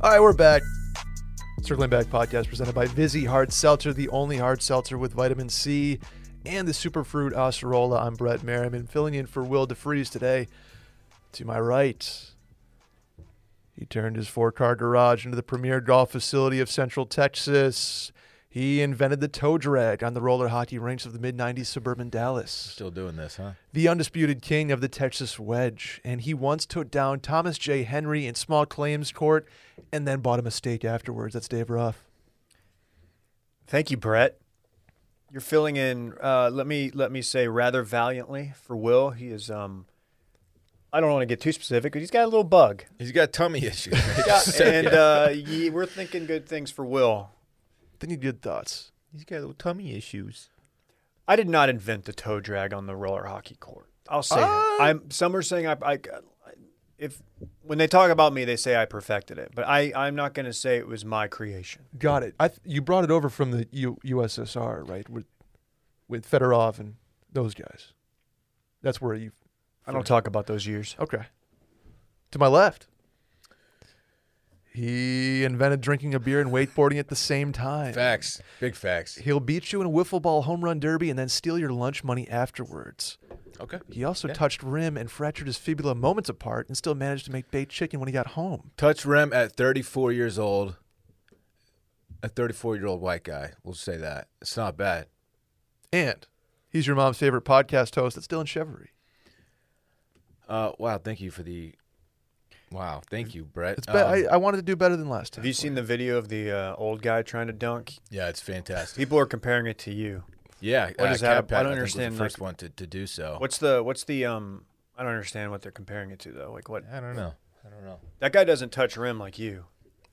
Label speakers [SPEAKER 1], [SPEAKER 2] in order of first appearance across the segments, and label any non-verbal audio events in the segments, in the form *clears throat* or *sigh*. [SPEAKER 1] All right, we're back. Circling Back podcast presented by Vizzy Hard Seltzer, the only hard seltzer with vitamin C and the superfruit acerola. I'm Brett Merriman, filling in for Will DeFries today. To my right, he turned his four car garage into the premier golf facility of Central Texas. He invented the toe drag on the roller hockey rinks of the mid 90s suburban Dallas
[SPEAKER 2] Still doing this, huh?
[SPEAKER 1] the undisputed king of the Texas wedge, and he once took down Thomas J. Henry in small claims court and then bought him a steak afterwards. That's Dave Ruff.
[SPEAKER 3] Thank you, Brett. You're filling in. Uh, let me let me say rather valiantly for Will. He is. Um, I don't want to get too specific, but he's got a little bug,
[SPEAKER 2] He's got tummy *laughs* issues.
[SPEAKER 3] *laughs* and uh, ye, we're thinking good things for Will.
[SPEAKER 1] Then you did thoughts.
[SPEAKER 2] He's got little tummy issues.
[SPEAKER 3] I did not invent the toe drag on the roller hockey court. I'll say
[SPEAKER 1] Uh,
[SPEAKER 3] that. I'm. Some are saying I, I. If when they talk about me, they say I perfected it, but I. I'm not going to say it was my creation.
[SPEAKER 1] Got it. I th- you brought it over from the U- USSR, right? With with Fedorov and those guys. That's where you.
[SPEAKER 3] I don't talk about those years.
[SPEAKER 1] Okay. To my left. He invented drinking a beer and wakeboarding at the same time.
[SPEAKER 2] Facts. Big facts.
[SPEAKER 1] He'll beat you in a wiffle ball home run derby and then steal your lunch money afterwards.
[SPEAKER 2] Okay.
[SPEAKER 1] He also touched rim and fractured his fibula moments apart and still managed to make baked chicken when he got home.
[SPEAKER 2] Touch rim at 34 years old. A 34 year old white guy. We'll say that. It's not bad.
[SPEAKER 1] And he's your mom's favorite podcast host. That's Dylan Chevery.
[SPEAKER 2] Uh, wow. Thank you for the. Wow. Thank you, Brett.
[SPEAKER 1] It's be-
[SPEAKER 2] Um,
[SPEAKER 1] I, I wanted to do better than last time.
[SPEAKER 3] Have you seen the video of the uh, old guy trying to dunk?
[SPEAKER 2] yeah, it's fantastic.
[SPEAKER 3] People are comparing it to you.
[SPEAKER 2] Yeah.
[SPEAKER 3] What
[SPEAKER 2] uh,
[SPEAKER 3] is that?
[SPEAKER 2] Cat Pat,
[SPEAKER 3] I don't
[SPEAKER 2] think, was the
[SPEAKER 3] understand,
[SPEAKER 2] first
[SPEAKER 3] like-
[SPEAKER 2] one to, to do so.
[SPEAKER 3] What's the what's the um? I don't understand what they're comparing it to though. Like what?
[SPEAKER 2] I don't know. I don't know.
[SPEAKER 3] That guy doesn't touch rim like you.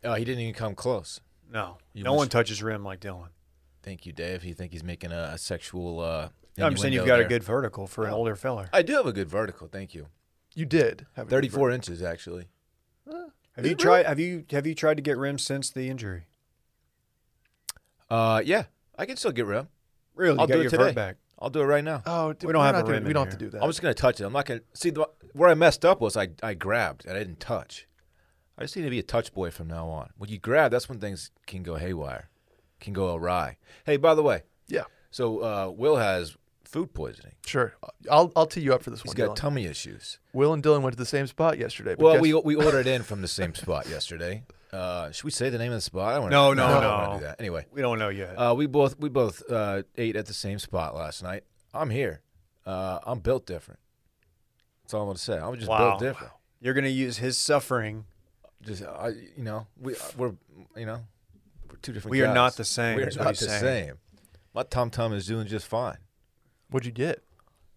[SPEAKER 2] Oh, he didn't even come close.
[SPEAKER 3] No,
[SPEAKER 2] You
[SPEAKER 3] no
[SPEAKER 2] must-
[SPEAKER 3] one touches rim like Dylan.
[SPEAKER 2] Thank you, Dave. You think he's making a, a sexual? Uh,
[SPEAKER 3] No, I'm saying
[SPEAKER 2] innuendo
[SPEAKER 3] you've got
[SPEAKER 2] there.
[SPEAKER 3] a good vertical for an older feller.
[SPEAKER 2] I do have a good vertical. Thank you.
[SPEAKER 1] You did. have a good
[SPEAKER 2] Thirty-four inches, actually.
[SPEAKER 3] Have you tried? Have you have you tried to get rim since the injury?
[SPEAKER 2] Uh, yeah, I can still get rim.
[SPEAKER 3] Really?
[SPEAKER 2] I'll
[SPEAKER 3] you got
[SPEAKER 2] do
[SPEAKER 3] your
[SPEAKER 2] it
[SPEAKER 3] vert
[SPEAKER 2] today.
[SPEAKER 3] back.
[SPEAKER 2] I'll do it right now.
[SPEAKER 1] ver- Oh, dude,
[SPEAKER 3] We don't
[SPEAKER 1] we're
[SPEAKER 3] have a
[SPEAKER 1] not doing-
[SPEAKER 3] rim
[SPEAKER 1] We
[SPEAKER 3] in
[SPEAKER 1] don't have
[SPEAKER 3] here.
[SPEAKER 1] to do that.
[SPEAKER 2] I'm just gonna touch it. I'm not gonna see the, where I messed up was I I grabbed and I didn't touch. I just need to be a touch boy from now on. When you grab, that's when things can go haywire, can go awry. Hey, by the way,
[SPEAKER 1] yeah,
[SPEAKER 2] so uh, Will has food poisoning.
[SPEAKER 1] sure. I'll I'll tee you up for this
[SPEAKER 2] He's
[SPEAKER 1] one.
[SPEAKER 2] got
[SPEAKER 1] Dylan.
[SPEAKER 2] tummy issues.
[SPEAKER 1] Will and Dylan went to the same spot yesterday. but
[SPEAKER 2] Well,
[SPEAKER 1] guess-
[SPEAKER 2] we we ordered in from the same spot yesterday. Uh, should we say the name of the spot? I don't wanna-
[SPEAKER 3] No, no,
[SPEAKER 2] I don't wanna
[SPEAKER 3] no.
[SPEAKER 2] do that. Anyway,
[SPEAKER 3] We don't know yet.
[SPEAKER 2] Uh, we both we both uh, ate at the same spot last night. I'm here. Uh, I'm built different. That's all I'm gonna say. I'm just
[SPEAKER 3] Wow.
[SPEAKER 2] built different.
[SPEAKER 3] You're gonna use his suffering.
[SPEAKER 2] Just I, you know, we uh, we're you know, we're two different.
[SPEAKER 3] We are
[SPEAKER 2] guys.
[SPEAKER 3] not the same,
[SPEAKER 2] We are
[SPEAKER 3] is what
[SPEAKER 2] not the
[SPEAKER 3] he's saying.
[SPEAKER 2] same. My tom tom is doing just fine.
[SPEAKER 1] what'd you get?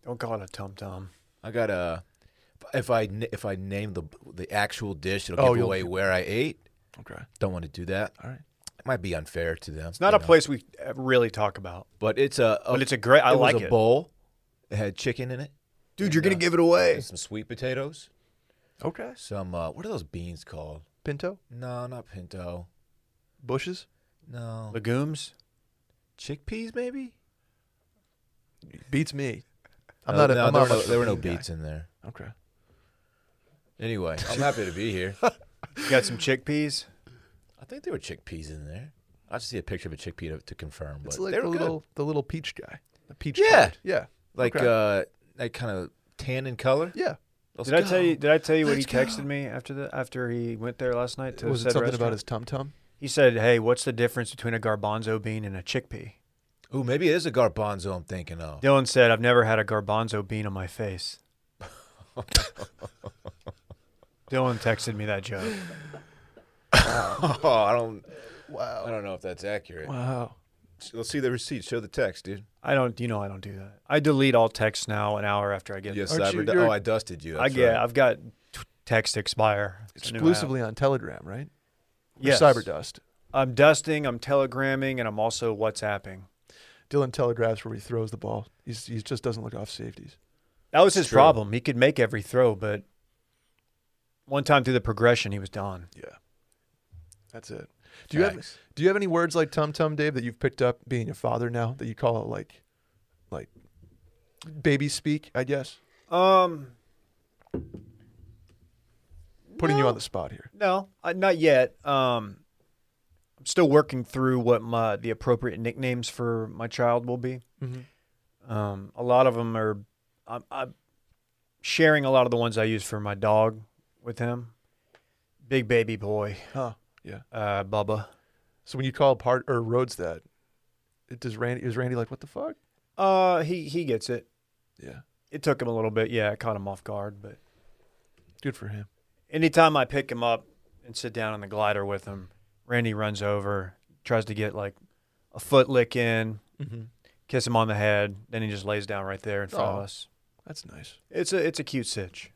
[SPEAKER 3] Don't call it a tum tum.
[SPEAKER 2] I got a. If I na- if I name the the actual dish, it'll
[SPEAKER 1] Oh,
[SPEAKER 2] give
[SPEAKER 1] you'll-
[SPEAKER 2] away where I ate.
[SPEAKER 1] Okay,
[SPEAKER 2] Don't want to do that.
[SPEAKER 1] all right.
[SPEAKER 2] It might be unfair to them.
[SPEAKER 3] It's not a place we uh, really talk about.
[SPEAKER 2] but it's a, a
[SPEAKER 3] But it's a great- I
[SPEAKER 2] it
[SPEAKER 3] like
[SPEAKER 2] was a
[SPEAKER 3] it.
[SPEAKER 2] bowl. It had chicken in it.
[SPEAKER 3] Dude, you're gonna give it away.
[SPEAKER 2] Some sweet potatoes.
[SPEAKER 1] Okay.
[SPEAKER 2] some uh, what are those beans called?
[SPEAKER 1] Pinto,
[SPEAKER 2] No, not pinto.
[SPEAKER 1] bushes.
[SPEAKER 2] No,
[SPEAKER 3] Legumes.
[SPEAKER 2] chickpeas maybe.
[SPEAKER 1] Beats me. I'm
[SPEAKER 2] No,
[SPEAKER 1] not. A,
[SPEAKER 2] Uh, no,
[SPEAKER 1] I'm not
[SPEAKER 2] there, were no,
[SPEAKER 1] much of a
[SPEAKER 2] there were no
[SPEAKER 1] bean guy.
[SPEAKER 2] beats in there.
[SPEAKER 1] Okay.
[SPEAKER 2] Anyway, I'm happy to be
[SPEAKER 1] *laughs*
[SPEAKER 2] here.
[SPEAKER 3] You got some chickpeas.
[SPEAKER 2] I think there were chickpeas in there. I just see a picture of a chickpea to, to confirm, but
[SPEAKER 1] It's like
[SPEAKER 2] they
[SPEAKER 1] the
[SPEAKER 2] were good.
[SPEAKER 1] little the little peach guy. The peach.
[SPEAKER 2] Yeah.
[SPEAKER 1] colored. Yeah.
[SPEAKER 2] like
[SPEAKER 1] Okay.
[SPEAKER 2] uh, that kind of tan in color.
[SPEAKER 1] yeah.
[SPEAKER 2] Let's
[SPEAKER 3] Did I
[SPEAKER 2] go.
[SPEAKER 3] tell you? Did I tell you what he
[SPEAKER 1] Let's go.
[SPEAKER 3] texted me after the after he went there last night? To
[SPEAKER 1] was it
[SPEAKER 3] said
[SPEAKER 1] something
[SPEAKER 3] restaurant?
[SPEAKER 1] about his tum tum?
[SPEAKER 3] He said, "Hey, what's the difference between a garbanzo bean and a chickpea?"
[SPEAKER 2] Ooh, maybe it is a garbanzo. I'm thinking of.
[SPEAKER 3] Dylan said, "I've never had a garbanzo bean on
[SPEAKER 1] *laughs*
[SPEAKER 3] my face." Dylan texted me that joke.
[SPEAKER 2] Oh, *laughs* I don't. I
[SPEAKER 1] Wow.
[SPEAKER 2] don't know if that's accurate.
[SPEAKER 1] Wow.
[SPEAKER 2] Let's see the receipt. Show the text, dude.
[SPEAKER 3] I don't, you know, I don't do that. I delete all texts now an hour after I get.
[SPEAKER 2] Yes,
[SPEAKER 1] Aren't
[SPEAKER 2] cyber.
[SPEAKER 1] you- you're-
[SPEAKER 2] oh, I dusted you.
[SPEAKER 3] I
[SPEAKER 2] That's
[SPEAKER 3] yeah,
[SPEAKER 2] right.
[SPEAKER 3] I've got t- text expire It's a new app.
[SPEAKER 1] Exclusively on Telegram, right? Or
[SPEAKER 3] Yes.
[SPEAKER 1] Cyberdust.
[SPEAKER 3] I'm dusting. I'm telegramming, and I'm also WhatsApping.
[SPEAKER 1] Dylan telegraphs where he throws the ball. He's, he just doesn't look off safeties.
[SPEAKER 3] That was his
[SPEAKER 2] True.
[SPEAKER 3] problem. He could make every throw, but one time through the progression, he was done.
[SPEAKER 1] Yeah. That's it. Do you have
[SPEAKER 2] Facts.
[SPEAKER 1] Do you have any words like tum tum, Dave, that you've picked up being a father now that you call it like, like, baby speak? I guess.
[SPEAKER 3] Um,
[SPEAKER 1] Putting you on the spot here.
[SPEAKER 3] No, uh, not yet. Um, I'm still working through what my the appropriate nicknames for my child will be.
[SPEAKER 1] Mhm.
[SPEAKER 3] Um, a lot of them are. I'm, I'm sharing a lot of the ones I use for my dog with him. Big baby boy,
[SPEAKER 1] Huh. Yeah.
[SPEAKER 3] uh, Bubba.
[SPEAKER 1] So when you call part or Rhodes that, it does Randy is Randy like what the fuck?
[SPEAKER 3] Uh, he he gets it.
[SPEAKER 1] Yeah.
[SPEAKER 3] It took him a little bit. Yeah, I caught him off guard, but
[SPEAKER 1] Good for him.
[SPEAKER 3] anytime I pick him up and sit down on the glider with him, Randy runs over, tries to get like a foot lick in,
[SPEAKER 1] Mm-hmm.
[SPEAKER 3] kiss him on the head, then he just lays down right there in front
[SPEAKER 1] Aw.
[SPEAKER 3] of us.
[SPEAKER 1] That's nice.
[SPEAKER 3] It's a it's a cute sitch.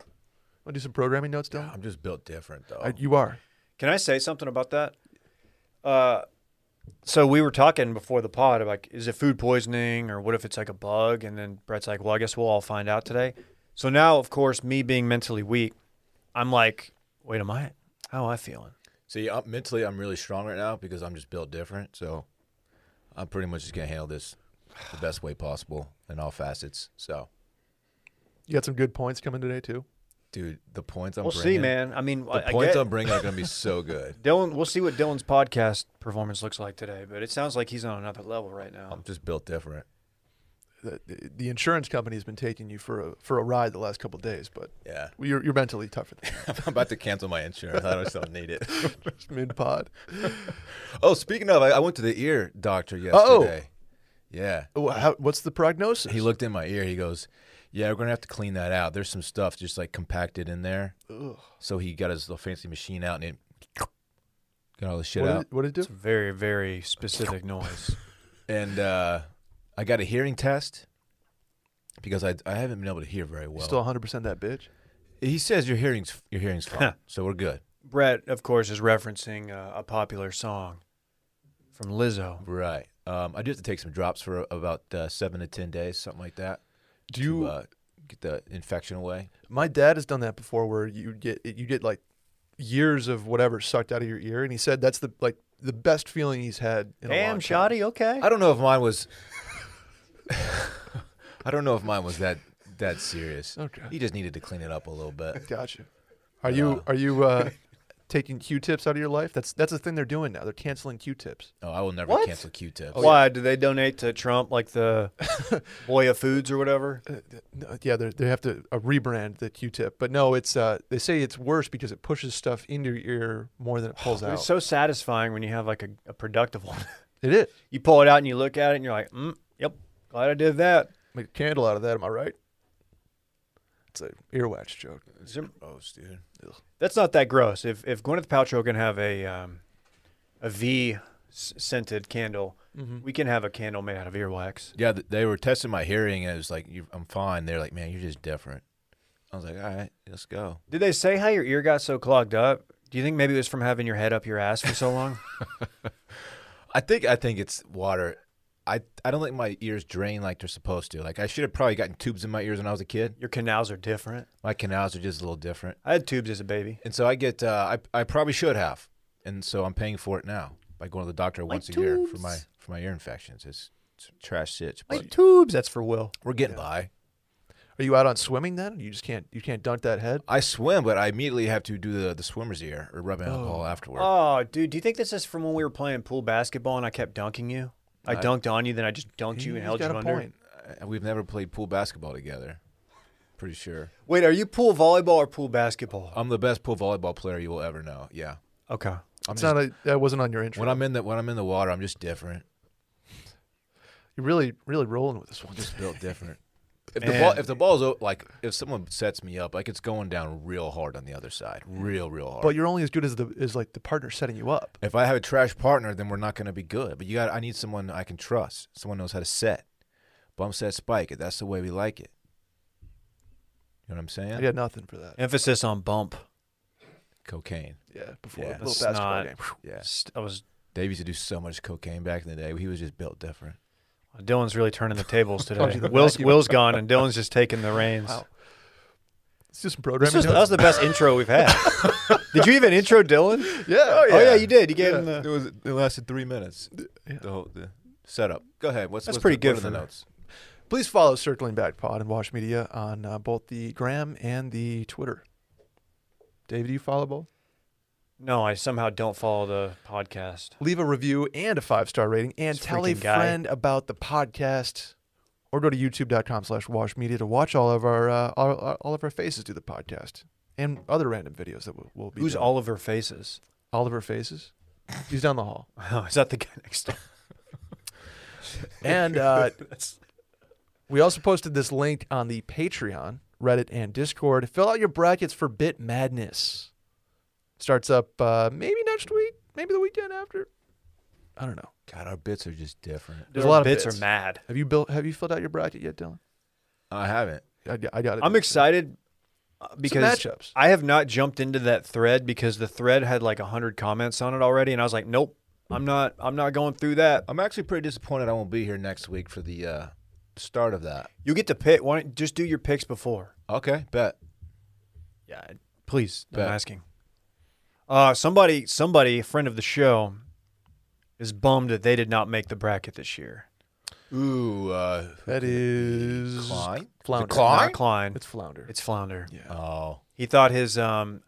[SPEAKER 1] Want to do some programming notes, Dylan?
[SPEAKER 2] I'm just built different though.
[SPEAKER 1] I, you are.
[SPEAKER 3] Can I say something about that? Uh, so we were talking before the pod about like, is it food poisoning or what if it's like a bug? And then Brett's like, well, I guess we'll all find out today. So now, of course, me being mentally weak, I'm like, wait, am I? How am I feeling?
[SPEAKER 2] See, i mentally, I'm really strong right now because I'm just built different. So I'm pretty much just gonna handle this the best way possible in all facets. So,
[SPEAKER 1] You got some good points coming today too.
[SPEAKER 2] dude, the points I'm
[SPEAKER 3] we'll
[SPEAKER 2] bringing,
[SPEAKER 3] see, man. I mean,
[SPEAKER 2] The
[SPEAKER 3] I, I
[SPEAKER 2] points
[SPEAKER 3] get-
[SPEAKER 2] I'm bringing are gonna
[SPEAKER 3] *laughs*
[SPEAKER 2] be so good.
[SPEAKER 3] Dylan, we'll see what Dylan's podcast performance looks like today, but it sounds like he's on another level right now.
[SPEAKER 2] I'm just built different.
[SPEAKER 1] The, the, the insurance company has been taking you for a for a ride the last couple of days, but
[SPEAKER 3] *laughs*
[SPEAKER 2] Yeah,
[SPEAKER 1] you're you're mentally tougher than
[SPEAKER 2] I'm about to cancel my insurance. I just don't need it.
[SPEAKER 1] *laughs* mid pod.
[SPEAKER 2] Oh, speaking of, I, I went to the ear doctor
[SPEAKER 1] Uh-oh.
[SPEAKER 2] yesterday. Yeah.
[SPEAKER 1] What's the prognosis?
[SPEAKER 2] He looked in my ear. He goes, "Yeah, we're gonna have to clean that out. There's some stuff just like compacted in there."
[SPEAKER 1] Ugh.
[SPEAKER 2] So he got his little fancy machine out and it got all the shit
[SPEAKER 1] What
[SPEAKER 2] out.
[SPEAKER 1] did, what did it
[SPEAKER 3] It's
[SPEAKER 1] do?
[SPEAKER 3] a very, very specific noise.
[SPEAKER 2] And uh, I got a hearing test because I I haven't been able to hear very well.
[SPEAKER 1] Still 100 percent that bitch.
[SPEAKER 2] he says your hearing's your hearing's fine, so we're good.
[SPEAKER 3] *laughs* Brett, of course, is referencing uh, a popular song from Lizzo.
[SPEAKER 2] Right. Um, I do have to take some drops for about uh, seven to ten days, something like that,
[SPEAKER 1] Do you?
[SPEAKER 2] to uh, get the infection away.
[SPEAKER 1] my dad has done that before, where you get you get like years of whatever sucked out of your ear, and he said that's the like the best feeling he's had. in a long
[SPEAKER 3] Damn,
[SPEAKER 1] time.
[SPEAKER 3] shoddy, okay.
[SPEAKER 2] I don't know if mine was. *laughs* I don't know if mine was that that serious.
[SPEAKER 1] Okay.
[SPEAKER 2] He just needed to clean it up a little bit.
[SPEAKER 1] Gotcha. Are you are you
[SPEAKER 2] *laughs*
[SPEAKER 1] uh, taking Q-tips out of your life? That's that's the thing they're doing now. They're canceling Q-tips.
[SPEAKER 2] Oh, I will never
[SPEAKER 3] What?
[SPEAKER 2] cancel Q-tips.
[SPEAKER 3] Why? Do they donate to Trump like the
[SPEAKER 2] *laughs*
[SPEAKER 3] Boya Foods or whatever?
[SPEAKER 1] Uh, th- no, yeah, they they have to uh, rebrand the Q-tip, but no, it's uh, they say it's worse because it pushes stuff into your ear more than it
[SPEAKER 3] *gasps*
[SPEAKER 1] pulls out.
[SPEAKER 3] It's so satisfying when you have like a, a productive *laughs* one.
[SPEAKER 1] it is.
[SPEAKER 3] you pull it out and you look at it and you're like, mm, yep, glad I did that.
[SPEAKER 1] Make a candle out of that. Am I right? It's an earwax joke.
[SPEAKER 2] It's gross, Oh, dude.
[SPEAKER 3] That's not that gross. If if Gwyneth Paltrow can have a um, a V s- scented candle, we can have a candle made out of earwax.
[SPEAKER 2] Yeah, th- they were testing my hearing, and it was like, you "I'm fine." They're like, "Man, you're just different." I was like, "All right, let's go."
[SPEAKER 3] Did they say how your ear got so clogged up? Do you think maybe it was from having your head up your ass for
[SPEAKER 1] *laughs*
[SPEAKER 3] so long?
[SPEAKER 2] I think I think it's water. I I don't think my ears drain like they're supposed to. Like I should have probably gotten tubes in my ears when I was a kid.
[SPEAKER 3] your canals are different.
[SPEAKER 2] My canals are just a little different,
[SPEAKER 3] I had tubes as a baby.
[SPEAKER 2] and so I get uh, I I probably should have, and so I'm paying for it now by going to the doctor once a year for
[SPEAKER 3] tubes.
[SPEAKER 2] my for my ear infections. It's, it's trash sitch, but
[SPEAKER 3] My tubes. That's for Will.
[SPEAKER 2] we're getting by.
[SPEAKER 1] Are you out on swimming then? You just can't you can't dunk that head.
[SPEAKER 2] I swim, but I immediately have to do the the swimmer's ear or rubbing alcohol afterward.
[SPEAKER 3] Oh, dude, do you think this is from when we were playing pool basketball and I kept dunking you? I dunked on you, then I just dunked you and
[SPEAKER 1] He's
[SPEAKER 3] held you
[SPEAKER 1] got a
[SPEAKER 3] under.
[SPEAKER 1] point.
[SPEAKER 2] Uh, We've never played pool basketball together. Pretty sure.
[SPEAKER 3] Wait, are you pool volleyball or pool basketball?
[SPEAKER 2] I'm the best pool volleyball player you will ever know. Yeah.
[SPEAKER 3] Okay.
[SPEAKER 2] I'm
[SPEAKER 1] It's
[SPEAKER 2] just,
[SPEAKER 1] not a, that wasn't on your intro.
[SPEAKER 2] when I'm in the when I'm in the water, I'm just different.
[SPEAKER 1] You're really, really rolling with this one.
[SPEAKER 2] Just built different. *laughs* If the
[SPEAKER 3] Man.
[SPEAKER 2] ball if the ball's o- like if someone sets me up, like it's going down real hard on the other side. Real, real
[SPEAKER 1] *laughs*
[SPEAKER 2] hard.
[SPEAKER 1] But you're only as good as the as like the partner setting you up.
[SPEAKER 2] if I have a trash partner, then we're not gonna be good. But you got I need someone I can trust. Someone knows how to set. Bump set spike it. That's the way we like it. You know what I'm saying?
[SPEAKER 1] I got nothing for that.
[SPEAKER 3] Emphasis on bump.
[SPEAKER 2] Cocaine.
[SPEAKER 1] Yeah, before
[SPEAKER 2] Yeah.
[SPEAKER 1] the little
[SPEAKER 3] That's
[SPEAKER 1] basketball
[SPEAKER 3] not-
[SPEAKER 1] game.
[SPEAKER 2] Yeah.
[SPEAKER 3] St- I was
[SPEAKER 2] Dave used to do so much cocaine back in the day. He was just built different.
[SPEAKER 3] Dylan's really turning the
[SPEAKER 1] *laughs*
[SPEAKER 3] tables
[SPEAKER 1] Told
[SPEAKER 3] today.
[SPEAKER 1] you the
[SPEAKER 3] Will's
[SPEAKER 1] vacuum.
[SPEAKER 3] Will's gone and Dylan's just taking the reins.
[SPEAKER 1] Wow. It's just some
[SPEAKER 3] This
[SPEAKER 1] programming.
[SPEAKER 3] was, that was the best intro we've
[SPEAKER 1] *laughs*
[SPEAKER 3] had. Did you even intro Dylan?
[SPEAKER 1] yeah. Oh,
[SPEAKER 3] Oh yeah, you did. You gave him
[SPEAKER 2] Yeah,
[SPEAKER 3] the.
[SPEAKER 2] it was it lasted three minutes.
[SPEAKER 1] yeah.
[SPEAKER 2] The whole the setup. Go ahead. What's
[SPEAKER 3] That's
[SPEAKER 2] what's
[SPEAKER 3] pretty
[SPEAKER 2] the,
[SPEAKER 3] good
[SPEAKER 2] what are
[SPEAKER 3] for-
[SPEAKER 2] the notes?
[SPEAKER 1] Please follow Circling Back Pod and Wash Media on uh, both the Gram and the Twitter. Dave, do you follow both?
[SPEAKER 3] No, I somehow don't follow the podcast.
[SPEAKER 1] Leave a review and a five star rating and
[SPEAKER 3] This
[SPEAKER 1] tell a
[SPEAKER 3] freaking guy.
[SPEAKER 1] friend about the podcast. Or go to youtube.com slash wash media to watch all of our uh, all, all of our faces do the podcast and other random videos that we'll, we'll be
[SPEAKER 3] Who's
[SPEAKER 1] doing.
[SPEAKER 3] Oliver Faces?
[SPEAKER 1] Oliver Faces? He's down the hall.
[SPEAKER 3] Oh, is that the guy next door? *laughs*
[SPEAKER 1] And uh, we also posted this link on the Patreon, Reddit, and Discord. Fill out your brackets for Bit Madness. Starts up uh, maybe next week, maybe the weekend after. I don't know.
[SPEAKER 2] God, our bits are just different.
[SPEAKER 1] There's a lot of
[SPEAKER 3] bits,
[SPEAKER 1] bits.
[SPEAKER 3] are mad.
[SPEAKER 1] Have you built? Have you filled out your bracket yet, Dylan?
[SPEAKER 2] I haven't.
[SPEAKER 1] I, I got it.
[SPEAKER 3] I'm excited uh, because
[SPEAKER 1] matchups.
[SPEAKER 3] I have not jumped into that thread because the thread had like 100 comments on it already and I was like, "Nope, I'm not I'm not going through that."
[SPEAKER 2] I'm actually pretty disappointed I won't be here next week for the uh, start of that.
[SPEAKER 3] You get to pick, why don't just do your picks before?
[SPEAKER 2] Okay, bet.
[SPEAKER 3] Yeah, please.
[SPEAKER 2] Bet.
[SPEAKER 3] I'm asking. Uh somebody somebody a friend of the show is bummed that they did not make the bracket this year.
[SPEAKER 2] Ooh, uh,
[SPEAKER 1] That is
[SPEAKER 2] Klein?
[SPEAKER 1] Flounder.
[SPEAKER 2] Is it Klein?
[SPEAKER 3] Not Klein.
[SPEAKER 1] It's Flounder.
[SPEAKER 3] It's Flounder.
[SPEAKER 2] oh,
[SPEAKER 3] He thought his um,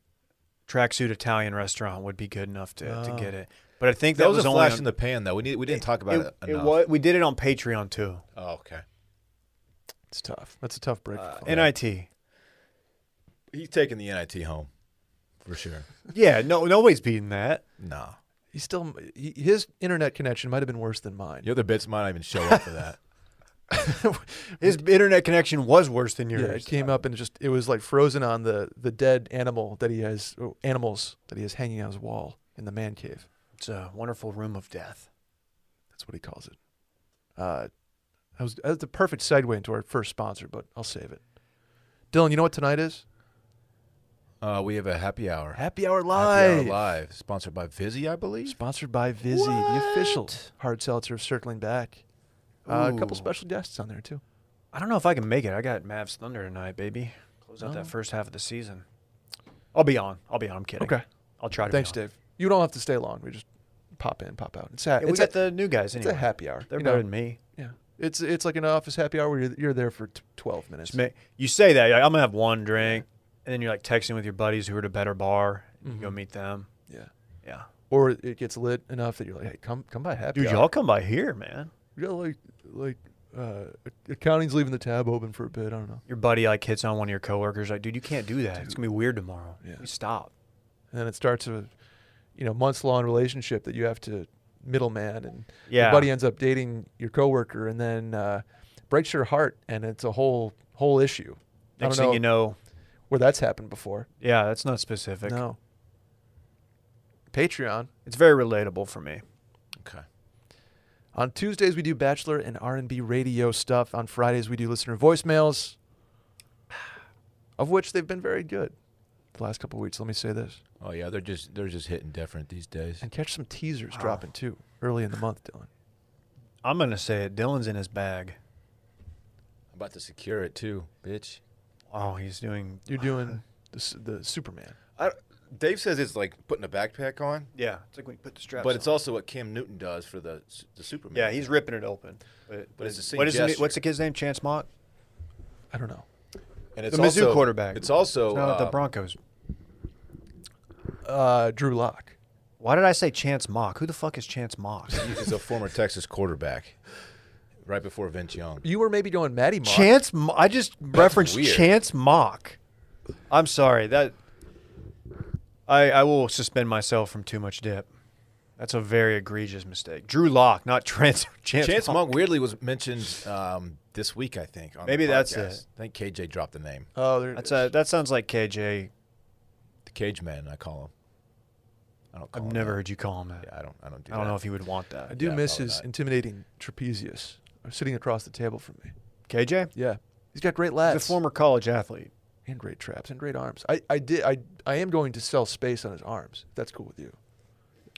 [SPEAKER 3] tracksuit Italian restaurant would be good enough to, to get it, but I think that,
[SPEAKER 2] Oh. that was, a
[SPEAKER 3] only
[SPEAKER 2] flash
[SPEAKER 3] on-
[SPEAKER 2] in the pan, though. We need, we didn't talk about it,
[SPEAKER 3] it,
[SPEAKER 2] enough.
[SPEAKER 3] was, we did it on Patreon too.
[SPEAKER 2] Oh, okay.
[SPEAKER 1] It's tough. That's a tough break. for Flounder.
[SPEAKER 3] Nit.
[SPEAKER 2] He's taking the NIT home for sure.
[SPEAKER 3] Yeah, no, nobody's
[SPEAKER 2] *laughs*
[SPEAKER 3] beating that.
[SPEAKER 2] Nah,
[SPEAKER 1] He still he, his internet connection might have been worse than mine.
[SPEAKER 2] the other bits might not even show up for *laughs* that.
[SPEAKER 3] His internet connection was worse than
[SPEAKER 1] Yeah, it
[SPEAKER 3] yours.
[SPEAKER 1] came up and it just it was like frozen on the the dead animal that he has oh, animals that he has hanging on his wall in the man cave.
[SPEAKER 3] it's a wonderful room of death.
[SPEAKER 1] That's what he calls it. Uh, that was that's the perfect segue into our first sponsor, but I'll save it. Dylan, you know what tonight is?
[SPEAKER 2] Uh, we have a happy hour.
[SPEAKER 1] Happy Hour
[SPEAKER 2] Happy
[SPEAKER 1] Live.
[SPEAKER 2] hour live, sponsored by Vizzy, I believe.
[SPEAKER 1] Sponsored by Vizzy, the official hard seltzer of Circling Back. Uh, a couple
[SPEAKER 2] Ooh.
[SPEAKER 1] special guests on there too.
[SPEAKER 3] I don't know if I can make it. I got Mavs Thunder tonight, baby. Close out
[SPEAKER 1] Oh.
[SPEAKER 3] that first half of the season. I'll be on. I'll be on. I'm kidding.
[SPEAKER 1] Okay.
[SPEAKER 3] I'll try to.
[SPEAKER 1] Thanks,
[SPEAKER 3] be on.
[SPEAKER 1] Dave. You don't have to stay long. We just pop in, pop out. It's, ha-
[SPEAKER 3] Yeah, we
[SPEAKER 1] it's,
[SPEAKER 3] got
[SPEAKER 1] a,
[SPEAKER 3] the new guys
[SPEAKER 1] it's
[SPEAKER 3] anyway.
[SPEAKER 1] a happy hour.
[SPEAKER 3] They're
[SPEAKER 1] you
[SPEAKER 3] better
[SPEAKER 1] know.
[SPEAKER 3] than me.
[SPEAKER 1] Yeah. It's it's like an office happy hour where you're, you're there for t- 12 minutes.
[SPEAKER 3] Just ma- You say that you're like, I'm gonna have one drink, and then you're like texting with your buddies who are at a better bar. And You go
[SPEAKER 1] Mm-hmm.
[SPEAKER 3] meet them.
[SPEAKER 1] yeah.
[SPEAKER 3] Yeah,
[SPEAKER 1] Or it gets lit enough that you're like, hey, come come by happy
[SPEAKER 3] dude,
[SPEAKER 1] hour.
[SPEAKER 3] y'all come by here, man.
[SPEAKER 1] Yeah, like like uh, accounting's leaving the tab open for a bit. I don't know.
[SPEAKER 3] Your buddy like hits on one of your coworkers, like, dude, you can't do that. It's gonna be weird tomorrow.
[SPEAKER 1] Yeah.
[SPEAKER 3] You stop.
[SPEAKER 1] And then it starts a, you know, months long relationship that you have to middleman, and your
[SPEAKER 3] Yeah.
[SPEAKER 1] buddy ends up dating your coworker, and then uh, breaks your heart, and it's a whole whole issue. I
[SPEAKER 3] Next
[SPEAKER 1] don't
[SPEAKER 3] thing you know,
[SPEAKER 1] where that's happened before.
[SPEAKER 3] yeah, that's not specific.
[SPEAKER 1] No. Patreon.
[SPEAKER 3] It's very relatable for me.
[SPEAKER 2] Okay.
[SPEAKER 1] On Tuesdays we do bachelor and R&B radio stuff. On Fridays we do listener voicemails, of which they've been very good. The last couple weeks, let me say this,
[SPEAKER 2] Oh yeah, they're just they're just hitting different these days.
[SPEAKER 1] and catch some teasers dropping too early in the month, Dylan.
[SPEAKER 3] I'm gonna say it. Dylan's in his bag.
[SPEAKER 2] I'm about to secure it too, bitch.
[SPEAKER 3] Oh, he's doing.
[SPEAKER 1] You're doing the, s- the Superman.
[SPEAKER 2] I, Dave says it's like putting a backpack on,
[SPEAKER 3] Yeah, it's like when you put the straps.
[SPEAKER 2] but it's also what Cam Newton does for the the Superman.
[SPEAKER 3] yeah, he's ripping it open. But,
[SPEAKER 2] But it's the same
[SPEAKER 3] what is the new-
[SPEAKER 2] gesture.
[SPEAKER 3] what's the kid's name? Chance Mott.
[SPEAKER 1] I don't know.
[SPEAKER 2] and it's
[SPEAKER 3] the Mizzou
[SPEAKER 2] also,
[SPEAKER 3] quarterback.
[SPEAKER 2] It's also
[SPEAKER 3] no, the
[SPEAKER 2] uh,
[SPEAKER 3] Broncos.
[SPEAKER 1] Uh, Drew Lock.
[SPEAKER 3] Why did I say Chance Mock? Who the fuck is *laughs* Chance Mock?
[SPEAKER 2] *laughs* he's a former Texas quarterback, right before Vince Young.
[SPEAKER 1] You were maybe doing Maddie Mock.
[SPEAKER 3] Chance, Mo- I just referenced
[SPEAKER 2] weird.
[SPEAKER 3] Chance Mock. I'm sorry that I I will suspend myself from too much dip. That's a very egregious mistake. Drew Lock, not *laughs* Trent, Chance.
[SPEAKER 2] Chance
[SPEAKER 3] Mock.
[SPEAKER 2] Monk weirdly was mentioned um, this week, I think. on the
[SPEAKER 3] Maybe that's
[SPEAKER 2] podcast.
[SPEAKER 3] it.
[SPEAKER 2] I think KJ dropped the name.
[SPEAKER 1] Oh, there,
[SPEAKER 3] That's a, that sounds like KJ.
[SPEAKER 2] The Cage Man, I call him. I don't. Call
[SPEAKER 3] I've
[SPEAKER 2] him
[SPEAKER 3] never
[SPEAKER 2] that.
[SPEAKER 3] heard you call him that.
[SPEAKER 2] Yeah, I don't. I don't do.
[SPEAKER 3] I don't
[SPEAKER 2] that.
[SPEAKER 3] know if he would want
[SPEAKER 1] I
[SPEAKER 3] that.
[SPEAKER 1] do
[SPEAKER 2] yeah,
[SPEAKER 1] miss
[SPEAKER 2] probably
[SPEAKER 1] his
[SPEAKER 2] not.
[SPEAKER 1] intimidating trapezius uh, sitting across the table from me.
[SPEAKER 3] KJ,
[SPEAKER 1] Yeah, he's got great
[SPEAKER 3] he's a
[SPEAKER 1] lats
[SPEAKER 3] former college athlete.
[SPEAKER 1] and great traps and great arms. I, I did I I am going to sell space on his arms. If that's cool with you.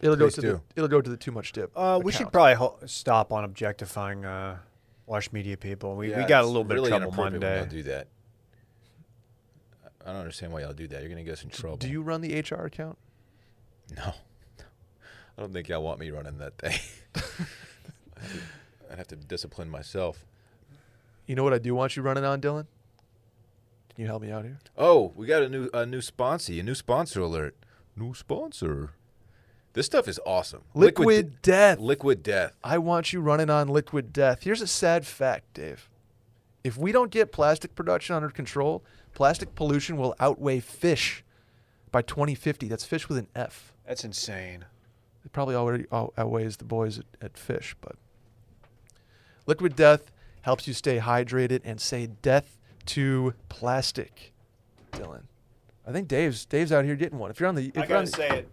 [SPEAKER 1] It'll
[SPEAKER 2] Please
[SPEAKER 1] go to the
[SPEAKER 2] do.
[SPEAKER 1] it'll go to the too much dip.
[SPEAKER 3] Uh, we should
[SPEAKER 1] account.
[SPEAKER 3] probably ho- stop on objectifying uh, Wash Media people. We,
[SPEAKER 2] Yeah,
[SPEAKER 3] we got a
[SPEAKER 2] it's
[SPEAKER 3] little bit
[SPEAKER 2] really
[SPEAKER 3] of trouble
[SPEAKER 2] inappropriate when
[SPEAKER 3] Monday.
[SPEAKER 2] Y'all do that. I don't understand why y'all do that. You're gonna get us in trouble.
[SPEAKER 1] Do you run the HR account?
[SPEAKER 2] *laughs* No. I don't think y'all want me running that thing. *laughs* I'd have to- I'd have to discipline myself.
[SPEAKER 1] You know what I do want you running on, Dylan? Can you help me out here?
[SPEAKER 2] Oh, we got a new a new sponsor, a new sponsor alert. New sponsor. This stuff is awesome.
[SPEAKER 1] Liquid, death.
[SPEAKER 2] Liquid Death.
[SPEAKER 1] I want you running on liquid death. Here's a sad fact, Dave. If we don't get plastic production under control, plastic pollution will outweigh fish by 2050. That's fish with an F.
[SPEAKER 3] That's insane.
[SPEAKER 1] It probably already out- outweighs the boys at, at fish, but liquid death helps you stay hydrated and say death to plastic. Dylan, I think Dave's Dave's out here getting one. If you're on the, if
[SPEAKER 3] I
[SPEAKER 1] you're on
[SPEAKER 3] gotta
[SPEAKER 1] the-
[SPEAKER 3] say it.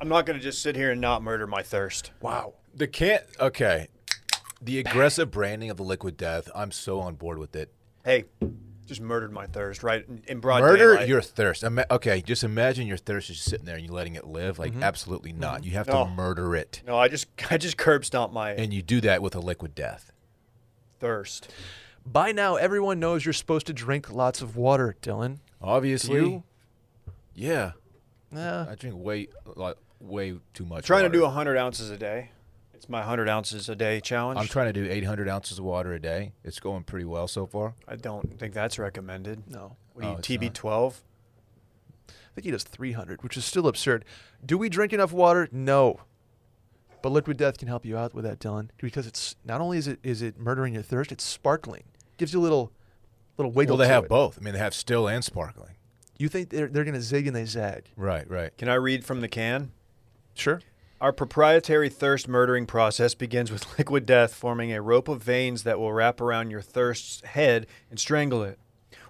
[SPEAKER 3] I'm not gonna just sit here and not murder my thirst.
[SPEAKER 1] wow.
[SPEAKER 2] The can't okay. The aggressive branding of the Liquid Death, I'm so on board with it.
[SPEAKER 3] Hey, just murdered my thirst right in- in broad
[SPEAKER 2] Murder
[SPEAKER 3] daylight.
[SPEAKER 2] your thirst. Ima- okay, just imagine your thirst is just sitting there and you're letting it live. Like, absolutely not. You have
[SPEAKER 3] No.
[SPEAKER 2] to murder it.
[SPEAKER 3] no, I just *laughs* I just curb stomped my
[SPEAKER 2] And you do that with a Liquid Death.
[SPEAKER 3] thirst.
[SPEAKER 1] By now, everyone knows you're supposed to drink lots of water, Dylan.
[SPEAKER 2] Obviously.
[SPEAKER 1] You?
[SPEAKER 2] Yeah.
[SPEAKER 1] Eh,
[SPEAKER 2] I drink way like way too much.
[SPEAKER 3] Trying to do
[SPEAKER 2] water.
[SPEAKER 3] 100 ounces a day. It's my 100 ounces a day challenge.
[SPEAKER 2] I'm trying to do 800 ounces of water a day. It's going pretty well so far.
[SPEAKER 3] I don't think that's recommended.
[SPEAKER 1] no.
[SPEAKER 3] What are
[SPEAKER 2] Oh,
[SPEAKER 3] you,
[SPEAKER 2] it's
[SPEAKER 3] TB12?
[SPEAKER 1] I think he does 300, which is still absurd. Do we drink enough water? No. But liquid death can help you out with that, Dylan, because it's not only is it is it murdering your thirst, it's sparkling. Gives you a little little wiggle.
[SPEAKER 2] Well, they
[SPEAKER 1] to
[SPEAKER 2] have
[SPEAKER 1] it.
[SPEAKER 2] both. I mean, they have still and sparkling.
[SPEAKER 1] You think they're they're gonna zig and they zag?
[SPEAKER 2] Right, right.
[SPEAKER 3] Can I read from the can?
[SPEAKER 1] Sure.
[SPEAKER 3] Our proprietary thirst murdering process begins with *laughs* liquid death, forming a rope of veins that will wrap around your thirst's head and strangle it.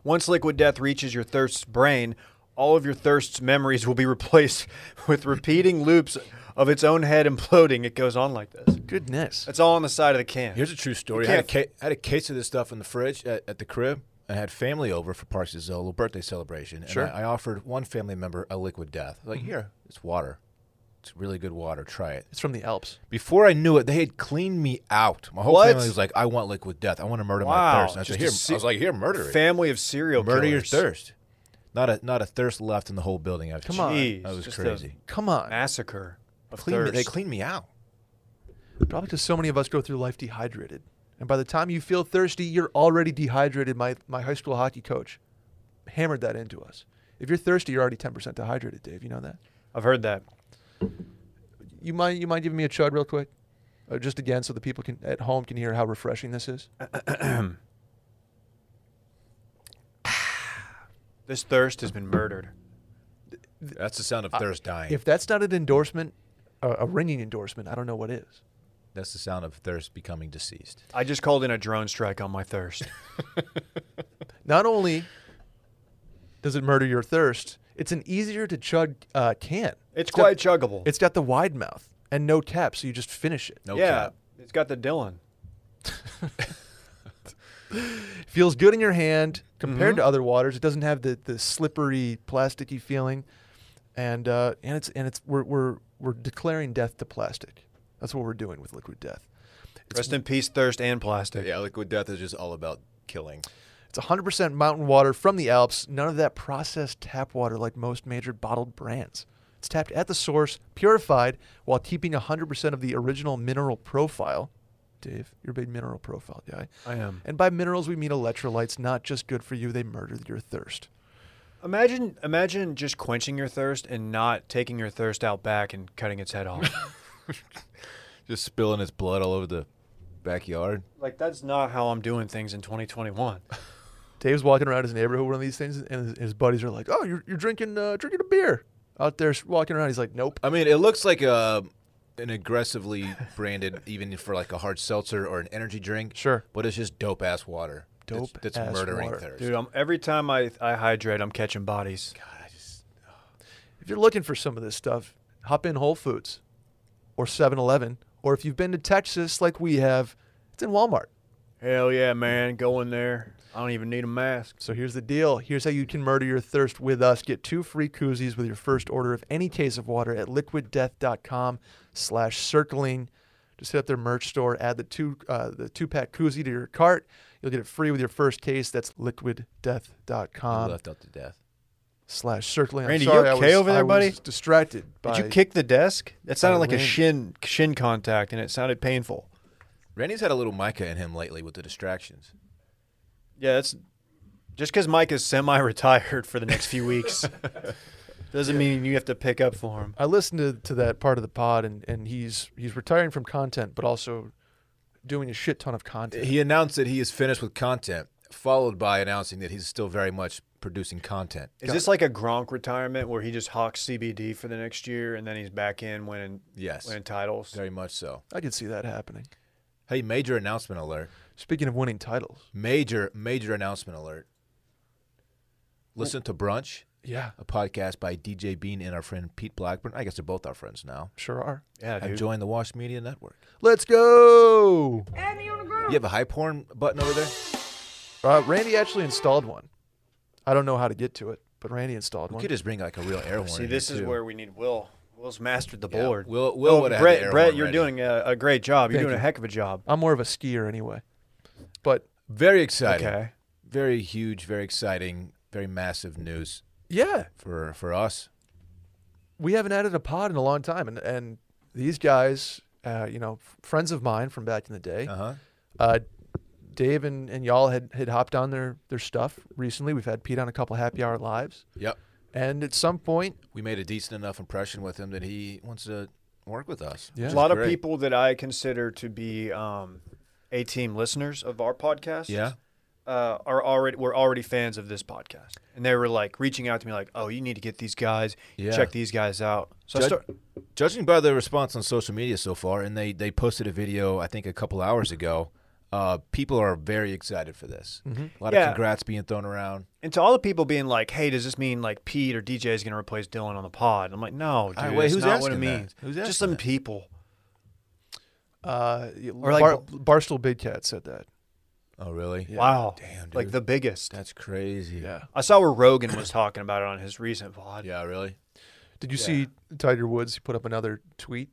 [SPEAKER 3] Once liquid death reaches your thirst's brain, all of your thirst's memories will be *laughs* replaced with repeating loops of its own head imploding. It goes on like this.
[SPEAKER 1] Goodness.
[SPEAKER 3] That's all on the side of the can.
[SPEAKER 2] Here's a true story. I
[SPEAKER 3] You
[SPEAKER 2] had a,
[SPEAKER 3] can't-
[SPEAKER 2] ca- I had a case of this stuff in the fridge at, at the crib. I had family over for Parks' little birthday celebration. And
[SPEAKER 1] Sure.
[SPEAKER 2] I, I offered one family member a liquid death. I was like,
[SPEAKER 3] Mm-hmm.
[SPEAKER 2] here, it's water. It's really good water. Try it.
[SPEAKER 1] It's from the Alps.
[SPEAKER 2] Before I knew it, they had cleaned me out. My whole
[SPEAKER 3] What?
[SPEAKER 2] family was like, I want liquid death. I want to murder
[SPEAKER 3] Wow.
[SPEAKER 2] my thirst. And I, said,
[SPEAKER 3] Just a
[SPEAKER 2] here.
[SPEAKER 3] se-
[SPEAKER 2] I was like, here, murder it.
[SPEAKER 3] Family of serial
[SPEAKER 2] murder your
[SPEAKER 3] killers.
[SPEAKER 2] thirst. Not a not a thirst left in the whole building after
[SPEAKER 1] Come
[SPEAKER 2] that.
[SPEAKER 1] on.
[SPEAKER 3] Jeez,
[SPEAKER 2] That was
[SPEAKER 3] just a
[SPEAKER 2] crazy.
[SPEAKER 1] Come on.
[SPEAKER 3] Massacre of
[SPEAKER 2] Clean me,
[SPEAKER 3] thirst.
[SPEAKER 2] they cleaned me out.
[SPEAKER 1] Probably because so many of us go through life dehydrated. And by the time you feel thirsty, you're already dehydrated. My my high school hockey coach hammered that into us. If you're thirsty, you're already ten percent dehydrated, Dave. You know that?
[SPEAKER 3] I've heard that.
[SPEAKER 1] you mind you mind giving me a chug real quick, uh, just again, so the people can at home can hear how refreshing this is.
[SPEAKER 3] Uh, This thirst has been murdered.
[SPEAKER 2] That's the sound of thirst dying.
[SPEAKER 1] If that's not an endorsement, uh, a ringing endorsement, I don't know what is.
[SPEAKER 2] That's the sound of thirst becoming deceased.
[SPEAKER 3] I
[SPEAKER 2] *laughs*
[SPEAKER 3] just called *laughs* in a drone strike on my *laughs* thirst.
[SPEAKER 1] Not only does it murder your thirst, it's an easier to chug uh, can.
[SPEAKER 3] It's
[SPEAKER 1] got-
[SPEAKER 3] quite chuggable.
[SPEAKER 1] It's got the wide mouth and no cap, so you just finish it.
[SPEAKER 2] No
[SPEAKER 3] yeah,
[SPEAKER 2] cap.
[SPEAKER 3] it's got the Dylan.
[SPEAKER 1] *laughs* feels good in your hand compared
[SPEAKER 3] Mm-hmm.
[SPEAKER 1] to other waters. It doesn't have the, the slippery, plasticky feeling, and uh, and it's and it's we're, we're we're declaring death to plastic. That's what we're doing with liquid death.
[SPEAKER 3] Rest in peace, thirst and plastic.
[SPEAKER 2] Yeah, liquid death is just all about killing.
[SPEAKER 1] It's 100% mountain water from the Alps. None of that processed tap water like most major bottled brands. It's tapped at the source, purified while keeping 100% of the original mineral profile. Dave, you're a big mineral profile guy.
[SPEAKER 3] I am.
[SPEAKER 1] And by minerals, we mean electrolytes, not just good for you, they murder your thirst.
[SPEAKER 3] Imagine, imagine just quenching your thirst and not taking your thirst out back and cutting its head off.
[SPEAKER 2] *laughs* Just spilling its blood all over the backyard.
[SPEAKER 3] like that's not how I'm doing things in 2021.
[SPEAKER 1] Dave's walking around his neighborhood with one of these things, and his, his buddies are like, "Oh, you're, you're drinking uh, drinking a beer out there s- walking around." He's like, "Nope."
[SPEAKER 2] I mean, it looks like a an aggressively *laughs* branded, even for like a hard seltzer or an energy drink.
[SPEAKER 1] Sure.
[SPEAKER 2] but it's just dope ass water. that's-
[SPEAKER 1] Dope
[SPEAKER 2] That's,
[SPEAKER 1] ass
[SPEAKER 2] murdering
[SPEAKER 1] water.
[SPEAKER 2] thirst.
[SPEAKER 3] Dude, I'm, every time I, I hydrate, I'm catching bodies.
[SPEAKER 2] God, I just
[SPEAKER 1] If you're looking for some of this stuff, hop in Whole Foods, or 7-Eleven, or if you've been to Texas like we have, it's in Walmart.
[SPEAKER 3] Hell yeah, man, go in there. I don't even need a mask.
[SPEAKER 1] So here's the deal. Here's how you can murder your thirst with us. Get two free koozies with your first order of any case of water at liquiddeath.com slash circling. Just hit up their merch store, add the two uh, the two pack koozie to your cart. You'll get it free with your first case. That's
[SPEAKER 2] I
[SPEAKER 1] liquiddeath.com
[SPEAKER 2] left out to death.
[SPEAKER 1] slash circling. I'm
[SPEAKER 3] Randy, you
[SPEAKER 1] sorry, I
[SPEAKER 3] okay
[SPEAKER 1] was-
[SPEAKER 3] over there,
[SPEAKER 1] I was
[SPEAKER 3] buddy?
[SPEAKER 1] distracted by
[SPEAKER 3] Did you kick the desk? That sounded like a
[SPEAKER 1] Randy.
[SPEAKER 3] shin shin contact, and it sounded painful.
[SPEAKER 2] Randy's had a little mica in him lately with the distractions.
[SPEAKER 3] Yeah, that's Just because Mike is semi-retired for the next
[SPEAKER 2] *laughs*
[SPEAKER 3] few weeks doesn't mean you have to pick up for him.
[SPEAKER 1] I listened to, to that part of the pod, and, and he's he's retiring from content, but also doing a shit ton of content.
[SPEAKER 2] He announced that he is finished with content, followed by announcing that he's still very much producing content.
[SPEAKER 3] Is this like a Gronk retirement where he just hawks CBD for the next year and then he's back in winning,
[SPEAKER 2] Yes.
[SPEAKER 3] winning titles?
[SPEAKER 2] Very much so.
[SPEAKER 1] I could see that happening.
[SPEAKER 2] Hey, major announcement alert.
[SPEAKER 1] Speaking of winning titles,
[SPEAKER 2] Major, major announcement alert. Listen to Brunch,
[SPEAKER 1] yeah,
[SPEAKER 2] a podcast by DJ Bean and our friend Pete Blackburn. I guess they're both our friends now.
[SPEAKER 1] sure are.
[SPEAKER 3] Yeah,
[SPEAKER 2] Have
[SPEAKER 3] dude.
[SPEAKER 2] joined the Wash Media Network.
[SPEAKER 1] Let's go.
[SPEAKER 2] You have a high porn button over there?
[SPEAKER 1] Uh, Randy actually installed one. I don't know how to get to it, but Randy installed
[SPEAKER 2] We
[SPEAKER 1] one.
[SPEAKER 2] could just bring like a real air horn.
[SPEAKER 3] See,
[SPEAKER 2] in
[SPEAKER 3] this
[SPEAKER 2] here,
[SPEAKER 3] is
[SPEAKER 2] too.
[SPEAKER 3] where we need Will. Will's mastered the
[SPEAKER 2] Yeah,
[SPEAKER 3] board.
[SPEAKER 2] Will- Will
[SPEAKER 3] Oh,
[SPEAKER 2] would've had the
[SPEAKER 3] Brett,
[SPEAKER 2] air
[SPEAKER 3] Brett,
[SPEAKER 2] horn
[SPEAKER 3] you're
[SPEAKER 2] ready.
[SPEAKER 3] doing a, a great job. You're
[SPEAKER 1] Thank
[SPEAKER 3] doing
[SPEAKER 1] you.
[SPEAKER 3] a heck of a job.
[SPEAKER 1] I'm more of a skier anyway. But
[SPEAKER 2] Very exciting.
[SPEAKER 3] Okay.
[SPEAKER 2] Very huge, very exciting, very massive news
[SPEAKER 1] yeah,
[SPEAKER 2] for for us.
[SPEAKER 1] we haven't added a pod in a long time, and and these guys, uh, you know, f- friends of mine from back in the day,
[SPEAKER 2] Uh huh.
[SPEAKER 1] uh, Dave and, and y'all had had hopped on their their stuff recently. We've had Pete on a couple happy hour lives,
[SPEAKER 2] Yep.
[SPEAKER 1] and at some point,
[SPEAKER 2] We made a decent enough impression with him that he wants to work with us.
[SPEAKER 1] Yeah.
[SPEAKER 2] which
[SPEAKER 1] A
[SPEAKER 2] is
[SPEAKER 3] a lot of
[SPEAKER 2] great.
[SPEAKER 3] people that I consider to be um, a team listeners of our podcast.
[SPEAKER 2] Yeah.
[SPEAKER 3] uh, are already were already fans of this podcast, and they were like reaching out to me like, "Oh, you need to get these guys,
[SPEAKER 2] Yeah.
[SPEAKER 3] check these guys out." So I
[SPEAKER 2] Judge-
[SPEAKER 3] start,
[SPEAKER 2] Judging by the response on social media so far, and they, they posted a video, I think, a couple hours ago, uh, people are very excited for this. A lot
[SPEAKER 3] Mm-hmm. Yeah.
[SPEAKER 2] of congrats being thrown around.
[SPEAKER 3] and to all the people being like, "Hey, does this mean like Pete or DJ is going to replace Dylan on the pod?" I'm like, "No, dude,
[SPEAKER 2] right, wait,
[SPEAKER 3] that's
[SPEAKER 2] who's
[SPEAKER 3] not what it
[SPEAKER 2] asking that?
[SPEAKER 3] means.
[SPEAKER 2] Who's
[SPEAKER 3] Just
[SPEAKER 2] asking
[SPEAKER 3] some
[SPEAKER 2] that?
[SPEAKER 3] people."
[SPEAKER 1] uh,
[SPEAKER 3] Or like-
[SPEAKER 1] Bar- Barstool Big Cat said that.
[SPEAKER 2] Oh, really?
[SPEAKER 3] Wow,
[SPEAKER 2] Damn, dude.
[SPEAKER 3] like the biggest.
[SPEAKER 2] That's crazy.
[SPEAKER 3] I saw where Rogan was talking about it on his recent pod.
[SPEAKER 2] Yeah, really?
[SPEAKER 1] Did you see Tiger Woods put up another tweet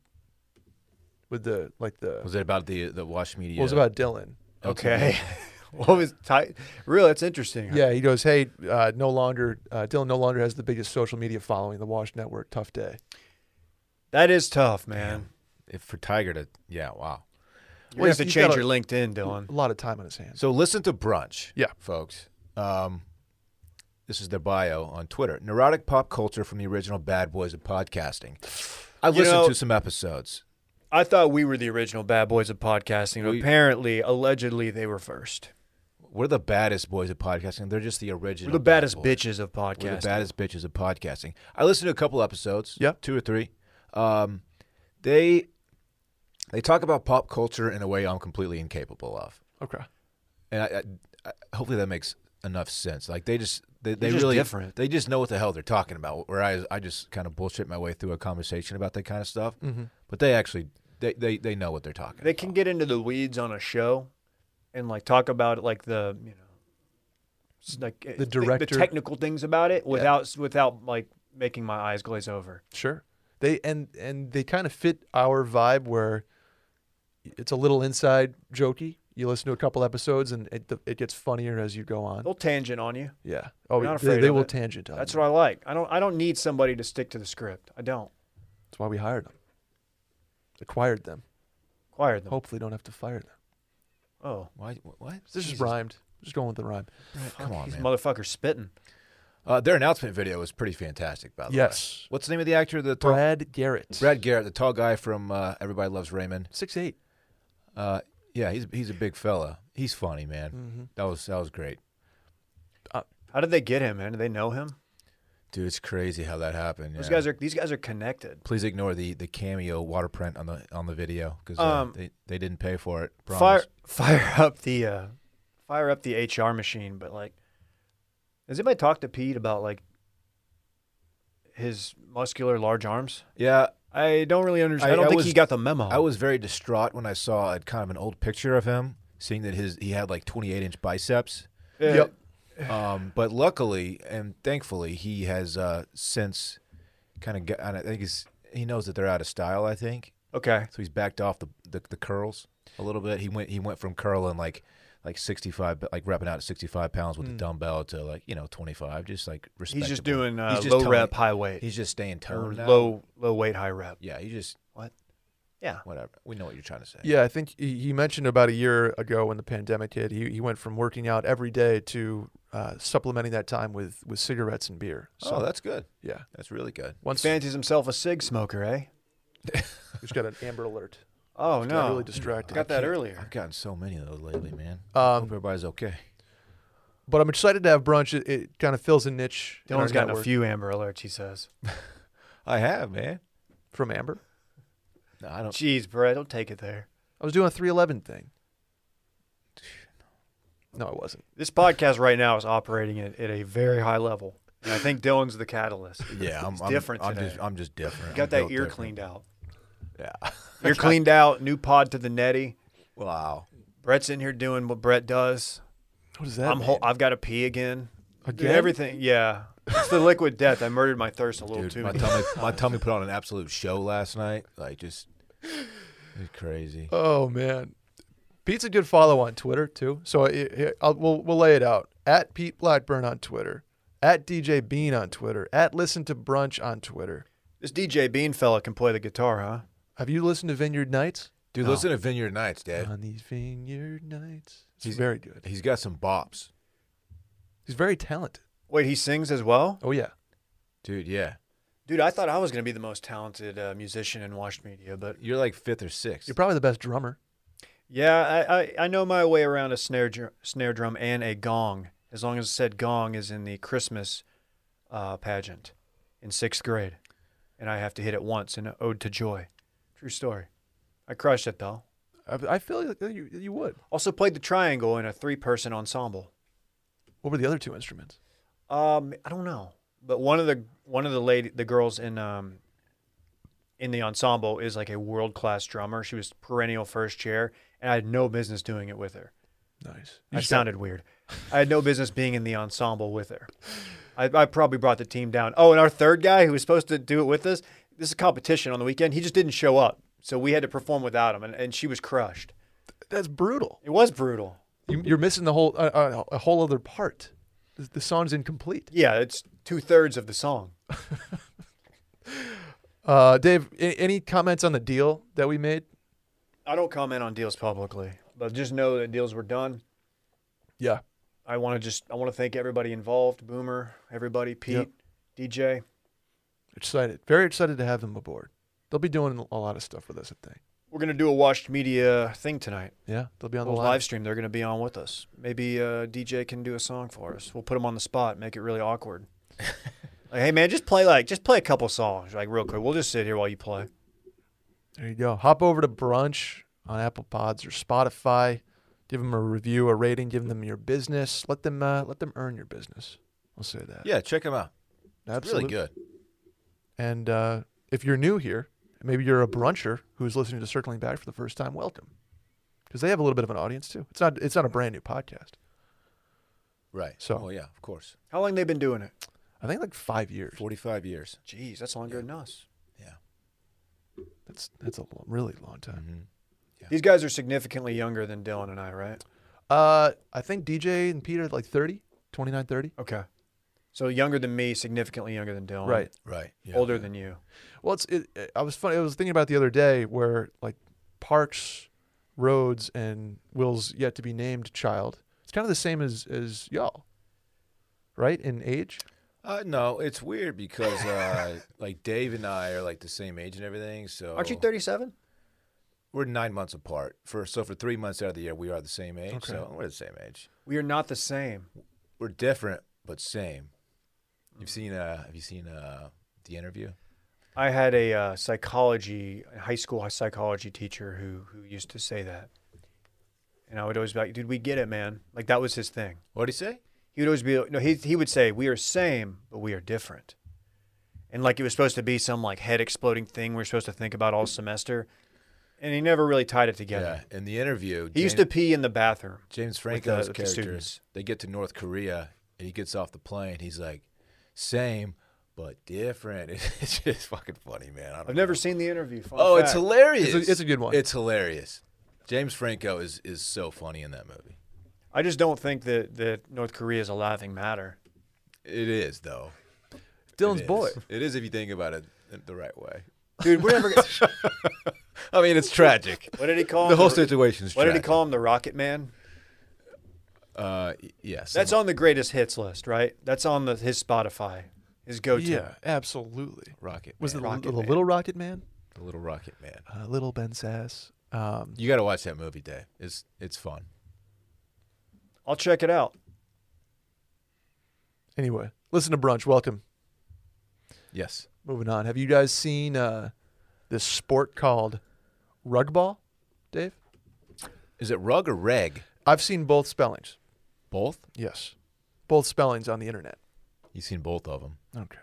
[SPEAKER 1] with the like the
[SPEAKER 2] Was it about the the Wash Media?
[SPEAKER 1] what was it about Dylan?
[SPEAKER 3] Okay, *laughs* what was tight? Really, that's interesting.
[SPEAKER 1] Yeah, he goes, "Hey, uh, no longer uh, Dylan no longer has the biggest social media following. The Wash Network, tough day."
[SPEAKER 3] that is tough, man.
[SPEAKER 2] If for Tiger to, yeah, wow.
[SPEAKER 3] You have
[SPEAKER 1] he's-
[SPEAKER 3] to
[SPEAKER 1] he's
[SPEAKER 3] change
[SPEAKER 1] got a-
[SPEAKER 3] your LinkedIn, Dylan.
[SPEAKER 1] A lot of time on his hands.
[SPEAKER 2] So listen to brunch,
[SPEAKER 1] Yeah.
[SPEAKER 2] folks. Um, this is their bio on Twitter: neurotic pop culture from the original Bad Boys of podcasting. I
[SPEAKER 3] You
[SPEAKER 2] listened
[SPEAKER 3] know-
[SPEAKER 2] to some episodes.
[SPEAKER 3] I thought we were the original bad boys of podcasting. but
[SPEAKER 2] We-
[SPEAKER 3] Apparently, allegedly, they were first.
[SPEAKER 2] We're the baddest boys of podcasting. They're just the original.
[SPEAKER 3] We're the baddest
[SPEAKER 2] bad boys.
[SPEAKER 3] bitches of
[SPEAKER 2] We're the
[SPEAKER 3] podcasting.
[SPEAKER 2] baddest bitches of podcasting. I listened to a couple episodes.
[SPEAKER 1] Yeah.
[SPEAKER 2] two or three. Um, they they talk about pop culture in a way I'm completely incapable of.
[SPEAKER 1] Okay,
[SPEAKER 2] and I, I, I hopefully that makes enough sense. Like they just they, they
[SPEAKER 3] You're just
[SPEAKER 2] really
[SPEAKER 3] different.
[SPEAKER 2] they just know what the hell they're talking about. Whereas I just kind of bullshit my way through a conversation about that kind of stuff. But they actually they, they they know what they're talking.
[SPEAKER 3] Mm-hmm. they
[SPEAKER 2] about.
[SPEAKER 3] can get into the weeds on a show, and like talk about it, like the you know, s- like uh,
[SPEAKER 1] director.
[SPEAKER 3] the technical things about it without without like making my eyes glaze over.
[SPEAKER 1] sure. They and and they kind of fit our vibe where it's a little inside jokey. You listen to a couple episodes and it it gets funnier as you go on.
[SPEAKER 3] They'll tangent on you.
[SPEAKER 1] Yeah. Oh,
[SPEAKER 3] We're Oh. not
[SPEAKER 1] they,
[SPEAKER 3] afraid
[SPEAKER 1] they
[SPEAKER 3] of
[SPEAKER 1] will
[SPEAKER 3] it.
[SPEAKER 1] tangent on.
[SPEAKER 3] That's
[SPEAKER 1] you.
[SPEAKER 3] what I like. I don't I don't need somebody to stick to the script. I don't
[SPEAKER 1] That's why we hired them. Acquired them.
[SPEAKER 3] acquire them.
[SPEAKER 1] Hopefully, don't have to fire them.
[SPEAKER 3] Oh,
[SPEAKER 2] Why what?
[SPEAKER 1] This
[SPEAKER 2] Jesus.
[SPEAKER 1] is rhymed. Just going with the rhyme.
[SPEAKER 2] Come on,
[SPEAKER 3] these
[SPEAKER 2] man.
[SPEAKER 3] motherfuckers spitting.
[SPEAKER 2] uh, their announcement video was pretty fantastic. By the
[SPEAKER 1] Yes.
[SPEAKER 2] way, what's the name of the actor? The tall,
[SPEAKER 1] Brad Garrett.
[SPEAKER 2] Brad Garrett, the tall guy from uh, Everybody Loves Raymond.
[SPEAKER 1] Six eight.
[SPEAKER 2] Uh, yeah, he's he's a big fella. He's funny, man.
[SPEAKER 3] Mm. Mm-hmm.
[SPEAKER 2] That was that was great,
[SPEAKER 3] How did they get him, man? Do they know him?
[SPEAKER 2] dude. It's crazy how that happened.
[SPEAKER 3] Those
[SPEAKER 2] yeah.
[SPEAKER 3] guys are these guys are connected.
[SPEAKER 2] Please ignore the the cameo water print on the on the video because
[SPEAKER 3] Um,
[SPEAKER 2] they, they didn't pay for it. Promise.
[SPEAKER 3] fire *laughs* fire up the uh, fire up the HR machine, but like, has anybody talked to Pete about like his muscular large arms?
[SPEAKER 2] Yeah,
[SPEAKER 3] I don't really understand. I,
[SPEAKER 2] I-
[SPEAKER 3] don't
[SPEAKER 2] I
[SPEAKER 3] think
[SPEAKER 2] was-
[SPEAKER 3] he got the memo.
[SPEAKER 2] I was very distraught when I saw a, kind of an old picture of him, seeing that his he had like 28 inch biceps.
[SPEAKER 3] Uh,
[SPEAKER 1] Yep.
[SPEAKER 2] Um, but luckily and thankfully, he has uh, since kind of got. and I think he's he knows that they're out of style. I think
[SPEAKER 3] Okay.
[SPEAKER 2] so. He's backed off the the, the curls a little bit. He went he went from curling like. Like sixty five, like repping out at sixty five pounds with a dumbbell to like you know twenty five, just like respectable.
[SPEAKER 3] He's just doing uh,
[SPEAKER 2] He's just
[SPEAKER 3] low
[SPEAKER 2] toned-
[SPEAKER 3] rep, high weight,
[SPEAKER 2] He's just staying
[SPEAKER 3] or
[SPEAKER 2] toned now.
[SPEAKER 3] low low weight, high rep.
[SPEAKER 2] Yeah, he just
[SPEAKER 3] What? Yeah.
[SPEAKER 2] Whatever. We know what you're trying to say.
[SPEAKER 1] Yeah, I think he he mentioned about a year ago when the pandemic hit, he, he went from working out every day to uh, supplementing that time with, with cigarettes and beer. So
[SPEAKER 2] oh, that's good.
[SPEAKER 1] yeah,
[SPEAKER 2] That's really good.
[SPEAKER 1] once
[SPEAKER 3] Fancies himself a cig smoker, eh?
[SPEAKER 1] he's got an amber alert.
[SPEAKER 3] Oh
[SPEAKER 1] Got
[SPEAKER 3] no.
[SPEAKER 1] really distracted.
[SPEAKER 3] Got that
[SPEAKER 2] Can't-
[SPEAKER 3] earlier.
[SPEAKER 2] I've gotten so many of those lately, man. Hope
[SPEAKER 1] Um,
[SPEAKER 2] everybody's okay.
[SPEAKER 1] but I'm excited to have brunch. It, it kind of fills a niche. in our
[SPEAKER 3] Dylan's gotten a
[SPEAKER 1] network.
[SPEAKER 3] few Amber Alerts. He says.
[SPEAKER 2] I have, man.
[SPEAKER 1] from Amber.
[SPEAKER 2] No, I don't.
[SPEAKER 3] Jeez, Brett, don't take it there.
[SPEAKER 1] I was doing a 311 thing. No, I wasn't.
[SPEAKER 3] This podcast right now is operating at, at a very high level, and I think Dylan's the catalyst.
[SPEAKER 2] Yeah, I'm,
[SPEAKER 3] It's
[SPEAKER 2] I'm
[SPEAKER 3] different
[SPEAKER 2] I'm
[SPEAKER 3] today.
[SPEAKER 2] just, I'm just different.
[SPEAKER 3] Got
[SPEAKER 2] I'm
[SPEAKER 3] that
[SPEAKER 2] built
[SPEAKER 3] ear
[SPEAKER 2] different.
[SPEAKER 3] cleaned out.
[SPEAKER 2] Yeah.
[SPEAKER 3] Ear cleaned out. New pod to the netty.
[SPEAKER 2] Wow.
[SPEAKER 3] Brett's in here doing what Brett does.
[SPEAKER 1] *laughs* What is that?
[SPEAKER 3] I'm ho- I've got to pee again. Dude,
[SPEAKER 1] Again?
[SPEAKER 3] everything. Yeah. It's the liquid death. I murdered my thirst a little
[SPEAKER 2] Dude,
[SPEAKER 3] too *laughs*
[SPEAKER 2] my
[SPEAKER 3] much.
[SPEAKER 2] tummy, my tummy put on an absolute show last night. Like just, it's crazy.
[SPEAKER 1] oh man, Pete's a good follow on Twitter too. So I, I- I'll, we'll we'll lay it out at Pete Blackburn on Twitter, at DJ Bean on Twitter, at Listen to Brunch on Twitter.
[SPEAKER 3] This DJ Bean fella can play the guitar, huh?
[SPEAKER 1] Have you listened to Vineyard Nights?
[SPEAKER 2] Dude,
[SPEAKER 3] Oh.
[SPEAKER 2] listen to Vineyard Nights, Dad.
[SPEAKER 1] On these Vineyard Nights, Eh. he's, eh.
[SPEAKER 2] He's-
[SPEAKER 1] very good.
[SPEAKER 2] He's got some bops,
[SPEAKER 1] He's very talented.
[SPEAKER 3] Wait, he sings as well?
[SPEAKER 1] Oh yeah,
[SPEAKER 2] dude. Yeah,
[SPEAKER 3] Dude, I thought I was going to be the most talented uh, musician in Washed Media, but
[SPEAKER 2] you're like fifth or sixth.
[SPEAKER 1] you're probably the best drummer.
[SPEAKER 3] yeah, I, I, I know my way around a snare, dr- snare drum and a gong, as long as said gong is in the Christmas uh, pageant in sixth grade. And I have to hit it once in Ode to Joy. True story. I crushed it, though.
[SPEAKER 1] I, I feel like you you would.
[SPEAKER 3] Also played the triangle in a three person ensemble.
[SPEAKER 1] What were the other two instruments?
[SPEAKER 3] Um, I don't know, but one of the one of the lady, the girls in um, in the ensemble is like a world class drummer. She was perennial first chair, and I had no business doing it with her.
[SPEAKER 1] Nice.
[SPEAKER 3] I sounded weird. I had no business being in the ensemble with her. I, I probably brought the team down. Oh, and our third guy who was supposed to do it with us, this is a competition on the weekend. He just didn't show up, so we had to perform without him, and, and she was crushed.
[SPEAKER 1] That's brutal.
[SPEAKER 3] It was brutal.
[SPEAKER 1] You- You're missing the whole uh, uh, a whole other part. The- The song's incomplete.
[SPEAKER 3] Yeah, it's two thirds of the song.
[SPEAKER 1] Uh, Dave, a- any comments on the deal that we made?
[SPEAKER 3] I don't comment on deals publicly, but just know that deals were done.
[SPEAKER 1] Yeah,
[SPEAKER 3] I want to just I want to thank everybody involved, Boomer, everybody, Pete, DJ.
[SPEAKER 1] excited. Very excited to have him aboard. They'll be doing a lot of stuff with us, I think.
[SPEAKER 3] We're gonna do a watched media thing tonight.
[SPEAKER 1] Yeah, they'll be on the
[SPEAKER 3] Little
[SPEAKER 1] live.
[SPEAKER 3] live stream. They're gonna be on with us. Maybe uh, DJ can do a song for us. We'll put him on the spot, make it really awkward. like, hey man, just play like just play a couple songs like real quick. We'll just sit here while you play.
[SPEAKER 1] There you go. Hop over to brunch on Apple Pods or Spotify. Give them a review, a rating. Give them your business. Let them uh, let them earn your business. I'll say that.
[SPEAKER 2] yeah, check him out. It's really good.
[SPEAKER 1] And uh, if you're new here, maybe you're a bruncher who's listening to Circling Back for the first time, welcome. Because they have a little bit of an audience too. It's not it's not a brand new podcast.
[SPEAKER 2] Right.
[SPEAKER 1] So-
[SPEAKER 2] oh yeah, of course.
[SPEAKER 3] How long they been doing it?
[SPEAKER 1] I think like five years.
[SPEAKER 2] Forty-five years.
[SPEAKER 3] Jeez, that's longer than us.
[SPEAKER 2] Yeah.
[SPEAKER 1] That's that's a lo- really long time.
[SPEAKER 2] hmm
[SPEAKER 3] These guys are significantly younger than Dylan and I, right?
[SPEAKER 1] Uh, I think DJ and Peter are like 30, 29, 30.
[SPEAKER 3] Okay. So younger than me, significantly younger than Dylan.
[SPEAKER 1] Right.
[SPEAKER 2] Right. Yeah.
[SPEAKER 3] Older than you.
[SPEAKER 1] Well, it's it, it- I was funny. I was thinking about it the other day where like Parks, Rhodes, and Will's yet to be named child. It's kind of the same as as y'all, right? In age.
[SPEAKER 2] Uh, no, it's weird because uh, *laughs* like Dave and I are like the same age and everything. So
[SPEAKER 3] Aren't you 37?
[SPEAKER 2] We're nine months apart. For so for three months out of the year, we are the same age.
[SPEAKER 1] Okay.
[SPEAKER 2] So we're the same age.
[SPEAKER 3] We are not the same.
[SPEAKER 2] We're different but same.
[SPEAKER 3] Mm-hmm.
[SPEAKER 2] You've seen uh, have you seen uh, the interview?
[SPEAKER 3] I had a uh, psychology, a high school psychology teacher who who used to say that, and I would always be like, "Dude, we get it, man." Like that was his thing.
[SPEAKER 2] What did he say?
[SPEAKER 3] He would always be no, he he would say, "We are same, but we are different," and like it was supposed to be some like head exploding thing we we're supposed to think about all semester, and he never really tied it together.
[SPEAKER 2] In the interview,
[SPEAKER 3] He used to pee in the bathroom.
[SPEAKER 2] James
[SPEAKER 3] with the-
[SPEAKER 2] Franco's
[SPEAKER 3] with the
[SPEAKER 2] characters.
[SPEAKER 3] students.
[SPEAKER 2] they get to North Korea and he gets off the plane. He's like, same but different. *laughs* It's just fucking funny, man. I don't
[SPEAKER 3] I've never
[SPEAKER 2] know.
[SPEAKER 3] seen the interview. Fun
[SPEAKER 2] Oh, it's
[SPEAKER 3] fact.
[SPEAKER 2] hilarious.
[SPEAKER 1] It's a- it's a good one.
[SPEAKER 2] It's hilarious. James Franco is is so funny in that movie.
[SPEAKER 3] I just don't think that that North Korea is a laughing matter.
[SPEAKER 2] It is though. It
[SPEAKER 1] Dylan's
[SPEAKER 2] is.
[SPEAKER 1] boy.
[SPEAKER 2] It is if you think about it the right way. *laughs*
[SPEAKER 3] Dude, we're never. gonna-
[SPEAKER 2] I mean, it's tragic.
[SPEAKER 3] what did he call
[SPEAKER 2] the
[SPEAKER 3] him?
[SPEAKER 2] whole situation's
[SPEAKER 3] What did
[SPEAKER 2] tragic.
[SPEAKER 3] he call him? The Rocket Man.
[SPEAKER 2] Uh, y- yes.
[SPEAKER 3] That's on the greatest hits list, right? That's on the his Spotify, his go-to.
[SPEAKER 1] Yeah, absolutely.
[SPEAKER 2] Rocket.
[SPEAKER 1] Was it
[SPEAKER 2] Man,
[SPEAKER 1] the,
[SPEAKER 3] Rocket
[SPEAKER 1] the
[SPEAKER 3] Man.
[SPEAKER 1] Little Rocket Man?
[SPEAKER 2] the little Rocket Man?
[SPEAKER 1] Uh, little Ben Sass. Um,
[SPEAKER 2] You got to watch that movie, Dave. It's it's fun.
[SPEAKER 3] I'll check it out.
[SPEAKER 1] anyway, listen to brunch. Welcome.
[SPEAKER 2] Yes.
[SPEAKER 1] Moving on. Have you guys seen uh, this sport called rugball, Dave?
[SPEAKER 2] Is it rug or reg?
[SPEAKER 1] I've seen both spellings.
[SPEAKER 2] Both.
[SPEAKER 1] Yes, both spellings on the internet.
[SPEAKER 2] You've seen both of them.
[SPEAKER 1] Okay.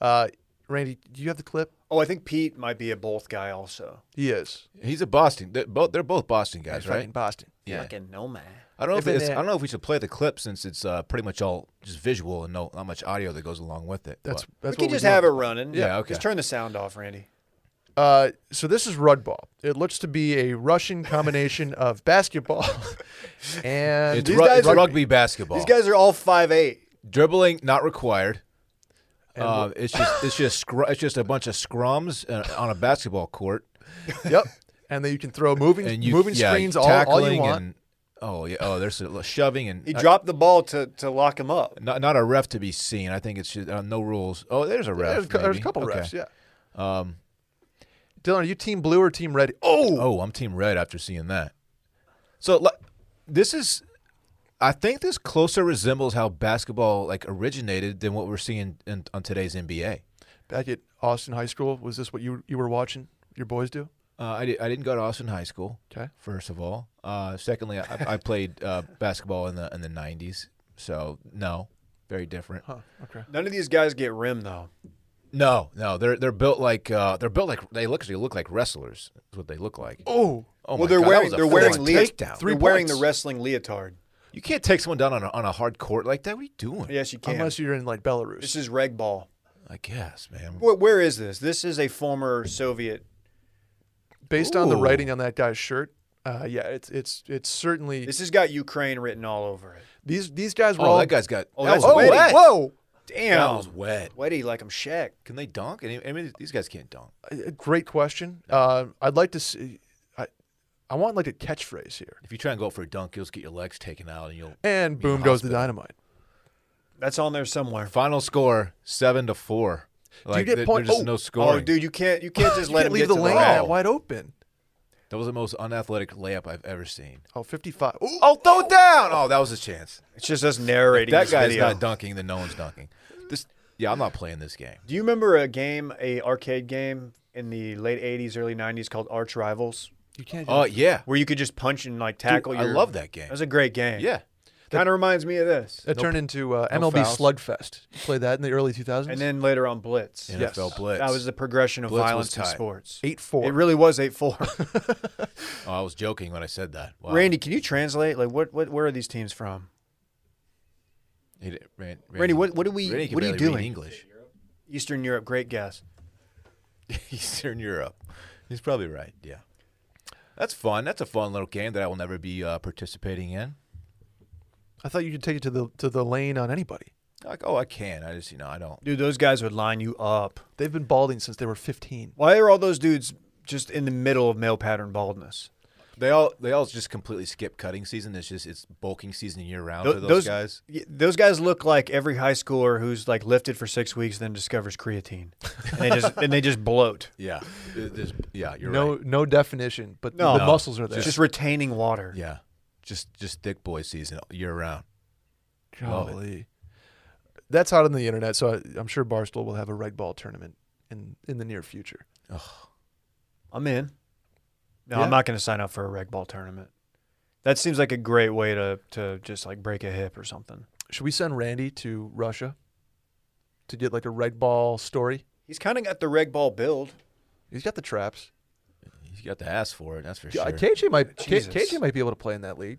[SPEAKER 1] Uh, Randy, do you have the clip?
[SPEAKER 3] Oh, I think Pete might be a both guy also.
[SPEAKER 1] He is.
[SPEAKER 2] He's a Boston. They're both they're both Boston guys,
[SPEAKER 1] Fucking
[SPEAKER 2] right?
[SPEAKER 1] Boston.
[SPEAKER 2] Yeah.
[SPEAKER 3] Fucking no man.
[SPEAKER 2] I don't know if
[SPEAKER 1] If it-
[SPEAKER 2] it's, I don't know if we should play the clip since it's uh, pretty much all just visual and no not much audio that goes along with it.
[SPEAKER 1] That's
[SPEAKER 2] but-
[SPEAKER 1] that's
[SPEAKER 3] we
[SPEAKER 1] what
[SPEAKER 3] can just
[SPEAKER 1] do.
[SPEAKER 3] have it running.
[SPEAKER 2] Yeah, okay.
[SPEAKER 3] Just turn the sound off, Randy.
[SPEAKER 1] Uh, so this is rugball. It looks to be a Russian combination of basketball and
[SPEAKER 2] it's,
[SPEAKER 3] these
[SPEAKER 2] ru-
[SPEAKER 3] guys
[SPEAKER 2] it's
[SPEAKER 3] are-
[SPEAKER 2] rugby basketball.
[SPEAKER 3] These guys are all five eight.
[SPEAKER 2] dribbling not required. Uh, it's just it's just scr- it's just a bunch of scrums uh, on a basketball court,
[SPEAKER 1] yep. And then you can throw moving
[SPEAKER 2] and you
[SPEAKER 1] moving
[SPEAKER 2] yeah,
[SPEAKER 1] screens all,
[SPEAKER 2] tackling
[SPEAKER 1] all you want.
[SPEAKER 2] and oh yeah oh there's a, shoving and
[SPEAKER 3] He
[SPEAKER 2] uh,
[SPEAKER 3] dropped the ball to, to lock him up.
[SPEAKER 2] not not a ref to be seen. I think it's just, uh, no rules. Oh, there's a ref.
[SPEAKER 1] there's, a cou- there's a
[SPEAKER 2] maybe.
[SPEAKER 1] couple
[SPEAKER 2] Okay.
[SPEAKER 1] refs, yeah. Um, Dylan, are you team blue or team red? Oh,
[SPEAKER 2] Oh, I'm Team Red after seeing that. So like, this is, I think this closer resembles how basketball like originated than what we're seeing in, on today's NBA.
[SPEAKER 1] back at Austin High School, was this what you you were watching? Your boys do?
[SPEAKER 2] Uh, I, di- I didn't go to Austin High School.
[SPEAKER 1] Okay.
[SPEAKER 2] First of all, uh, secondly, I, I played uh, basketball in the in the '90s, so no, very different.
[SPEAKER 1] Huh. Okay.
[SPEAKER 3] None of these guys get rim though.
[SPEAKER 2] No, no, they're they're built like uh, they're built like they look they look like wrestlers. Is what they look like.
[SPEAKER 1] Oh,
[SPEAKER 2] Oh
[SPEAKER 3] well,
[SPEAKER 2] my
[SPEAKER 3] they're
[SPEAKER 2] God, that
[SPEAKER 3] wearing
[SPEAKER 2] was a
[SPEAKER 3] they're wearing
[SPEAKER 2] fourth
[SPEAKER 3] lea-
[SPEAKER 2] takedown.
[SPEAKER 1] Three
[SPEAKER 3] they're wearing the
[SPEAKER 1] points.
[SPEAKER 3] wrestling leotard.
[SPEAKER 2] You can't take someone down on a, on a hard court like that. What are you doing?
[SPEAKER 3] Yes, you can.
[SPEAKER 1] unless you're in like Belarus.
[SPEAKER 3] this is reg ball.
[SPEAKER 2] I guess, man.
[SPEAKER 3] Where, where is this? This is a former Soviet.
[SPEAKER 1] Based on the
[SPEAKER 2] Ooh.
[SPEAKER 1] writing on that guy's shirt, uh, yeah, it's it's it's certainly
[SPEAKER 3] This has got Ukraine written all over it.
[SPEAKER 1] these these guys were
[SPEAKER 2] Oh,
[SPEAKER 1] all
[SPEAKER 2] that guy's got.
[SPEAKER 3] Oh,
[SPEAKER 2] that
[SPEAKER 3] that's
[SPEAKER 2] was
[SPEAKER 3] wetty.
[SPEAKER 2] wet.
[SPEAKER 1] Whoa!
[SPEAKER 3] Damn,
[SPEAKER 2] That was wet.
[SPEAKER 3] wetty like I'm Shaq.
[SPEAKER 2] Can they dunk? Any- I mean, these guys can't dunk.
[SPEAKER 1] A- a Great question. Uh, I'd like to see. I, I want like a catchphrase here.
[SPEAKER 2] If you try and go for a dunk, you'll just get your legs taken out, and you'll.
[SPEAKER 1] And boom goes the dynamite.
[SPEAKER 3] That's on there somewhere.
[SPEAKER 2] Final score seven to four. Like,
[SPEAKER 1] get
[SPEAKER 2] there-
[SPEAKER 1] point-
[SPEAKER 2] There's just
[SPEAKER 1] oh,
[SPEAKER 2] no
[SPEAKER 3] Oh,
[SPEAKER 2] scoring.
[SPEAKER 3] dude, you can't you can't just
[SPEAKER 1] You
[SPEAKER 3] let
[SPEAKER 1] can't
[SPEAKER 3] him
[SPEAKER 1] leave
[SPEAKER 3] get
[SPEAKER 1] the
[SPEAKER 3] to
[SPEAKER 1] lane
[SPEAKER 3] rack.
[SPEAKER 1] that wide open.
[SPEAKER 2] That was the most unathletic layup I've ever seen.
[SPEAKER 1] Oh, 55. Ooh,
[SPEAKER 2] Oh, throw it down! Oh, that was a chance.
[SPEAKER 3] It's just us narrating.
[SPEAKER 2] That
[SPEAKER 3] this
[SPEAKER 2] guy's
[SPEAKER 3] video.
[SPEAKER 2] not dunking. Then no one's dunking. This. Yeah, I'm not playing this game.
[SPEAKER 3] Do you remember a game, a arcade game in the late '80s, early '90s called Arch Rivals,
[SPEAKER 1] you can't. do
[SPEAKER 2] Oh yeah,
[SPEAKER 3] where you could just punch and like
[SPEAKER 2] Dude,
[SPEAKER 3] tackle?
[SPEAKER 2] I
[SPEAKER 3] your-
[SPEAKER 2] love that game.
[SPEAKER 3] That was a great game.
[SPEAKER 2] Yeah,
[SPEAKER 3] kind of reminds me of this.
[SPEAKER 1] that turned into uh, MLB
[SPEAKER 2] fouls.
[SPEAKER 1] Slugfest. You played that in the early 2000s.
[SPEAKER 3] And then later on, Blitz.
[SPEAKER 2] NFL
[SPEAKER 1] Yes.
[SPEAKER 2] Blitz.
[SPEAKER 3] That was the progression of
[SPEAKER 2] Blitz was
[SPEAKER 3] violence in
[SPEAKER 2] tight.
[SPEAKER 3] sports.
[SPEAKER 1] 8 4.
[SPEAKER 3] It really was
[SPEAKER 2] *laughs*
[SPEAKER 3] eight four.
[SPEAKER 2] oh, I was joking when I said that. Wow.
[SPEAKER 3] Randy, can you translate? Like, what, what, where are these teams from?
[SPEAKER 2] He did- Ran- Randy,
[SPEAKER 3] what- what do we-
[SPEAKER 2] Randy can
[SPEAKER 3] what are you
[SPEAKER 2] barely read
[SPEAKER 3] doing?
[SPEAKER 2] English. *laughs*
[SPEAKER 3] Eastern Europe. Great guess.
[SPEAKER 2] Eastern Europe. He's probably right. Yeah, that's fun. That's a fun little game that I will never be uh, participating in.
[SPEAKER 1] I thought you could take it to the to the lane on anybody.
[SPEAKER 2] Like, oh, I can. I just, you know, I don't.
[SPEAKER 3] Dude, those guys would line you up.
[SPEAKER 1] They've been balding since they were 15.
[SPEAKER 3] Why are all those dudes just in the middle of male pattern baldness?
[SPEAKER 2] They all, they all just completely skip cutting season. It's just, it's bulking season year round
[SPEAKER 3] Tho-
[SPEAKER 2] for those, guys.
[SPEAKER 3] y- Those guys look like every high schooler who's like lifted for six weeks, then discovers creatine, and they just and they just bloat.
[SPEAKER 2] Yeah, It- there's- yeah, you're
[SPEAKER 1] No
[SPEAKER 2] right.
[SPEAKER 1] no definition, but
[SPEAKER 3] No.
[SPEAKER 1] the
[SPEAKER 3] No.
[SPEAKER 1] muscles are there.
[SPEAKER 3] It's just retaining water.
[SPEAKER 2] Yeah, just, just thick boy season year round. love it.
[SPEAKER 1] *laughs* Golly. That's out on the internet, so I, I'm sure Barstool will have a red ball tournament in, in the near future.
[SPEAKER 3] I'm in. No,
[SPEAKER 1] Yeah.
[SPEAKER 3] I'm not going to sign up for a reg ball tournament. That seems like a great way to to just like break a hip or something.
[SPEAKER 1] Should we send Randy to Russia to get like a red ball story?
[SPEAKER 3] He's kind of got the reg ball build.
[SPEAKER 1] He's got the traps.
[SPEAKER 2] He's got the ass for it. That's for
[SPEAKER 1] Yeah,
[SPEAKER 2] sure.
[SPEAKER 1] KJ might K-
[SPEAKER 3] Jesus.
[SPEAKER 1] KJ might be able to play in that league.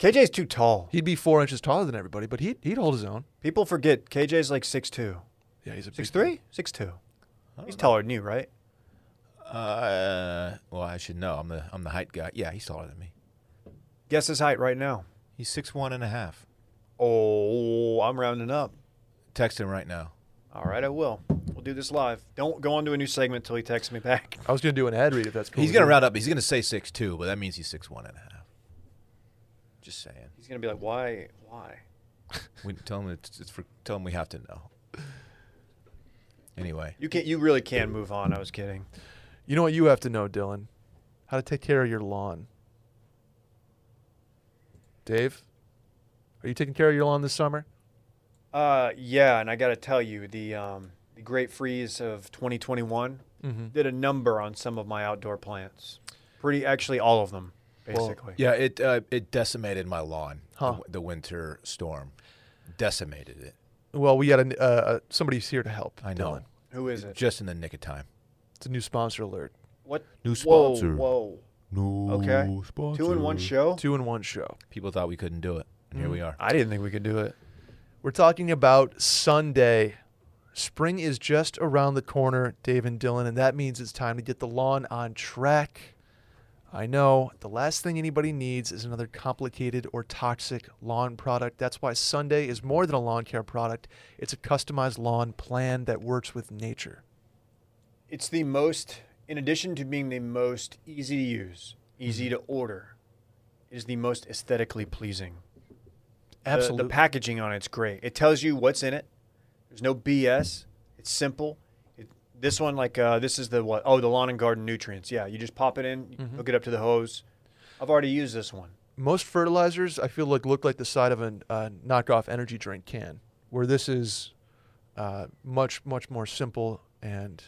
[SPEAKER 3] KJ's too tall.
[SPEAKER 1] He'd be four inches taller than everybody, but he'd he'd hold his own.
[SPEAKER 3] People forget KJ's like 6'2.
[SPEAKER 1] Yeah, he's a big
[SPEAKER 3] 6'3? 6'2. He's taller than you, right?
[SPEAKER 2] Uh, well, I should know. I'm the, I'm the height guy. Yeah, he's taller than me.
[SPEAKER 3] Guess his height right now.
[SPEAKER 2] He's six one and a half.
[SPEAKER 3] Oh, I'm rounding up.
[SPEAKER 2] Text him right now.
[SPEAKER 3] All right, I will. We'll We'll do this live. Don't go on to a new segment until he texts me back. *laughs*
[SPEAKER 1] I was gonna do an ad read if that's cool.
[SPEAKER 2] He's
[SPEAKER 1] with
[SPEAKER 2] gonna
[SPEAKER 1] you.
[SPEAKER 2] round up. He's gonna say six two, but that means he's six one and a half. Just saying.
[SPEAKER 3] He's gonna be like, why, why?
[SPEAKER 2] We tell him it's, it's for. Tell him we have to know. Anyway,
[SPEAKER 3] You can't. You really can move on. I was kidding.
[SPEAKER 1] You know what you have to know, Dylan? How to take care of your lawn. Dave, are you taking care of your lawn this summer?
[SPEAKER 3] Uh, yeah, and I gotta tell you, the um, the great freeze of 2021
[SPEAKER 1] Mm-hmm.
[SPEAKER 3] did a number on some of my outdoor plants. Pretty, actually, all of them,
[SPEAKER 1] Well,
[SPEAKER 3] basically.
[SPEAKER 2] yeah, it uh, it decimated my lawn. the
[SPEAKER 1] Huh.
[SPEAKER 2] w- The, winter storm decimated it.
[SPEAKER 1] Well, we got a uh, uh, somebody's here to help.
[SPEAKER 2] I know.
[SPEAKER 1] Dylan.
[SPEAKER 3] Who is it?
[SPEAKER 2] Just in the nick of time.
[SPEAKER 1] It's a new sponsor alert.
[SPEAKER 3] What?
[SPEAKER 2] New sponsor.
[SPEAKER 3] Whoa,
[SPEAKER 2] No.
[SPEAKER 3] Okay. Two in one show. Mm-hmm.
[SPEAKER 1] Two in one show.
[SPEAKER 2] People thought we couldn't do it, and here
[SPEAKER 1] Mm-hmm.
[SPEAKER 2] we are.
[SPEAKER 3] I didn't think we could do it.
[SPEAKER 1] We're talking about Sunday. Spring is just around the corner, Dave and Dylan, and that means it's time to get the lawn on track. I know the last thing anybody needs is another complicated or toxic lawn product. That's why Sunday is more than a lawn care product, it's a customized lawn plan that works with nature.
[SPEAKER 3] It's the most, in addition to being the most easy to use, easy to order, it is the most aesthetically pleasing. The-
[SPEAKER 1] Absolutely.
[SPEAKER 3] The, packaging on it's great. It tells you what's in it. There's no BS. It's simple. It, this one, like uh, this is the what? Oh, the lawn and garden nutrients. Yeah, you just pop it in, you hook it up to the hose. I've already used this one.
[SPEAKER 1] Most fertilizers, I feel like, look like the side of a uh, knockoff energy drink can, where this is uh, much, much more simple and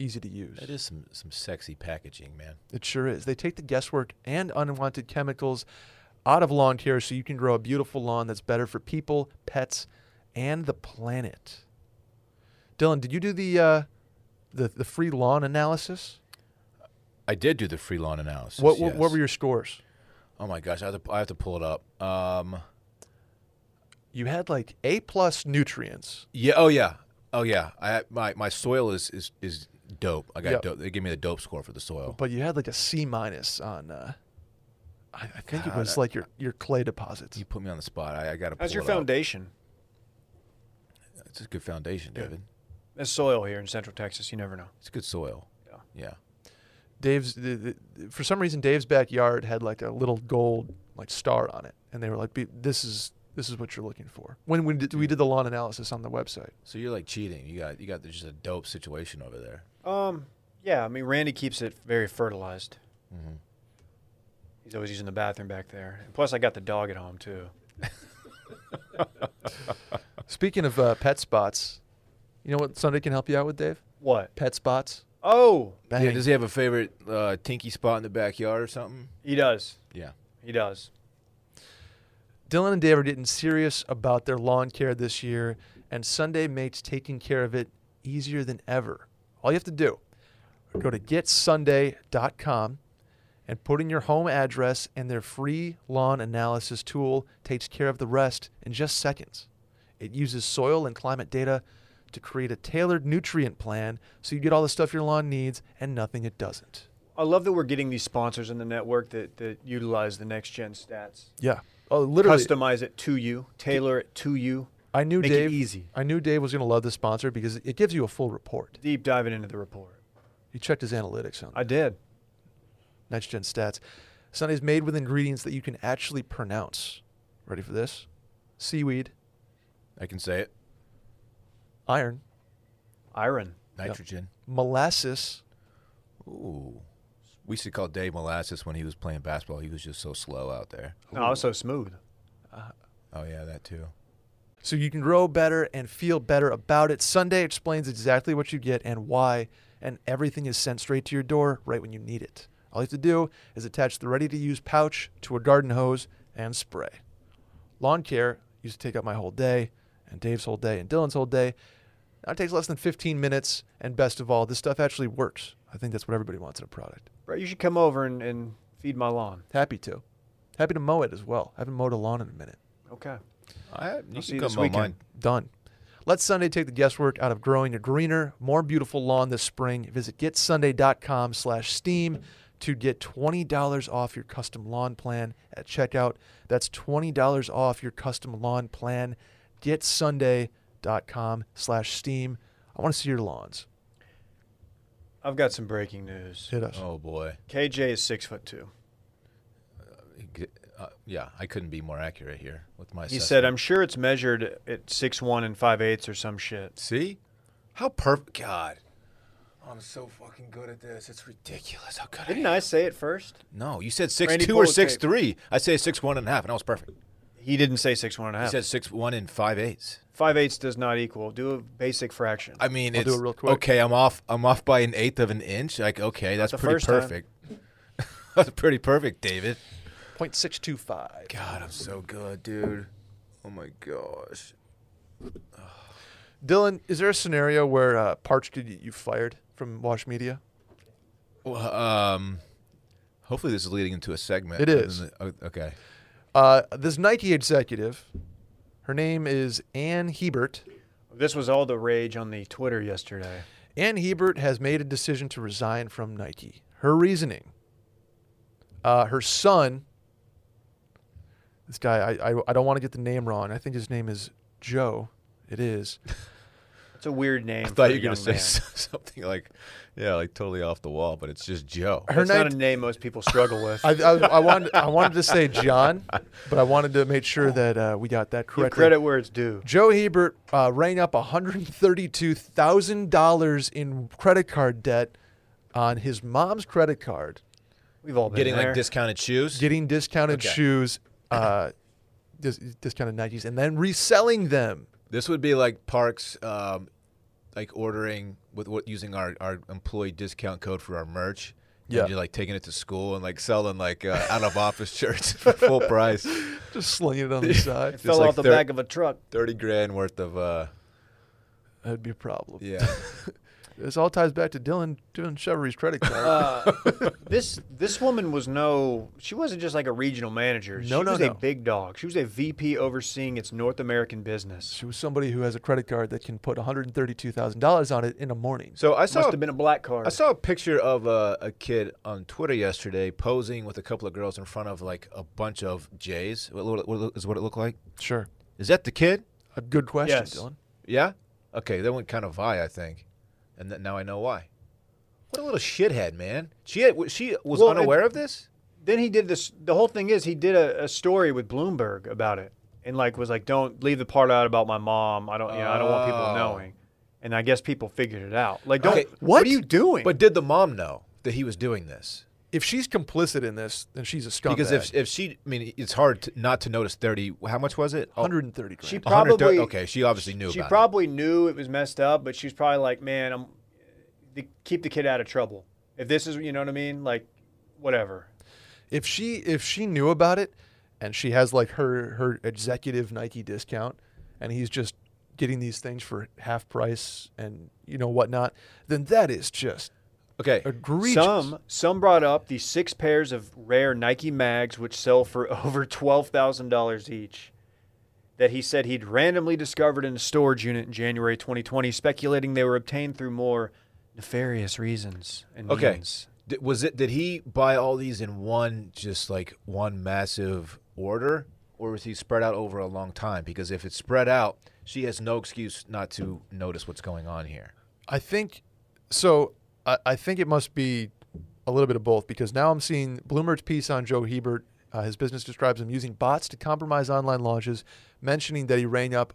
[SPEAKER 1] easy to use.
[SPEAKER 2] That is some some sexy packaging, man.
[SPEAKER 1] It sure is. They take the guesswork and unwanted chemicals out of lawn care so you can grow a beautiful lawn that's better for people, pets, and the planet. Dylan, did you do the uh, the, the free lawn analysis?
[SPEAKER 2] I did do the free lawn analysis.
[SPEAKER 1] What, what, what
[SPEAKER 2] yes.
[SPEAKER 1] were your scores?
[SPEAKER 2] Oh my gosh, I have to, I have to pull it up. Um,
[SPEAKER 1] You had like A plus nutrients.
[SPEAKER 2] yeah. Oh yeah. Oh yeah. I my, my soil is is is dope. I got
[SPEAKER 1] Yep.
[SPEAKER 2] dope. They gave me the dope score for the soil.
[SPEAKER 1] But you had like a C minus on. Uh, I, I think it
[SPEAKER 2] God,
[SPEAKER 1] was
[SPEAKER 2] I-
[SPEAKER 1] like your, your clay deposits.
[SPEAKER 2] You put me on the spot. I, I got to.
[SPEAKER 3] How's your
[SPEAKER 2] it up.
[SPEAKER 3] foundation?
[SPEAKER 2] It's a good foundation, David.
[SPEAKER 3] There's soil here in Central Texas. You never know.
[SPEAKER 2] It's good soil.
[SPEAKER 3] Yeah.
[SPEAKER 2] Yeah.
[SPEAKER 1] Dave's the, the, for some reason Dave's backyard had like a little gold like star on it, and they were like, "Be- "This is this is what you're looking for." When we did, we did the lawn analysis on the website,
[SPEAKER 2] So you're like cheating. You got you got just a dope situation over there.
[SPEAKER 3] Um, yeah, I mean Randy keeps it very fertilized.
[SPEAKER 2] Mhm.
[SPEAKER 3] He's always using the bathroom back there. And plus, I got the dog at home too. *laughs*
[SPEAKER 1] speaking of uh, pet spots, you know what Sunday can help you out with, Dave?
[SPEAKER 3] What?
[SPEAKER 1] Pet spots.
[SPEAKER 3] Oh,
[SPEAKER 1] Bang.
[SPEAKER 2] Yeah. Does he have a favorite uh, tinky spot in the backyard or something?
[SPEAKER 3] he does.
[SPEAKER 2] Yeah.
[SPEAKER 3] He does.
[SPEAKER 1] Dylan and Dave are getting serious about their lawn care this year, and Sunday makes taking care of it easier than ever. All you have to do, go to getsunday.com and put in your home address, and their free lawn analysis tool takes care of the rest in just seconds. It uses soil and climate data to create a tailored nutrient plan so you get all the stuff your lawn needs and nothing it doesn't.
[SPEAKER 3] I love that we're getting these sponsors in the network that, that utilize the next gen stats.
[SPEAKER 1] Yeah. Oh, literally.
[SPEAKER 3] Customize it to you, tailor it to you.
[SPEAKER 1] I knew
[SPEAKER 3] Make it
[SPEAKER 1] Dave.
[SPEAKER 3] easy.
[SPEAKER 1] I knew Dave was going to love this sponsor because it gives you a full report.
[SPEAKER 3] Deep diving into the report.
[SPEAKER 1] He checked his analytics on
[SPEAKER 3] I did.
[SPEAKER 1] Next Gen Stats. Sunday's made with ingredients that you can actually pronounce. Ready for this? Seaweed,
[SPEAKER 2] I can say it.
[SPEAKER 1] iron,
[SPEAKER 3] Iron.
[SPEAKER 2] Nitrogen.
[SPEAKER 1] molasses.
[SPEAKER 2] Ooh. We should call Dave Molasses when he was playing basketball. He was just so slow out there.
[SPEAKER 3] No, I was so smooth.
[SPEAKER 1] Ah,
[SPEAKER 2] Oh yeah, that too.
[SPEAKER 1] So you can grow better and feel better about it. Sunday explains exactly what you get and why, and everything is sent straight to your door right when you need it. All you have to do is attach the ready to use pouch to a garden hose and spray. Lawn care used to take up my whole day, and Dave's whole day, and Dylan's whole day. Now it takes less than 15 minutes, and best of all, this stuff actually works. I think that's what everybody wants in a product.
[SPEAKER 3] Brett, you should come over and, and feed my lawn.
[SPEAKER 1] Happy to. Happy to mow it as well. I haven't mowed a lawn in a minute.
[SPEAKER 3] Okay.
[SPEAKER 2] I you
[SPEAKER 3] see you
[SPEAKER 2] can come
[SPEAKER 3] this
[SPEAKER 2] on
[SPEAKER 3] weekend.
[SPEAKER 2] mine.
[SPEAKER 1] Done. Let Sunday take the guesswork out of growing a greener, more beautiful lawn this spring. Visit getsunday.com slash steam to get $20 off your custom lawn plan at checkout. That's $20 off your custom lawn plan. Getsunday.com slash steam. I want to see your lawns.
[SPEAKER 3] I've got some breaking news.
[SPEAKER 1] Hit us.
[SPEAKER 2] Oh boy.
[SPEAKER 3] KJ is six foot two.
[SPEAKER 2] Uh, yeah, I couldn't be more accurate here with my.
[SPEAKER 3] He said, "I'm sure it's measured at six one and five eighths or some shit."
[SPEAKER 2] See? How perfect. God. Oh, I'm so fucking good at this. It's ridiculous how good I
[SPEAKER 3] Didn't
[SPEAKER 2] am.
[SPEAKER 3] I say it first?
[SPEAKER 2] No, you said six
[SPEAKER 3] Randy
[SPEAKER 2] two or
[SPEAKER 3] Bullock
[SPEAKER 2] six three. I say six one and a half, and I was perfect.
[SPEAKER 3] He didn't say six one and a
[SPEAKER 2] He
[SPEAKER 3] half.
[SPEAKER 2] said six one and five eighths.
[SPEAKER 3] five eighths does not equal. Do a basic fraction.
[SPEAKER 2] I mean,
[SPEAKER 1] I'll do
[SPEAKER 2] it's
[SPEAKER 1] it real quick.
[SPEAKER 2] okay. I'm off. I'm off by an eighth of an inch. Like, okay, that's
[SPEAKER 3] the
[SPEAKER 2] pretty
[SPEAKER 3] first time.
[SPEAKER 2] perfect. *laughs* that's pretty perfect, David.
[SPEAKER 1] 0.625.
[SPEAKER 2] God, I'm so good, dude. Oh my gosh.
[SPEAKER 1] Dylan, is there a scenario where uh, Parch could get you fired from Wash Media?
[SPEAKER 2] Well, um, hopefully this is leading into a segment.
[SPEAKER 1] It
[SPEAKER 2] other
[SPEAKER 1] is.
[SPEAKER 2] than the- oh, okay.
[SPEAKER 1] Uh, this Nike executive, her name is Ann Hebert.
[SPEAKER 3] this was all the rage on the Twitter yesterday.
[SPEAKER 1] Ann Hebert has made a decision to resign from Nike. Her reasoning uh, her son, this guy, I, I, I don't want to get the name wrong. I think his name is Joe. It is.
[SPEAKER 3] It's a weird name.
[SPEAKER 2] I thought
[SPEAKER 3] for
[SPEAKER 2] you were
[SPEAKER 3] a
[SPEAKER 2] gonna
[SPEAKER 3] young
[SPEAKER 2] say *laughs*
[SPEAKER 3] man.
[SPEAKER 2] something like, yeah, like totally off the wall, but it's just Joe.
[SPEAKER 1] Her
[SPEAKER 3] That's not
[SPEAKER 1] name-
[SPEAKER 3] a name most people struggle
[SPEAKER 2] *laughs*
[SPEAKER 3] with.
[SPEAKER 1] I, I, I, wanted, I wanted to say John, but I wanted to make sure that uh, we got that
[SPEAKER 3] Give
[SPEAKER 1] correct.
[SPEAKER 3] credit where it's due.
[SPEAKER 1] Joe Hebert uh, rang up $132,000 in credit card debt on his mom's credit card,
[SPEAKER 3] We've all been
[SPEAKER 2] Getting
[SPEAKER 3] there.
[SPEAKER 2] like discounted shoes.
[SPEAKER 1] getting discounted
[SPEAKER 2] Okay.
[SPEAKER 1] shoes, uh, dis- discounted Nikes, and then reselling them.
[SPEAKER 2] This would be like Parks, um, like ordering with what using our, our employee discount code for our merch. and
[SPEAKER 1] Yeah.
[SPEAKER 2] you're like taking it to school and like selling like uh, out of office *laughs* shirts for full price,
[SPEAKER 1] Just slinging it *laughs* on the side.
[SPEAKER 2] It's
[SPEAKER 3] Fell
[SPEAKER 2] like
[SPEAKER 3] off the
[SPEAKER 2] thir-
[SPEAKER 3] back of
[SPEAKER 2] *laughs*
[SPEAKER 3] a truck.
[SPEAKER 2] thirty grand worth of uh,
[SPEAKER 1] That'd be a problem.
[SPEAKER 2] yeah.
[SPEAKER 1] This all ties back to Dylan doing Chevery's credit card.
[SPEAKER 3] Uh, this this woman was no. She wasn't just like a regional manager. she
[SPEAKER 1] No, no,
[SPEAKER 3] was
[SPEAKER 1] no.
[SPEAKER 3] a big dog. She was a VP overseeing its North American business.
[SPEAKER 1] she was somebody who has a credit card that can put $132,000 on it in a morning.
[SPEAKER 2] So I
[SPEAKER 3] Must
[SPEAKER 2] saw
[SPEAKER 3] have been a black card.
[SPEAKER 2] I saw a picture of uh, a, a kid on Twitter yesterday posing with a couple of girls in front of like a bunch of Jays. What, what, what is what it looked like?
[SPEAKER 1] Sure.
[SPEAKER 2] Is that the kid?
[SPEAKER 1] A good question,
[SPEAKER 3] Yes.
[SPEAKER 1] Dylan.
[SPEAKER 2] Yeah. Okay, that went kind of high, I think, and th- now I know why. What a little shithead, man! She had, w- she was
[SPEAKER 3] Well,
[SPEAKER 2] unaware of this.
[SPEAKER 3] then he did this. The whole thing is he did a, a story with Bloomberg about it, and like was like, "Don't leave the part out about my mom. I don't, you know, I don't want people
[SPEAKER 2] Oh.
[SPEAKER 3] knowing." And I guess people figured it out. Like, don't.
[SPEAKER 2] Okay,
[SPEAKER 3] What
[SPEAKER 1] what?
[SPEAKER 3] are you doing?
[SPEAKER 2] But did the mom know that he was doing this?
[SPEAKER 1] If she's complicit in this, then she's a scumbag.
[SPEAKER 2] Because if if she, I mean, it's hard to, not to notice thirty. How much was it? Oh,
[SPEAKER 1] 130 grand.
[SPEAKER 3] she
[SPEAKER 2] 130
[SPEAKER 3] probably
[SPEAKER 2] Okay, she obviously knew.
[SPEAKER 3] She
[SPEAKER 2] about
[SPEAKER 3] probably knew it was messed up, but she's probably like, "Man, I'm the, keep the kid out of trouble. If this is, you know what I mean, like, whatever."
[SPEAKER 1] if she if she knew about it and she has like her her executive Nike discount and he's just getting these things for half price and you know whatnot, then that is just
[SPEAKER 2] it. Okay,
[SPEAKER 1] egregious.
[SPEAKER 3] Some some brought up the six pairs of rare Nike mags which sell for *laughs* over twelve thousand dollars each. That he said he'd randomly discovered in a storage unit in January 2020, speculating they were obtained through more nefarious reasons and
[SPEAKER 2] Okay.
[SPEAKER 3] means.
[SPEAKER 2] Did, was it? Did he buy all these in one, just like one massive order, or was he spread out over a long time? Because if it's spread out, she has no excuse not to notice what's going on here.
[SPEAKER 1] I think so. I, I think it must be a little bit of both because now I'm seeing Bloomberg's piece on Joe Hebert. Uh, his business describes him using bots to compromise online launches, mentioning that he rang up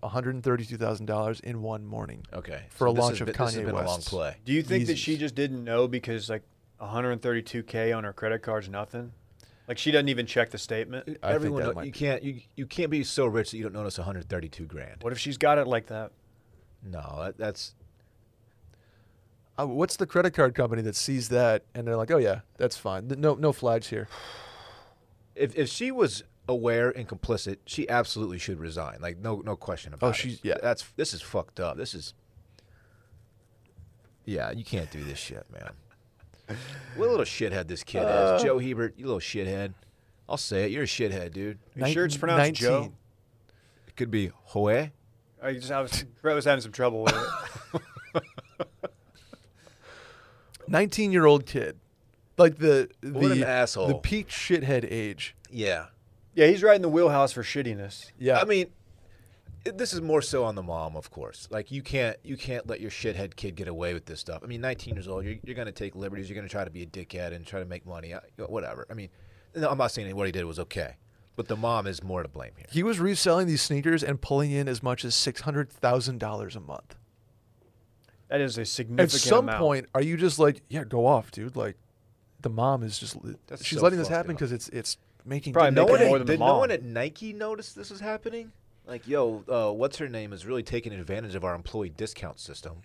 [SPEAKER 1] $132,000 in one morning.
[SPEAKER 2] Okay,
[SPEAKER 1] For a
[SPEAKER 2] this has
[SPEAKER 1] launch of
[SPEAKER 2] been- this has
[SPEAKER 1] Kanye
[SPEAKER 2] been a long
[SPEAKER 1] West's.
[SPEAKER 2] play.
[SPEAKER 3] Do you think that
[SPEAKER 1] Jesus.
[SPEAKER 3] she just didn't know because like 132k on her credit card's nothing? Like she doesn't even check the statement.
[SPEAKER 1] I think
[SPEAKER 2] Everyone,
[SPEAKER 1] that
[SPEAKER 2] know-
[SPEAKER 1] might
[SPEAKER 2] you
[SPEAKER 1] be-
[SPEAKER 2] can't you, you can't be so rich that you don't notice 132 grand.
[SPEAKER 3] What if she's got it like that?
[SPEAKER 2] No, that, that's
[SPEAKER 1] Uh, what's the credit card company that sees that and they're like, oh, yeah, that's fine. Th- No, no flags here.
[SPEAKER 2] if if she was aware and complicit, she absolutely should resign. Like no no question about it.
[SPEAKER 1] Oh, she's- yeah.
[SPEAKER 2] That's this is fucked up. This is Yeah, you can't do this shit, man. what a little shithead this kid
[SPEAKER 1] Uh.
[SPEAKER 2] is. Joe Hebert, you little shithead. I'll say it. You're a shithead, dude.
[SPEAKER 3] You sure it's
[SPEAKER 1] Nin-
[SPEAKER 3] pronounced
[SPEAKER 1] 19.
[SPEAKER 3] Joe?
[SPEAKER 2] It could be Hoe.
[SPEAKER 3] I just I was Brett was having some trouble with *laughs* it.
[SPEAKER 1] 19 year old kid. Like the the,
[SPEAKER 2] What an
[SPEAKER 1] the
[SPEAKER 2] asshole.
[SPEAKER 1] peak shithead age.
[SPEAKER 2] Yeah.
[SPEAKER 3] Yeah, he's right in the wheelhouse for shittiness.
[SPEAKER 1] Yeah.
[SPEAKER 2] I mean, it- this is more so on the mom, of course. Like you can't you can't let your shithead kid get away with this stuff. I mean, 19 years old, you're, you're going to take liberties. You're going to try to be a dickhead and try to make money. I- Whatever. I mean, no, I'm not saying what he did was okay, but the mom is more to blame here.
[SPEAKER 1] He was reselling these sneakers and pulling in as much as six hundred thousand dollars a month.
[SPEAKER 3] That is a significant
[SPEAKER 1] At some
[SPEAKER 3] amount.
[SPEAKER 1] point, are you just like, yeah, go off, dude? Like, the mom is just
[SPEAKER 2] That's
[SPEAKER 1] she's
[SPEAKER 2] so
[SPEAKER 1] letting this
[SPEAKER 2] fucked
[SPEAKER 1] happen
[SPEAKER 2] up.
[SPEAKER 1] because it's it's making
[SPEAKER 3] Probably
[SPEAKER 1] good
[SPEAKER 2] no
[SPEAKER 1] money.
[SPEAKER 2] one,
[SPEAKER 3] making more
[SPEAKER 2] at,
[SPEAKER 3] than the
[SPEAKER 2] did no
[SPEAKER 3] mom.
[SPEAKER 2] one at Nike notice this was happening. Like, yo, uh, what's her name is really taking advantage of our employee discount system.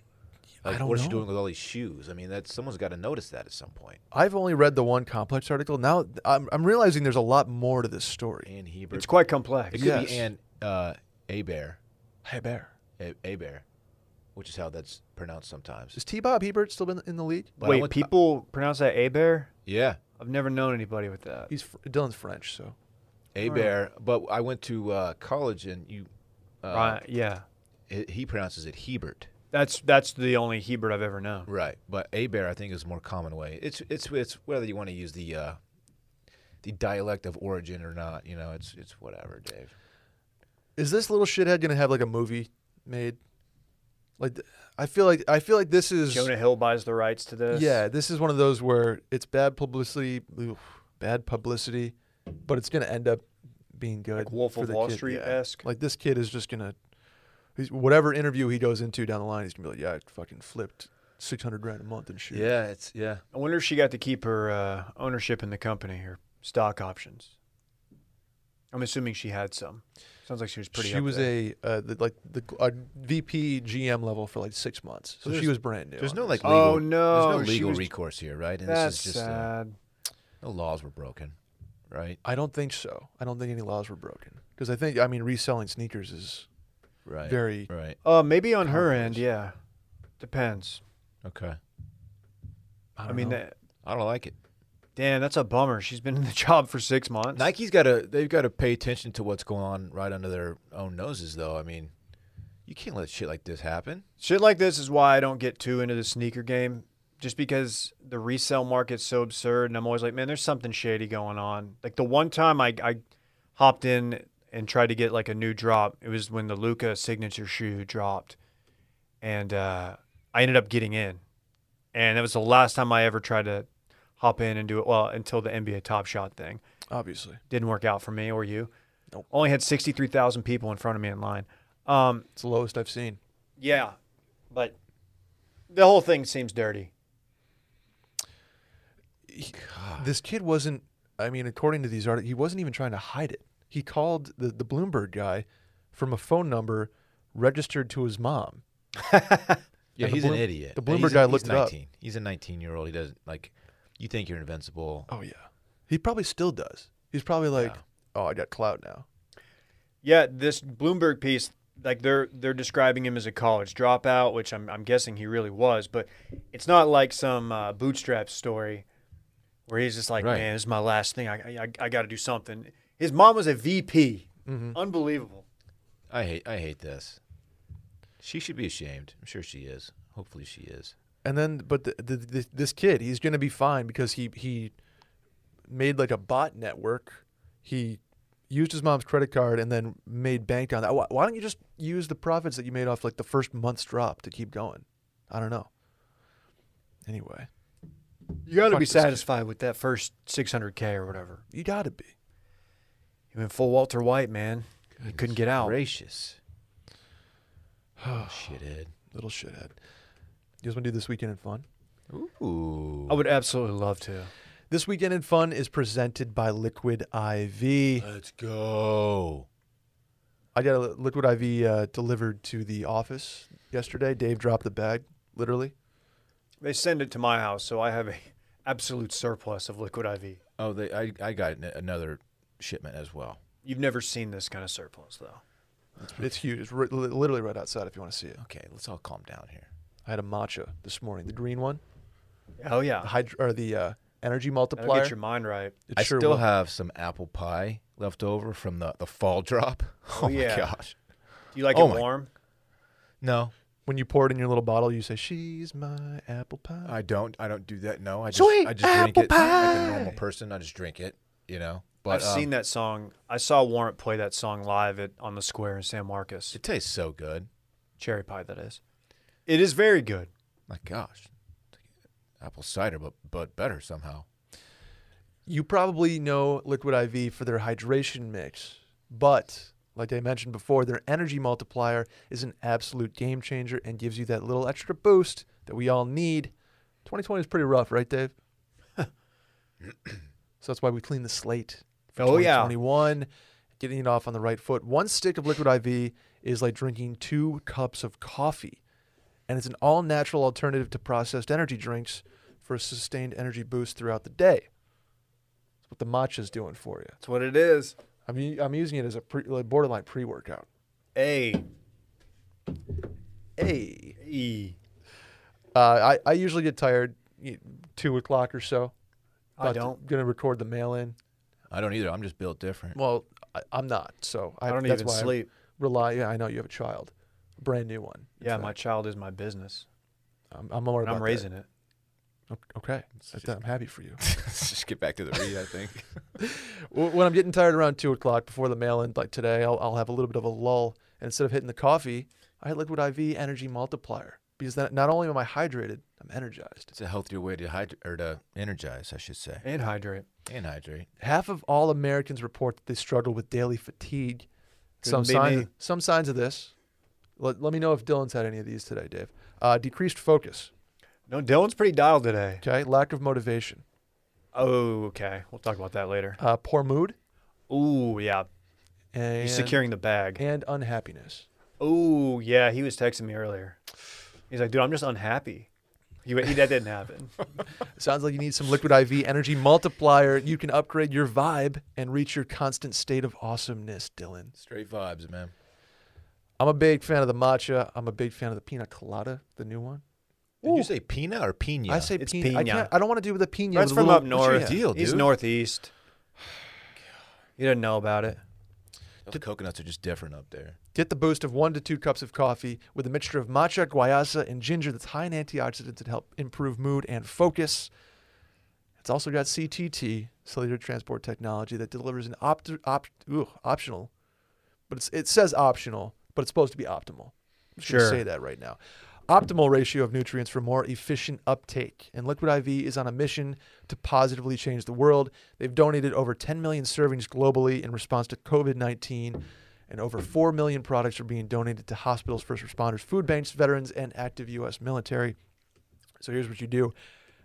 [SPEAKER 1] I
[SPEAKER 2] Like,
[SPEAKER 1] don't
[SPEAKER 2] what is she
[SPEAKER 1] know.
[SPEAKER 2] doing with all these shoes? I mean, that someone's got to notice that at some point.
[SPEAKER 1] I've only read the one complex article. Now I'm, I'm realizing there's a lot more to this story.
[SPEAKER 2] Ann Hebert.
[SPEAKER 3] it's quite complex.
[SPEAKER 2] it could
[SPEAKER 1] Yes.
[SPEAKER 2] be Ann uh, Abear,
[SPEAKER 1] Hey, Bear.
[SPEAKER 2] A- Abear, which is how that's pronounced sometimes.
[SPEAKER 1] Is T. Bob Hebert still been in the league?
[SPEAKER 2] But I
[SPEAKER 3] Wait,
[SPEAKER 2] went-
[SPEAKER 3] people pronounce that a bear?
[SPEAKER 2] Yeah,
[SPEAKER 3] I've never known anybody with that.
[SPEAKER 1] He's fr- Dylan's French, so
[SPEAKER 2] Abear. But I went to uh, college and you, uh,
[SPEAKER 3] right? Yeah,
[SPEAKER 2] he- he pronounces it Hebert.
[SPEAKER 3] that's that's the only Hebert I've ever known.
[SPEAKER 2] Right, but a bear I think is a more common way. It's it's it's whether you want to use the uh, the dialect of origin or not. You know, it's it's whatever, Dave.
[SPEAKER 1] is this little shithead gonna have like a movie made? Like, th- I feel like I feel like this is
[SPEAKER 3] Jonah Hill buys the rights to this.
[SPEAKER 1] yeah, this is one of those where it's bad publicity, oof, bad publicity, but it's gonna end up being good.
[SPEAKER 3] like Wolf
[SPEAKER 1] for
[SPEAKER 3] of
[SPEAKER 1] the
[SPEAKER 3] Wall
[SPEAKER 1] kid,
[SPEAKER 3] Street
[SPEAKER 1] yeah.
[SPEAKER 3] esque.
[SPEAKER 1] Like this kid is just gonna, he's, whatever interview he goes into down the line, he's gonna be like, yeah, I fucking flipped six hundred grand a month and shit.
[SPEAKER 2] Yeah, it's yeah.
[SPEAKER 3] I wonder if she got to keep her uh, ownership in the company or stock options. I'm assuming she had some. Sounds like she was pretty.
[SPEAKER 1] she
[SPEAKER 3] up
[SPEAKER 1] was
[SPEAKER 3] there.
[SPEAKER 1] a uh, the, like the a VP GM level for like six months, so she
[SPEAKER 2] There's-
[SPEAKER 1] was brand new.
[SPEAKER 2] There's
[SPEAKER 1] on
[SPEAKER 2] no
[SPEAKER 1] this.
[SPEAKER 2] like legal,
[SPEAKER 3] Oh,
[SPEAKER 2] there's
[SPEAKER 3] no,
[SPEAKER 2] no
[SPEAKER 3] she
[SPEAKER 2] legal
[SPEAKER 3] was-
[SPEAKER 2] recourse here, right? And
[SPEAKER 3] That's
[SPEAKER 2] this is just uh,
[SPEAKER 3] sad.
[SPEAKER 2] no laws were broken, right?
[SPEAKER 1] I don't think so. I don't think any laws were broken because I think I mean reselling sneakers is
[SPEAKER 2] Right.
[SPEAKER 1] very
[SPEAKER 2] Right.
[SPEAKER 3] Uh, maybe on her
[SPEAKER 1] Conference.
[SPEAKER 3] end, yeah. Depends.
[SPEAKER 2] Okay.
[SPEAKER 1] I,
[SPEAKER 3] I,
[SPEAKER 1] don't
[SPEAKER 3] mean,
[SPEAKER 1] know.
[SPEAKER 3] that,
[SPEAKER 2] I don't like it.
[SPEAKER 3] damn, that's a bummer. She's been in the *laughs* job for six months.
[SPEAKER 2] Nike's got to they've got to pay attention to what's going on right under their own noses, though. I mean, you can't let shit like this happen.
[SPEAKER 3] Shit like this is why I don't get too into the sneaker game, just because the resale market's so absurd, and I'm always like, man, there's something shady going on. Like the one time I, I hopped in and tried to get like a new drop, it was when the Luca signature shoe dropped, and uh, I ended up getting in, and that was the last time I ever tried to hop in and do it. Well, until the NBA Top Shot thing
[SPEAKER 1] obviously.
[SPEAKER 3] didn't work out for me or you.
[SPEAKER 1] Nope.
[SPEAKER 3] Only had sixty three thousand people in front of me in line. Um,
[SPEAKER 1] It's the lowest I've seen.
[SPEAKER 3] yeah, but the whole thing seems dirty.
[SPEAKER 1] He- This kid wasn't. I mean, according to these articles, he wasn't even trying to hide it. He called the the Bloomberg guy from a phone number registered to his mom.
[SPEAKER 2] Yeah,
[SPEAKER 1] And the
[SPEAKER 2] he's
[SPEAKER 1] Bloom-
[SPEAKER 2] an idiot.
[SPEAKER 1] the
[SPEAKER 2] And he's
[SPEAKER 1] Bloomberg
[SPEAKER 2] a-
[SPEAKER 1] guy
[SPEAKER 2] he's
[SPEAKER 1] looked it up.
[SPEAKER 2] 19. He's a 19 year old. He doesn't like. You think you're invincible?
[SPEAKER 1] Oh yeah, he probably still does. He's probably like,
[SPEAKER 2] Yeah.
[SPEAKER 1] oh, I got clout now.
[SPEAKER 3] Yeah, this Bloomberg piece, like they're they're describing him as a college dropout, which I'm I'm guessing he really was, but it's not like some uh, bootstrap story where he's just like,
[SPEAKER 2] Right.
[SPEAKER 3] man, this is my last thing. I I, I got to do something. His mom was a VP.
[SPEAKER 1] Mm-hmm.
[SPEAKER 3] Unbelievable.
[SPEAKER 2] I hate. I hate this. She should be ashamed. I'm sure she is. Hopefully she is.
[SPEAKER 1] And then, but the, the, the, this kid, he's going to be fine because he he made like a bot network. He used his mom's credit card and then made bank on that. Why, why don't you just use the profits that you made off like the first month's drop to keep going? I don't know. Anyway,
[SPEAKER 3] You got to
[SPEAKER 1] Fuck
[SPEAKER 3] be
[SPEAKER 1] this kid.
[SPEAKER 3] satisfied with that first 600k or whatever.
[SPEAKER 1] you got to be.
[SPEAKER 3] He went full Walter White, man. he couldn't get out.
[SPEAKER 2] Gracious. *sighs* Shithead.
[SPEAKER 1] Little shithead. You guys want to do this weekend in fun?
[SPEAKER 2] Ooh.
[SPEAKER 3] I would absolutely love to.
[SPEAKER 1] This weekend in fun is presented by Liquid IV.
[SPEAKER 2] Let's go.
[SPEAKER 1] I got a liquid IV uh, delivered to the office yesterday. Dave dropped the bag, literally.
[SPEAKER 3] They send it to my house, so I have a *laughs* absolute surplus of liquid IV.
[SPEAKER 2] Oh, they. I. I got an- another shipment as well.
[SPEAKER 3] You've never seen this kind of surplus, though.
[SPEAKER 1] It's huge. It's ri- li- literally right outside if you want to see it.
[SPEAKER 2] Okay, let's all calm down here.
[SPEAKER 1] I had a matcha this morning, the green one,
[SPEAKER 3] Oh yeah,
[SPEAKER 1] the hydro or the uh, energy
[SPEAKER 3] that'll
[SPEAKER 1] multiplier.
[SPEAKER 3] get your mind right.
[SPEAKER 1] It
[SPEAKER 2] I
[SPEAKER 1] sure
[SPEAKER 2] still
[SPEAKER 1] will.
[SPEAKER 2] have some apple pie left over from the the fall drop. *laughs* Oh, my
[SPEAKER 3] yeah.
[SPEAKER 2] gosh.
[SPEAKER 3] Do you like
[SPEAKER 2] Oh
[SPEAKER 3] it
[SPEAKER 2] my-
[SPEAKER 3] warm?
[SPEAKER 2] No,
[SPEAKER 1] when you pour it in your little bottle, you say, "She's my apple pie."
[SPEAKER 2] I don't. I don't do that. No, I just
[SPEAKER 1] Sweet
[SPEAKER 2] I just
[SPEAKER 1] apple
[SPEAKER 2] drink it like a normal
[SPEAKER 1] pie.
[SPEAKER 2] person. I just drink it. You know, But um,
[SPEAKER 3] I've seen that song. I saw Warrant play that song live at on the square in San Marcos.
[SPEAKER 2] It tastes so good.
[SPEAKER 3] Cherry pie, that is. It is very good.
[SPEAKER 2] My gosh, apple cider, but but better somehow.
[SPEAKER 1] You probably know Liquid IV for their hydration mix, but like I mentioned before, their energy multiplier is an absolute game changer and gives you that little extra boost that we all need. 2020 is pretty rough, right, Dave? so that's why we clean the slate for
[SPEAKER 3] Oh, yeah.
[SPEAKER 1] 2021, getting it off on the right foot. One stick of Liquid IV is like drinking two cups of coffee, and it's an all natural alternative to processed energy drinks for a sustained energy boost throughout the day. That's what the matcha's doing for you.
[SPEAKER 3] That's what it is.
[SPEAKER 1] I'm u- I'm using it as a pre, like borderline pre workout.
[SPEAKER 3] A.
[SPEAKER 1] Hey,
[SPEAKER 3] E.
[SPEAKER 1] uh, I I usually get tired y- two o'clock or so.
[SPEAKER 3] I
[SPEAKER 1] About to-
[SPEAKER 3] don't.
[SPEAKER 1] gonna record the mail in.
[SPEAKER 2] I don't either. I'm just built different.
[SPEAKER 1] Well, I, I'm not, so I,
[SPEAKER 3] I don't
[SPEAKER 1] that's
[SPEAKER 3] even
[SPEAKER 1] why I
[SPEAKER 3] sleep.
[SPEAKER 1] rely. Yeah, I know you have a child, a brand new one. in
[SPEAKER 3] Yeah,
[SPEAKER 1] fact.
[SPEAKER 3] my child is my business.
[SPEAKER 1] I'm, I'm more
[SPEAKER 3] And
[SPEAKER 1] about
[SPEAKER 3] I'm
[SPEAKER 1] that.
[SPEAKER 3] raising it.
[SPEAKER 1] O- Okay, That- I'm happy for you.
[SPEAKER 2] Let's *laughs* just get back to the read. I think.
[SPEAKER 1] W- when I'm getting tired around two o'clock before the mail in, like today, I'll, I'll have a little bit of a lull. And instead of hitting the coffee, I hit Liquid IV Energy Multiplier because then not only am I hydrated, I'm energized.
[SPEAKER 2] it's a healthier way to hyd- or to energize, I should say,
[SPEAKER 3] And hydrate.
[SPEAKER 2] and hydrate.
[SPEAKER 1] Half of all Americans report that they struggle with daily fatigue. Some
[SPEAKER 3] Couldn't be
[SPEAKER 1] signs,
[SPEAKER 3] me.
[SPEAKER 1] some signs of this. Let, let me know if Dylan's had any of these today, Dave. Uh, decreased focus.
[SPEAKER 3] No, Dylan's pretty dialed today.
[SPEAKER 1] Okay, lack of motivation.
[SPEAKER 3] Oh, okay. We'll talk about that later.
[SPEAKER 1] Uh, poor mood.
[SPEAKER 3] Ooh, yeah.
[SPEAKER 1] And,
[SPEAKER 3] He's securing the bag.
[SPEAKER 1] and unhappiness.
[SPEAKER 3] Oh, yeah. He was texting me earlier. He's like, dude, I'm just unhappy. He, he, that
[SPEAKER 1] *laughs*
[SPEAKER 3] didn't happen.
[SPEAKER 1] Sounds like you need some Liquid IV energy multiplier. You can upgrade your vibe and reach your constant state of awesomeness, Dylan.
[SPEAKER 2] Straight vibes, man.
[SPEAKER 1] I'm a big fan of the matcha. I'm a big fan of the pina colada, the new one.
[SPEAKER 2] Did you say pina or pina?
[SPEAKER 1] I say
[SPEAKER 3] It's
[SPEAKER 1] pina. I,
[SPEAKER 3] piña.
[SPEAKER 1] can't, I don't want to do with the pina.
[SPEAKER 3] Brett's
[SPEAKER 1] with the
[SPEAKER 3] from
[SPEAKER 1] little-
[SPEAKER 3] up north.
[SPEAKER 1] what's your-
[SPEAKER 2] deal,
[SPEAKER 3] He's
[SPEAKER 1] *sighs*
[SPEAKER 2] dude?
[SPEAKER 3] northeast. He didn't know about it.
[SPEAKER 2] the coconuts are just different up there.
[SPEAKER 1] Get the boost of one to two cups of coffee with a mixture of matcha, guayasa, and ginger that's high in antioxidants that help improve mood and focus. It's also got CTT, cellular transport technology, that delivers an opt- opt- ooh, optional, but it's, it says optional, but it's supposed to be optimal. I'm just gonna
[SPEAKER 3] Sure.
[SPEAKER 1] say that right now. Optimal ratio of nutrients for more efficient uptake. And Liquid IV is on a mission to positively change the world. They've donated over 10 million servings globally in response to COVID 19, and over 4 million products are being donated to hospitals, first responders, food banks, veterans, and active U.S. military. So here's what you do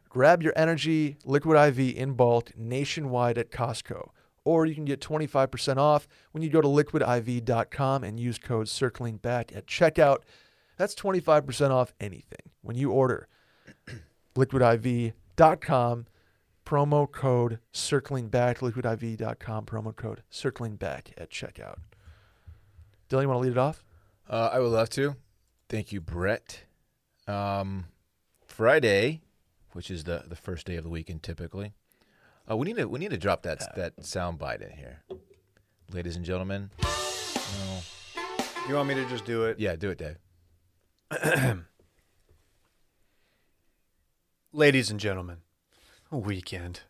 [SPEAKER 1] grab your energy liquid IV in bulk nationwide at Costco. Or you can get 25% off when you go to liquidiv.com and use code circling back at checkout. That's 25% off anything when you order *clears throat* liquidiv.com promo code circling back liquidiv.com promo code circling back at checkout. Dylan, you want to lead it off?
[SPEAKER 2] Uh, I would love to. Thank you, Brett. Um, Friday, which is the, the first day of the weekend typically. Uh, we need to we need to drop that that sound bite in here, ladies and gentlemen. No.
[SPEAKER 3] You want me to just do it?
[SPEAKER 2] Yeah, do it, Dave.
[SPEAKER 3] Ladies and gentlemen,
[SPEAKER 1] *laughs*
[SPEAKER 3] a weekend.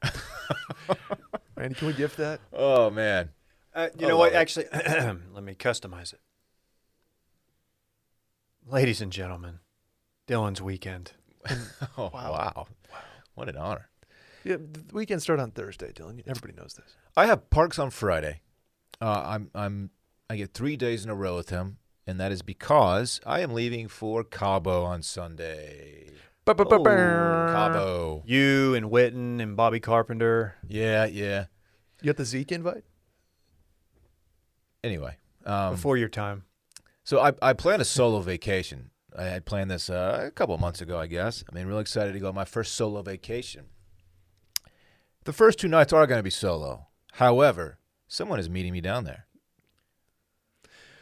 [SPEAKER 1] Randy, can we gift that?
[SPEAKER 2] Oh man, *laughs*
[SPEAKER 3] Uh, you
[SPEAKER 2] I
[SPEAKER 3] know
[SPEAKER 2] love
[SPEAKER 3] what?
[SPEAKER 2] it.
[SPEAKER 3] Actually, *clears throat* let me customize it. Ladies and gentlemen, Dylan's weekend.
[SPEAKER 2] oh, wow. wow, what an honor.
[SPEAKER 1] Yeah, the weekend start on Thursday, Dylan. Everybody knows this.
[SPEAKER 2] I have parks on Friday. Uh, I'm I'm I get three days in a row with him, and that is because I am leaving for Cabo on Sunday.
[SPEAKER 1] Oh,
[SPEAKER 2] Cabo.
[SPEAKER 3] You and Witten and Bobby Carpenter.
[SPEAKER 2] Yeah, yeah.
[SPEAKER 1] You got the Zeke invite?
[SPEAKER 2] Anyway, um,
[SPEAKER 3] Before your time.
[SPEAKER 2] So I, I plan a solo vacation. I had planned this uh, a couple of months ago, I guess. I mean, really excited to go on my first solo vacation. The first two nights are going to be solo. However, someone is meeting me down there.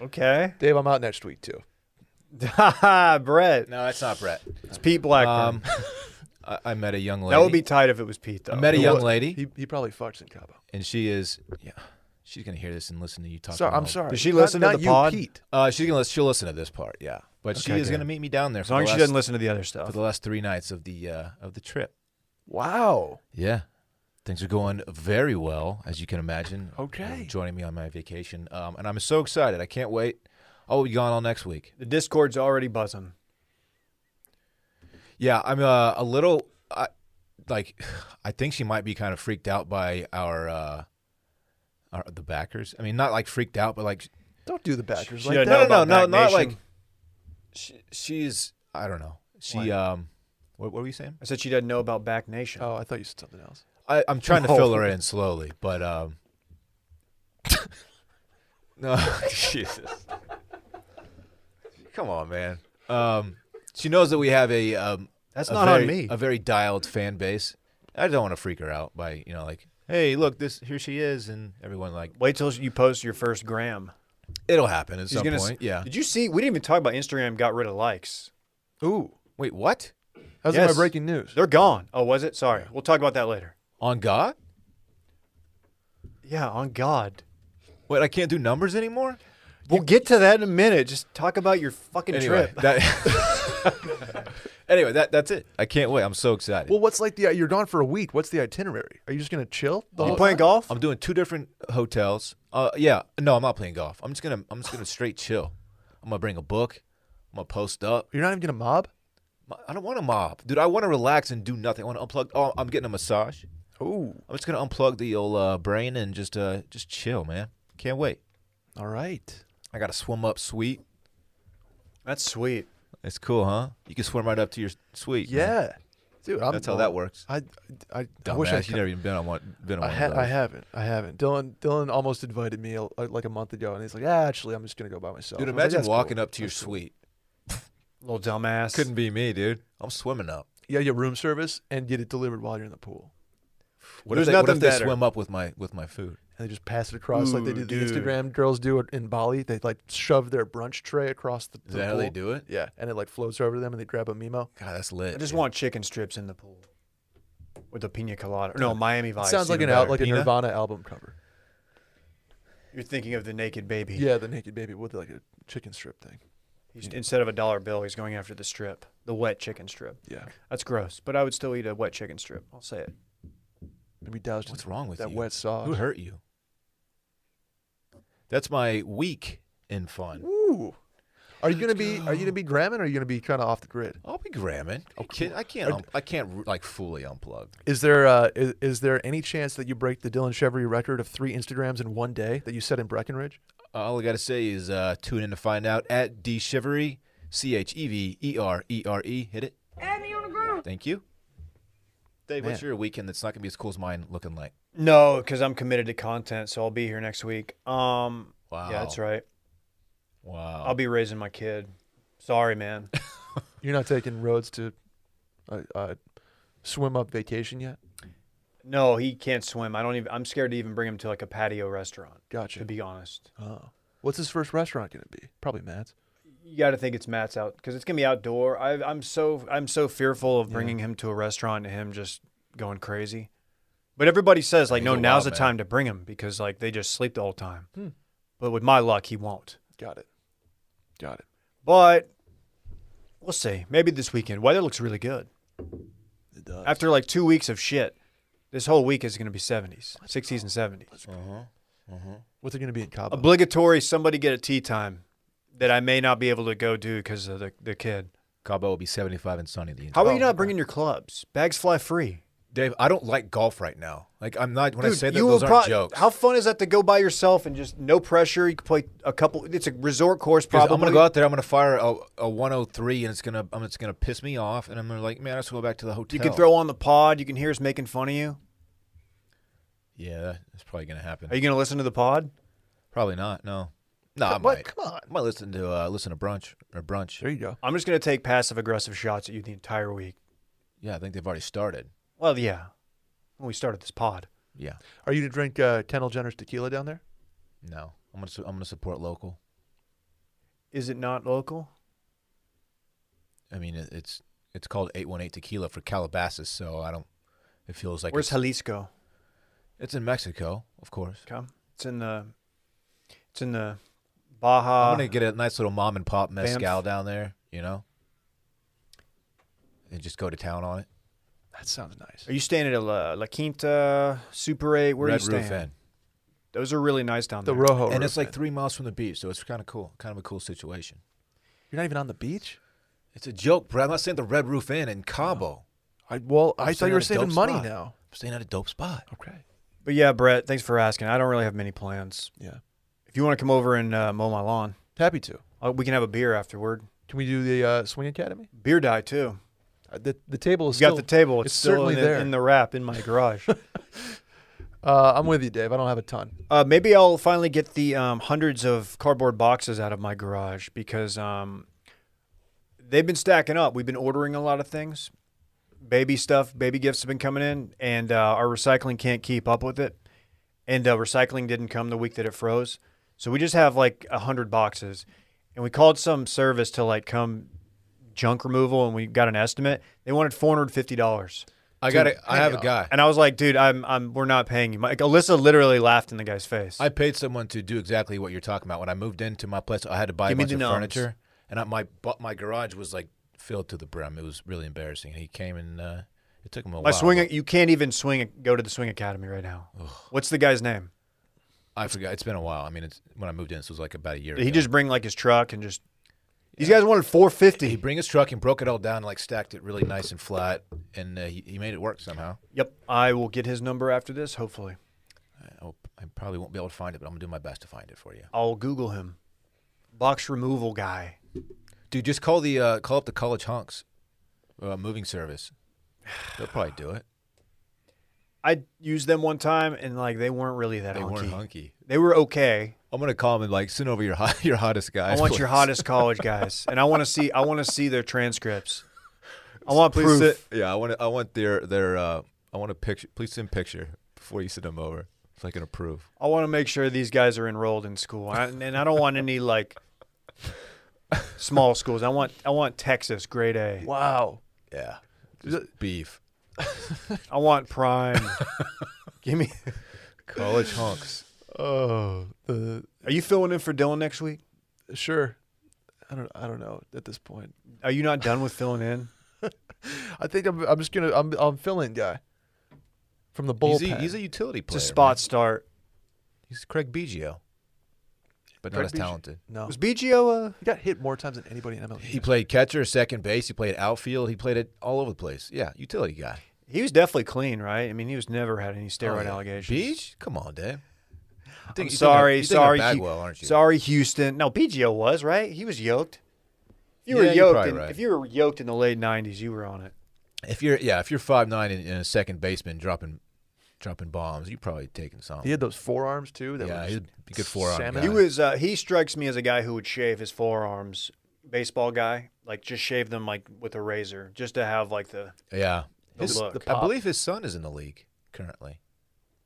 [SPEAKER 3] Okay. *laughs*
[SPEAKER 1] Dave, I'm out next week too.
[SPEAKER 3] Brett.
[SPEAKER 2] No, that's not Brett.
[SPEAKER 3] It's Pete Blackburn. *laughs*
[SPEAKER 2] Um, I, I met a young lady.
[SPEAKER 3] that would be tight if it was Pete, though.
[SPEAKER 2] I met a
[SPEAKER 1] It
[SPEAKER 2] young
[SPEAKER 1] was-
[SPEAKER 2] lady,
[SPEAKER 1] He, he probably fucks in Cabo.
[SPEAKER 2] and she is. Yeah, she's going to hear this and listen to you talk.
[SPEAKER 1] Sorry,
[SPEAKER 2] about
[SPEAKER 1] I'm
[SPEAKER 2] it.
[SPEAKER 1] sorry.
[SPEAKER 3] Does she
[SPEAKER 1] Not-
[SPEAKER 3] listen to
[SPEAKER 1] not
[SPEAKER 3] the
[SPEAKER 1] you,
[SPEAKER 3] pod?
[SPEAKER 1] Pete.
[SPEAKER 2] Uh, she's going to. She'll listen to this part. Yeah, but she
[SPEAKER 3] Okay,
[SPEAKER 2] is
[SPEAKER 3] good.
[SPEAKER 2] going to meet me down there
[SPEAKER 3] as
[SPEAKER 2] for
[SPEAKER 3] long
[SPEAKER 2] the
[SPEAKER 3] as she
[SPEAKER 2] last-
[SPEAKER 3] doesn't listen to the other stuff.
[SPEAKER 2] for the last three nights of the uh, of the trip.
[SPEAKER 1] Wow.
[SPEAKER 2] Yeah. Things are going very well, as you can imagine.
[SPEAKER 1] Okay.
[SPEAKER 2] Uh, joining me on my vacation, um, and I'm so excited. I can't wait. I'll be gone all next week.
[SPEAKER 3] The Discord's already buzzing.
[SPEAKER 2] Yeah, I'm uh, a little. I, like, *sighs* I think she might be kind of freaked out by our, uh, our the backers. I mean, not like freaked out, but like
[SPEAKER 1] Don't do the backers
[SPEAKER 3] She
[SPEAKER 1] like
[SPEAKER 3] doesn't
[SPEAKER 1] that.
[SPEAKER 3] know about
[SPEAKER 2] no,
[SPEAKER 3] Mac
[SPEAKER 2] not
[SPEAKER 3] Nation.
[SPEAKER 2] like- she, she's. I don't know. She
[SPEAKER 3] What?
[SPEAKER 2] um. What, what were you saying?
[SPEAKER 3] I said she doesn't know about Back Nation.
[SPEAKER 1] Oh, I thought you said something else.
[SPEAKER 2] I, I'm trying to
[SPEAKER 3] No.
[SPEAKER 2] fill her in slowly, but um. *laughs* no, *laughs* Jesus. Come on, man. Um, she knows that we have a um.
[SPEAKER 1] That's
[SPEAKER 2] a
[SPEAKER 1] not on
[SPEAKER 2] very-
[SPEAKER 1] me.
[SPEAKER 2] A very dialed fan base. I don't want to freak her out by you know like, hey, look, this here she is, and everyone like,
[SPEAKER 3] Wait till you post your first gram.
[SPEAKER 2] it'll happen at some
[SPEAKER 3] gonna s-
[SPEAKER 2] point. yeah.
[SPEAKER 3] Did you see? We didn't even talk about Instagram got rid of likes.
[SPEAKER 1] Ooh,
[SPEAKER 2] Wait, what?
[SPEAKER 1] that was
[SPEAKER 3] Yes.
[SPEAKER 1] my breaking news.
[SPEAKER 3] They're gone. Oh, was it? Sorry. We'll talk about that later.
[SPEAKER 2] On God?
[SPEAKER 3] Yeah, on God.
[SPEAKER 2] Wait, I can't do numbers anymore.
[SPEAKER 3] We'll get to that in a minute. Just talk about your fucking
[SPEAKER 2] Anyway,
[SPEAKER 3] trip.
[SPEAKER 2] that, *laughs* anyway, that that's it. I can't wait. I'm so excited.
[SPEAKER 1] Well, what's like the uh, you're gone for a week? What's the itinerary? Are you just gonna chill? The
[SPEAKER 3] You
[SPEAKER 1] whole
[SPEAKER 3] playing
[SPEAKER 1] time?
[SPEAKER 3] golf?
[SPEAKER 2] I'm doing two different hotels. Uh, yeah, no, I'm not playing golf. I'm just gonna, I'm
[SPEAKER 1] *sighs*
[SPEAKER 2] just gonna straight chill. I'm gonna bring a book. I'm gonna post up.
[SPEAKER 1] You're not even gonna mob.
[SPEAKER 2] I don't want to mob, dude. I want to relax and do nothing. I want to unplug. Oh, I'm getting a massage.
[SPEAKER 1] Ooh,
[SPEAKER 2] I'm just gonna unplug the old uh, brain and just, uh, just chill, man. Can't wait.
[SPEAKER 1] all right.
[SPEAKER 2] I got a swim up suite.
[SPEAKER 3] That's sweet.
[SPEAKER 2] It's cool, huh? You can swim right up to your suite. man.
[SPEAKER 1] Yeah, dude. I'm,
[SPEAKER 2] that's how that works.
[SPEAKER 1] I, I, I
[SPEAKER 2] Dumbass,
[SPEAKER 1] wish I
[SPEAKER 2] you never even been on one. Been on
[SPEAKER 1] I,
[SPEAKER 2] one
[SPEAKER 1] ha-
[SPEAKER 2] of
[SPEAKER 1] I
[SPEAKER 2] those.
[SPEAKER 1] haven't. I haven't. Dylan Dylan almost invited me uh, like a month ago, and he's like, ah, "Actually, I'm just gonna go by myself."
[SPEAKER 2] Dude,
[SPEAKER 1] I was like,
[SPEAKER 2] imagine
[SPEAKER 1] "That's
[SPEAKER 2] walking
[SPEAKER 1] cool.
[SPEAKER 2] up to your suite.
[SPEAKER 3] Little dumbass.
[SPEAKER 2] Couldn't be me, dude. I'm swimming up.
[SPEAKER 1] Yeah, your room service and get it delivered while you're in the pool,
[SPEAKER 2] What
[SPEAKER 3] There's
[SPEAKER 2] if they, what
[SPEAKER 3] nothing
[SPEAKER 2] if they
[SPEAKER 3] better.
[SPEAKER 2] swim up with my with my food?
[SPEAKER 1] and they just pass it across like they do the
[SPEAKER 3] Ooh, dude.
[SPEAKER 1] Instagram girls do it in Bali. They like shove their brunch tray across the.
[SPEAKER 2] Is
[SPEAKER 1] the
[SPEAKER 2] that how they
[SPEAKER 1] pool.
[SPEAKER 2] do it?
[SPEAKER 1] Yeah, and it like floats over to them, and they grab a mimo.
[SPEAKER 2] God, that's lit.
[SPEAKER 3] I just
[SPEAKER 2] dude.
[SPEAKER 3] want chicken strips in the pool with a pina colada. No, Miami Vice.
[SPEAKER 1] Sounds like an
[SPEAKER 3] even
[SPEAKER 1] out
[SPEAKER 3] better.
[SPEAKER 1] like a
[SPEAKER 2] Pina?
[SPEAKER 1] Nirvana album cover.
[SPEAKER 3] You're thinking of the naked baby.
[SPEAKER 1] Yeah, the naked baby with like a chicken strip thing.
[SPEAKER 3] He's, instead of a dollar bill, he's going after the strip, the wet chicken strip.
[SPEAKER 1] Yeah,
[SPEAKER 3] That's gross, but I would still eat a wet chicken strip. I'll say it.
[SPEAKER 1] maybe doused in
[SPEAKER 2] What's wrong with
[SPEAKER 1] that
[SPEAKER 2] you?
[SPEAKER 1] wet sauce.
[SPEAKER 2] *laughs* Who hurt you? That's my week in fun.
[SPEAKER 1] Ooh. Are you gonna be Are you gonna be gramming? Or are you gonna be kind of off the grid?
[SPEAKER 2] I'll be gramming.
[SPEAKER 3] Oh,
[SPEAKER 2] I can't. I can't. un- I can't like fully unplug.
[SPEAKER 1] Is there uh, is, is there any chance that you break the Dylan Chevrolet record of three Instagrams in one day that you set in Breckenridge?
[SPEAKER 2] All I gotta say is uh, tune in to find out at D Shivery C H E V E R E R E. Hit it. Thank you, Dave. What's
[SPEAKER 1] Man.
[SPEAKER 2] your weekend that's not gonna be as cool as mine looking like?
[SPEAKER 3] No, because I'm committed to content, so I'll be here next week. Um,
[SPEAKER 2] Wow.
[SPEAKER 3] yeah, that's right.
[SPEAKER 2] Wow.
[SPEAKER 3] I'll be raising my kid.
[SPEAKER 1] *laughs*
[SPEAKER 3] Sorry, man.
[SPEAKER 1] You're not taking roads to uh, uh, swim up vacation yet.
[SPEAKER 3] no, he can't swim. I don't even. I'm scared to even bring him to like a patio restaurant. To
[SPEAKER 1] Gotcha.
[SPEAKER 3] be honest,
[SPEAKER 1] Oh. What's his first restaurant gonna be? Probably Matt's.
[SPEAKER 3] you got to think it's Matt's out because it's gonna be outdoor. I, I'm so I'm so fearful of bringing him to a restaurant and him just going crazy. But everybody says like,
[SPEAKER 2] he's
[SPEAKER 3] no,
[SPEAKER 2] a wild
[SPEAKER 3] now's the
[SPEAKER 2] man. Hmm.
[SPEAKER 3] time to bring him because like they just sleep the whole time. But with my luck, he won't.
[SPEAKER 1] Got it. Got it.
[SPEAKER 3] But we'll see. Maybe this weekend. Weather looks really good.
[SPEAKER 1] It does.
[SPEAKER 3] After like two weeks of shit, this whole week is going to be 70s, 60s, and 70s.
[SPEAKER 1] What's it gonna be in Cabo?
[SPEAKER 3] Obligatory somebody get a tea time that I may not be able to go do because of the, the kid.
[SPEAKER 2] Cabo will be 75 and sunny. The
[SPEAKER 3] How are you not bringing your clubs? Bags fly free.
[SPEAKER 2] Dave, I don't like golf right now. Like I'm not when I say that
[SPEAKER 3] you
[SPEAKER 2] those
[SPEAKER 3] will
[SPEAKER 2] aren't
[SPEAKER 3] pro-
[SPEAKER 2] jokes.
[SPEAKER 3] How fun is that to go by yourself and just no pressure? You can play a couple. It's a resort course,
[SPEAKER 2] 'Cause
[SPEAKER 3] probably.
[SPEAKER 2] I'm gonna go out there. I'm gonna fire a, a 103, and it's gonna I'm it's gonna piss me off, and I'm gonna like, man, I just go back to the hotel.
[SPEAKER 3] you can throw on the pod. You can hear us making fun of you.
[SPEAKER 2] Yeah, that's probably gonna happen.
[SPEAKER 3] Are you going to listen to the pod?
[SPEAKER 2] probably not. No, no, I
[SPEAKER 1] What?
[SPEAKER 2] might.
[SPEAKER 1] Come on.
[SPEAKER 2] I might listen to uh, listen to brunch or brunch.
[SPEAKER 1] There you go.
[SPEAKER 3] I'm just going to take passive aggressive shots at you the entire week.
[SPEAKER 2] Yeah, I think they've already started.
[SPEAKER 3] Well, yeah. When we started this pod.
[SPEAKER 2] Yeah,
[SPEAKER 1] Are you to drink uh, Kendall Jenner's tequila down there?
[SPEAKER 2] no, I'm gonna su- I'm gonna support local.
[SPEAKER 3] Is it not local?
[SPEAKER 2] I mean, it, it's it's called 818 Tequila for Calabasas, so I don't. It feels like
[SPEAKER 3] Where's
[SPEAKER 2] it's,
[SPEAKER 3] Jalisco?
[SPEAKER 2] it's in Mexico, of course.
[SPEAKER 3] Come. It's in the it's in the Baja.
[SPEAKER 2] I'm gonna get a nice little mom and pop mezcal down there, you know, and just go to town on it.
[SPEAKER 1] That sounds nice.
[SPEAKER 3] Are you staying at a La, La Quinta, Super 8? Where
[SPEAKER 2] Red
[SPEAKER 3] are you staying?
[SPEAKER 2] Roof Inn.
[SPEAKER 3] Those are Oh, really nice down
[SPEAKER 1] The
[SPEAKER 3] there.
[SPEAKER 1] Rojo.
[SPEAKER 2] and it's
[SPEAKER 1] Roof
[SPEAKER 2] like
[SPEAKER 1] Inn.
[SPEAKER 2] three miles from the beach, so it's kind of cool. Kind of a cool situation.
[SPEAKER 1] you're not even on the beach.
[SPEAKER 2] It's a joke, bro. I'm not saying the Red Roof Inn in Cabo.
[SPEAKER 1] I well,
[SPEAKER 2] I'm
[SPEAKER 1] I thought
[SPEAKER 2] staying
[SPEAKER 1] you were
[SPEAKER 2] at a dope
[SPEAKER 1] saving money
[SPEAKER 2] spot.
[SPEAKER 1] now.
[SPEAKER 2] I'm staying at a dope spot.
[SPEAKER 1] Okay.
[SPEAKER 3] But yeah, Brett, thanks for asking. I don't really have many plans.
[SPEAKER 1] Yeah.
[SPEAKER 3] If you want to come over and uh, mow my lawn,
[SPEAKER 1] Happy to.
[SPEAKER 3] uh, we can have a beer afterward.
[SPEAKER 1] Can we do the uh, swing academy?
[SPEAKER 3] Beer die, too.
[SPEAKER 1] Uh, The the table is
[SPEAKER 3] We've
[SPEAKER 1] still.
[SPEAKER 3] got the table. It's,
[SPEAKER 1] it's
[SPEAKER 3] still
[SPEAKER 1] certainly
[SPEAKER 3] in the,
[SPEAKER 1] there.
[SPEAKER 3] in the wrap in my garage.
[SPEAKER 1] uh, I'm with you, Dave. I don't have a ton.
[SPEAKER 3] Uh, maybe I'll finally get the um, hundreds of cardboard boxes out of my garage because um, they've been stacking up. We've been ordering a lot of things. Baby stuff, baby gifts have been coming in, and uh, our recycling can't keep up with it. And uh, recycling didn't come the week that it froze. So we just have like a 100 boxes. And we called some service to like come junk removal, and we got an estimate. They wanted $450.
[SPEAKER 2] I
[SPEAKER 1] Dude,
[SPEAKER 2] got it. I uh,
[SPEAKER 1] hang
[SPEAKER 2] have
[SPEAKER 1] on.
[SPEAKER 2] a guy.
[SPEAKER 3] And I was like, dude, I'm, I'm, we're not paying you. Like, Alyssa literally laughed in the guy's face.
[SPEAKER 2] I paid someone to do exactly what you're talking about. When I moved into my place, I had to buy a
[SPEAKER 3] Give me
[SPEAKER 2] bunch
[SPEAKER 3] the
[SPEAKER 2] of
[SPEAKER 3] noms.
[SPEAKER 2] furniture, and I, my but my garage was like filled to the brim. It was really embarrassing. He came and uh, it took him a
[SPEAKER 3] My
[SPEAKER 2] while.
[SPEAKER 3] swing,
[SPEAKER 2] but
[SPEAKER 3] you can't even swing. Go to the swing academy right now. What's the guy's name?
[SPEAKER 2] I forgot. It's been a while. I mean, it's when I moved in, this was like about a year.
[SPEAKER 3] Did he
[SPEAKER 2] ago.
[SPEAKER 3] just bring like his truck and just? These guys wanted four fifty.
[SPEAKER 2] he bring his truck and broke it all down, like stacked it really nice and flat, and uh, he, he made it work somehow.
[SPEAKER 3] Yep, I will get his number after this. Hopefully,
[SPEAKER 2] I, hope- Oh, I probably won't be able to find it, but I'm gonna do my best to find it for you,
[SPEAKER 3] I'll Google him. Box removal guy.
[SPEAKER 2] dude. Just call the uh, call up the college hunks, uh, moving service. They'll probably do it.
[SPEAKER 3] I used them one time and like they weren't really that.
[SPEAKER 2] They
[SPEAKER 3] hunky.
[SPEAKER 2] weren't hunky.
[SPEAKER 3] They were okay.
[SPEAKER 2] I'm gonna call him and like send over your hot, *laughs* your hottest guys.
[SPEAKER 3] I want your
[SPEAKER 2] please. *laughs*
[SPEAKER 3] hottest college guys, and I want to see. I want to see
[SPEAKER 2] *laughs*
[SPEAKER 3] their transcripts. I want
[SPEAKER 2] Please
[SPEAKER 3] proof.
[SPEAKER 2] send- yeah, I want to. I want their their. Uh, I want a picture. Please send picture before you send them over, so I can approve.
[SPEAKER 3] I want to make sure these guys are enrolled in school, I, and I don't want any like small schools. I want I want Texas grade A.
[SPEAKER 1] Wow.
[SPEAKER 2] Yeah,
[SPEAKER 1] Just
[SPEAKER 2] beef.
[SPEAKER 3] I
[SPEAKER 2] *laughs*
[SPEAKER 3] want prime. Give me.
[SPEAKER 2] College hunks.
[SPEAKER 1] Oh, the
[SPEAKER 3] Are you filling in for Dylan next week?
[SPEAKER 1] sure. I don't. I don't know at this point.
[SPEAKER 3] Are you not done with filling
[SPEAKER 2] *laughs*
[SPEAKER 3] in?
[SPEAKER 1] I think I'm. I'm just gonna. I'm. I'm filling guy. From the bullpen.
[SPEAKER 2] He's a, he's a utility player.
[SPEAKER 3] It's a spot
[SPEAKER 2] man.
[SPEAKER 3] start.
[SPEAKER 2] He's Craig Biggio, but
[SPEAKER 1] Craig
[SPEAKER 2] not as
[SPEAKER 1] Biggio.
[SPEAKER 2] talented.
[SPEAKER 1] no.
[SPEAKER 3] Was BGO? Uh,
[SPEAKER 1] He got hit more times than anybody in E. MLB.
[SPEAKER 2] He played catcher, second base. He played outfield. He played it all over the place. Yeah, utility guy.
[SPEAKER 3] he was definitely clean, right? I mean, he was never had any
[SPEAKER 2] Oh,
[SPEAKER 3] steroid
[SPEAKER 2] yeah.
[SPEAKER 3] allegations.
[SPEAKER 2] Beach? Come on, Dan. You
[SPEAKER 3] I'm
[SPEAKER 2] think- you think
[SPEAKER 3] sorry,
[SPEAKER 2] of- you think of
[SPEAKER 3] sorry, Hu-
[SPEAKER 2] Bagwell, aren't you?
[SPEAKER 3] sorry, Houston. No, BGO was right. He was yoked. If you were
[SPEAKER 2] Yeah, you're
[SPEAKER 3] yoked,
[SPEAKER 2] probably
[SPEAKER 3] in,
[SPEAKER 2] right.
[SPEAKER 3] if you were yoked in the late '90s, you were on it.
[SPEAKER 2] If you're yeah, if you're five nine and, and a second baseman dropping dropping bombs, you probably taking something.
[SPEAKER 1] He had those forearms too. That
[SPEAKER 2] yeah,
[SPEAKER 1] were
[SPEAKER 2] he's
[SPEAKER 1] just,
[SPEAKER 2] a good forearm.
[SPEAKER 1] salmon.
[SPEAKER 2] guy.
[SPEAKER 3] He was. Uh, he strikes me as a guy who would shave his forearms. Baseball guy, like just shave them like with a razor, just to have like the.
[SPEAKER 2] yeah.
[SPEAKER 3] The
[SPEAKER 2] His-
[SPEAKER 3] look.
[SPEAKER 2] I
[SPEAKER 1] pop.
[SPEAKER 2] believe his son is in the league currently.